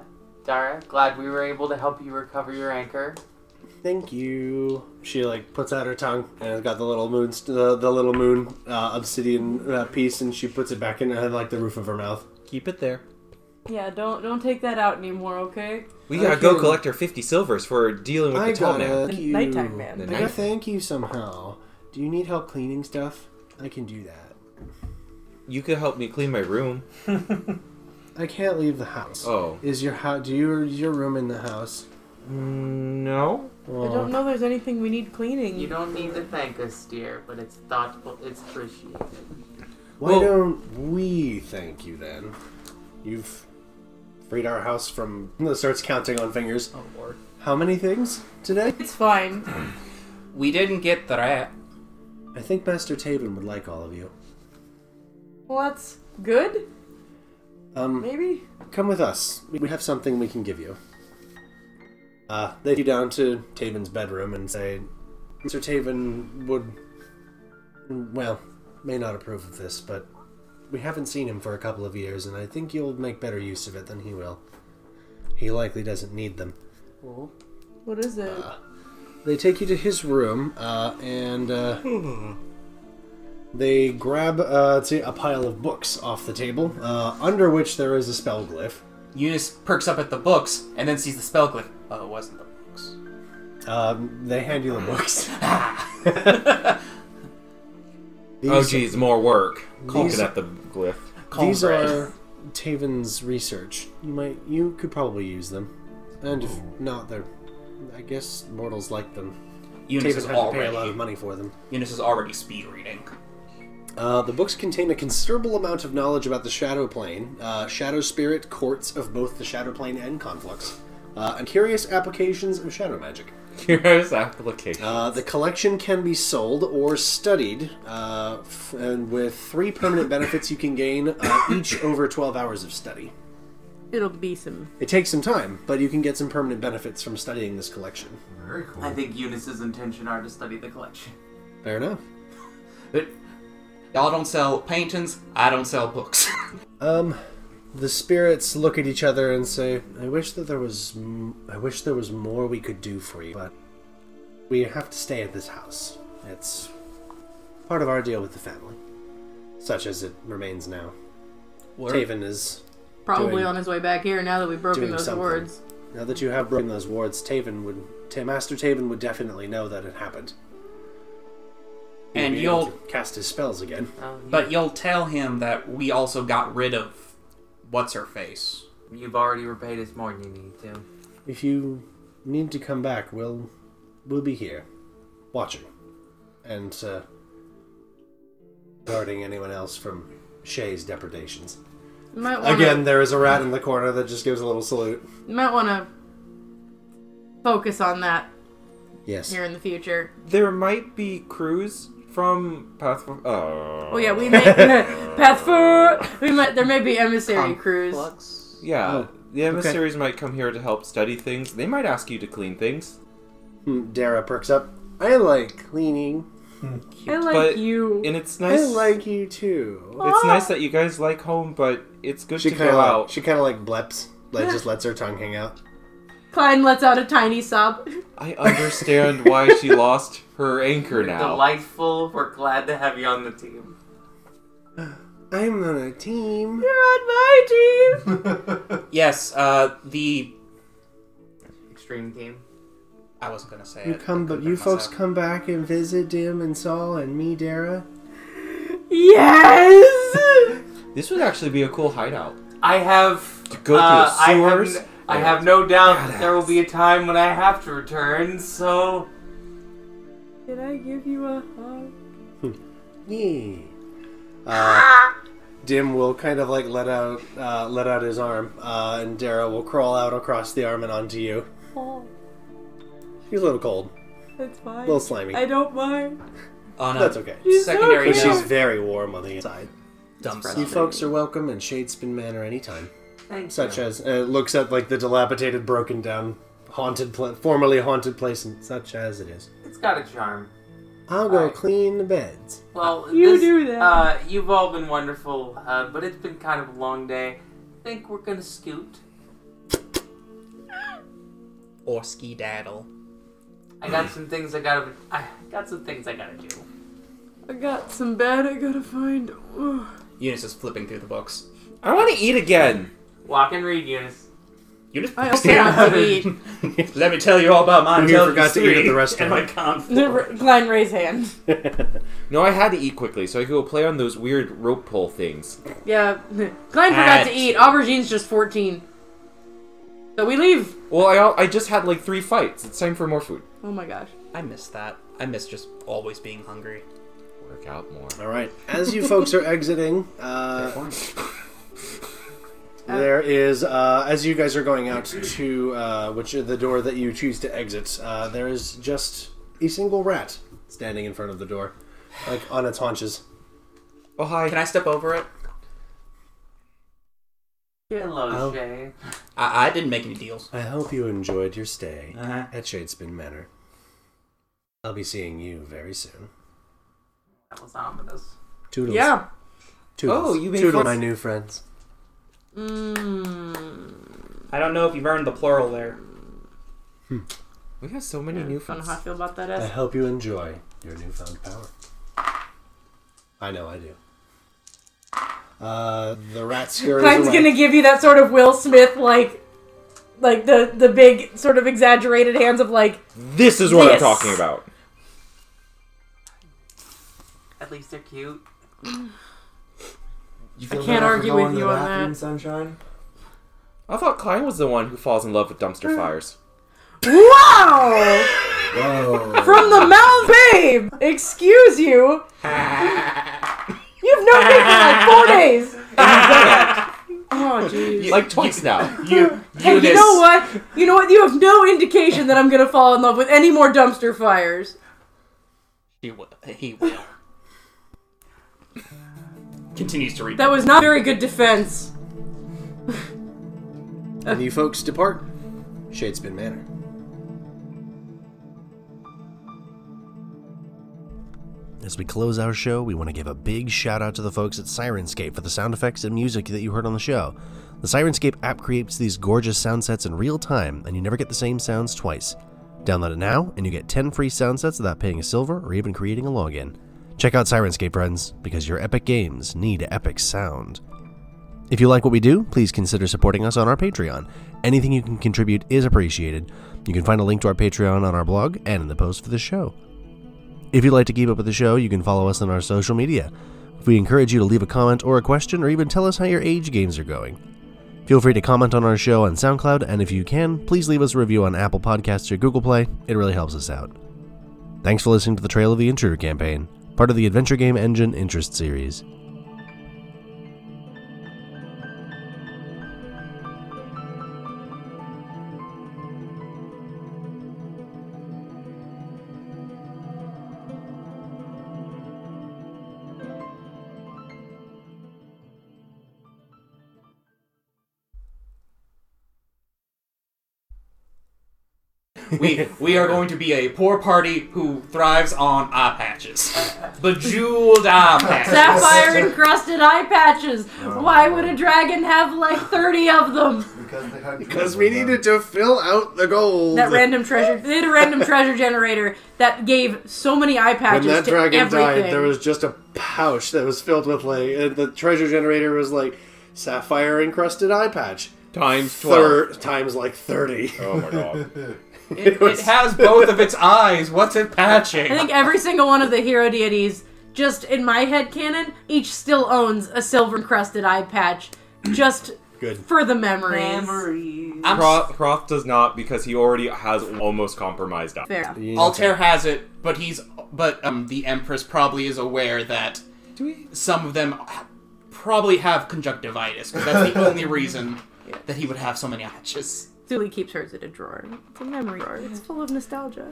S8: Dara, glad we were able to help you recover your anchor.
S4: Thank you. She like puts out her tongue and it's got the little moon, st- the, the little moon uh, obsidian uh, piece, and she puts it back in uh, like the roof of her mouth.
S9: Keep it there.
S5: yeah, don't don't take that out anymore. Okay.
S9: We gotta
S4: Thank
S9: go
S4: you.
S9: collect our 50 silvers for dealing with
S4: I
S9: the tall
S4: got
S9: now.
S4: a
S5: The
S4: you.
S5: nighttime man.
S9: The
S4: I got
S9: knife.
S4: thank you somehow. Do you need help cleaning stuff? I can do that.
S9: You could help me clean my room.
S4: I can't leave the house.
S9: Oh.
S4: Is your house? Do you is your room in the house?
S9: No?
S5: I don't know. There's anything we need cleaning.
S8: You don't need to thank us, dear, but it's thoughtful, it's appreciated.
S4: Why
S9: Well-
S4: don't we thank you then? You've freed our house from. Starts counting on fingers.
S6: Oh lord.
S4: How many things today?
S5: It's fine.
S6: We didn't get the rat.
S4: I think Master Taven would like all of you.
S5: Well, that's good.
S4: Um,
S5: Maybe.
S4: come with us. We have something we can give you. Uh, they take you down to Taven's bedroom and say, Mr. Taven would, well, may not approve of this, but we haven't seen him for a couple of years, and I think you'll make better use of it than he will. He likely doesn't need them.
S5: What is it?
S4: They take you to his room, uh, and uh, they grab uh, let's see, a pile of books off the table, uh, under which there is a spell glyph.
S6: Eunice perks up at the books and then sees the spell glyph. Oh, it wasn't the books.
S4: Um, they hand you the books.
S6: Mm-hmm.
S4: These-
S9: Oh, geez, more work.
S4: These-
S9: Looking at the glyph.
S4: These
S6: Cornbread.
S4: are Taven's research. You might, you could probably use them, and if not, they're, I guess mortals like them.
S6: Eunice
S4: Taven
S6: is
S4: had to pay a lot
S6: already
S4: of money for them.
S6: Eunice is already speed reading.
S4: Uh, the books contain a considerable amount of knowledge about the Shadow Plane, uh, Shadow Spirit, courts of both the Shadow Plane and Conflux, uh, and curious applications of shadow magic.
S9: Here's application.
S4: Uh, the collection can be sold or studied, uh, f- and with three permanent benefits you can gain uh, each over 12 hours of study.
S5: It'll be some.
S4: It takes some time, but you can get some permanent benefits from studying this collection.
S12: Very cool.
S8: I think Eunice's intention are to study the collection.
S4: Fair enough.
S6: Y'all don't sell paintings. I don't sell books.
S4: Um, the spirits look at each other and say, "I wish that there was, m- I wish there was more we could do for you, but we have to stay at this house. It's part of our deal with the family, such as it remains now." Taven is
S5: Probably
S4: Doing-
S5: on his way back here now that we've broken
S4: doing
S5: those
S4: something.
S5: words.
S4: Now that you have broken those wards, Taven would, Ta- Master Taven would definitely know that it happened. He'd
S6: and
S4: be able
S6: you'll,
S4: to cast his spells again.
S8: Oh,
S6: but you'll tell him that we also got rid of what's her face.
S8: You've already repaid us more than you need to.
S4: If you need to come back, we'll we'll be here, watching, and uh, guarding anyone else from Shay's depredations.
S5: You might wanna,
S4: Again, there is a rat in the corner that just gives a little salute.
S5: You might want to focus on that
S4: Yes.
S5: here in the future.
S9: There might be crews from Path. Oh.
S5: Oh yeah, we may path for we might there may be emissary crews.
S8: Flux.
S9: Yeah,
S4: Oh,
S9: the emissaries might come here to help study things. They might ask you to clean things.
S4: Hmm, Dara perks up. I like cleaning.
S5: I like
S9: But
S5: you.
S9: And it's
S4: I
S9: nice.
S4: like you too.
S9: It's nice that you guys like home, but it's good
S4: She
S9: to
S4: kind
S9: go
S4: of
S9: out.
S4: she kind of like bleps. Like just lets her tongue hang out.
S5: Klein lets out a tiny sob.
S9: I understand why she lost her anchor now.
S8: Delightful. We're glad to have you on the team.
S4: I'm on a team.
S5: You're on my team.
S6: Yes, uh, the
S8: Extreme team.
S6: I wasn't gonna say
S4: You
S6: it.
S4: come,
S6: I couldn't
S4: but you
S6: bring
S4: folks
S6: myself.
S4: come back and visit Dim and Saul and me, Dara.
S5: Yes.
S9: This would actually be a cool hideout.
S8: I have.
S9: go through the
S8: uh, I have
S9: sewers?
S8: n- I have, no doubt that there will be a time when I have to return. So
S5: Can I give you a hug?
S4: Yeah. Uh, Dim will kind of like let out uh, let out his arm, uh, and Dara will crawl out across the arm and onto you.
S5: Oh,
S4: He's a little cold.
S5: that's fine.
S4: Little slimy.
S5: I don't mind.
S6: On a
S4: That's okay.
S5: He's so
S6: Oh, secondary
S4: But
S5: cute.
S4: she's
S6: note,
S4: very warm on the inside.
S6: dumb
S4: You
S6: stuff.
S4: folks are welcome in Shadespin Manor anytime.
S5: Thanks.
S4: Such as uh, looks at like the dilapidated, broken down, haunted, pla- formerly haunted place, and such as it is.
S8: It's got a charm.
S4: I'll go
S8: Aye.
S4: clean the beds.
S8: Well,
S5: You
S8: this,
S5: do that.
S8: Uh, you've all been wonderful, uh, but it's been kind of a long day. I think we're gonna scoot.
S6: Or skedaddle.
S8: I got some things I gotta. I got some things I gotta do.
S5: I got some bed I gotta find. Ugh.
S6: Eunice is flipping through the books.
S9: I want to eat again.
S8: Walk and read, Eunice.
S6: Eunice,
S5: I also have to eat.
S6: let me tell you all about my
S4: Who here
S6: intelligence
S4: forgot to eat at
S6: three
S4: the restaurant?
S6: And my con four.
S5: Never- Glenn, raise hand.
S9: No, I had to eat quickly so I could go play on those weird rope pull things.
S5: Yeah, Glenn forgot to eat. Aubergine's just 14. So we leave.
S9: Well, I al- I just had like three fights. It's time for more food.
S5: Oh my gosh.
S6: I miss that. I miss just always being hungry.
S9: Work out more.
S4: All right. As you folks are exiting, uh, there is uh, as you guys are going out to uh, which the door that you choose to exit. Uh, there is just a single rat standing in front of the door, like on its haunches.
S9: Oh hi.
S6: Can I step over it?
S8: Hello,
S4: Oh.
S8: Shay.
S6: I, I didn't make any deals.
S4: I hope you enjoyed your stay
S6: Uh-huh.
S4: at Shadespin Manor. I'll be seeing you very soon.
S8: That was ominous.
S4: Toodles.
S5: Yeah.
S4: Toodles.
S9: Oh, you made
S4: Toodle,
S9: fun-
S4: my new friends.
S6: I don't know if you've earned the plural there.
S9: We have so many new
S5: I don't know
S9: friends.
S5: how I feel about that.
S4: I
S5: S.
S4: hope you enjoy your newfound power. I know I do. Uh, the rat scurries
S5: Glenn's
S4: away.
S5: gonna give you that sort of Will Smith, like, like the the big sort of exaggerated hands of like,
S9: This is what
S5: This.
S9: I'm talking about.
S8: At least they're cute.
S12: You
S5: feel can't better for argue with going to you the on bathroom, that.
S12: Sunshine.
S9: I thought Klein was the one who falls in love with
S4: Uh,
S9: dumpster fires.
S5: wow,
S7: Oh.
S12: Whoa.
S5: from the mouth, babe. Excuse you. You've known me for like four days. oh jeez.
S9: Like twice now.
S6: You,
S5: And
S6: Eunice.
S5: you know what? You know what? You have no indication that I'm gonna fall in love with any more dumpster fires.
S6: He will. He will. Continues to read.
S5: That was not very good defense.
S4: And you folks depart Shadespin Manor.
S1: As we close our show, we want to give a big shout out to the folks at Sirenscape for the sound effects and music that you heard on the show. The Sirenscape app creates these gorgeous sound sets in real time, and you never get the same sounds twice. Download it now, and you get 10 free sound sets without paying a silver or even creating a login. Check out Sirenscape, friends, because your epic games need epic sound. If you like what we do, please consider supporting us on our Patreon. Anything you can contribute is appreciated. You can find a link to our Patreon on our blog and in the post for the show. If you'd like to keep up with the show, you can follow us on our social media. We encourage you to leave a comment or a question or even tell us how your age games are going. Feel free to comment on our show on SoundCloud, and if you can, please leave us a review on Apple Podcasts or Google Play. It really helps us out. Thanks for listening to the Trail of the Intruder campaign, part of the Adventure Game Engine Interest Series.
S6: we we are going to be a poor party who thrives on eye patches, bejeweled eye patches.
S5: Sapphire encrusted eye patches. Why would a dragon have like 30 of them?
S7: Because they had
S4: Because we needed to fill out the gold.
S5: That random treasure. They had a random treasure generator that gave so many eye
S4: when
S5: patches
S4: that
S5: to
S4: dragon
S5: everything.
S4: died, there was just a pouch that was filled with like uh, the treasure generator was like sapphire encrusted eye patch.
S9: Times twelve.
S4: Thir- times like thirty.
S9: Oh my god.
S6: It, it has both of its eyes. What's it patching?
S5: I think every single one of the hero deities, just in my head canon, each still owns a silver encrusted eye patch, just
S4: Good.
S5: for the memories.
S8: Memories.
S6: I'm s-
S9: Proth, Proth does not because he already has almost compromised us.
S5: Fair.
S6: Altair has it, but he's but um the Empress probably is aware that
S4: Do we?
S6: Some of them ha- probably have conjunctivitis, because that's the only reason that he would have so many patches.
S5: Julie keeps hers in a drawer. It's a memory drawer. It's full of nostalgia.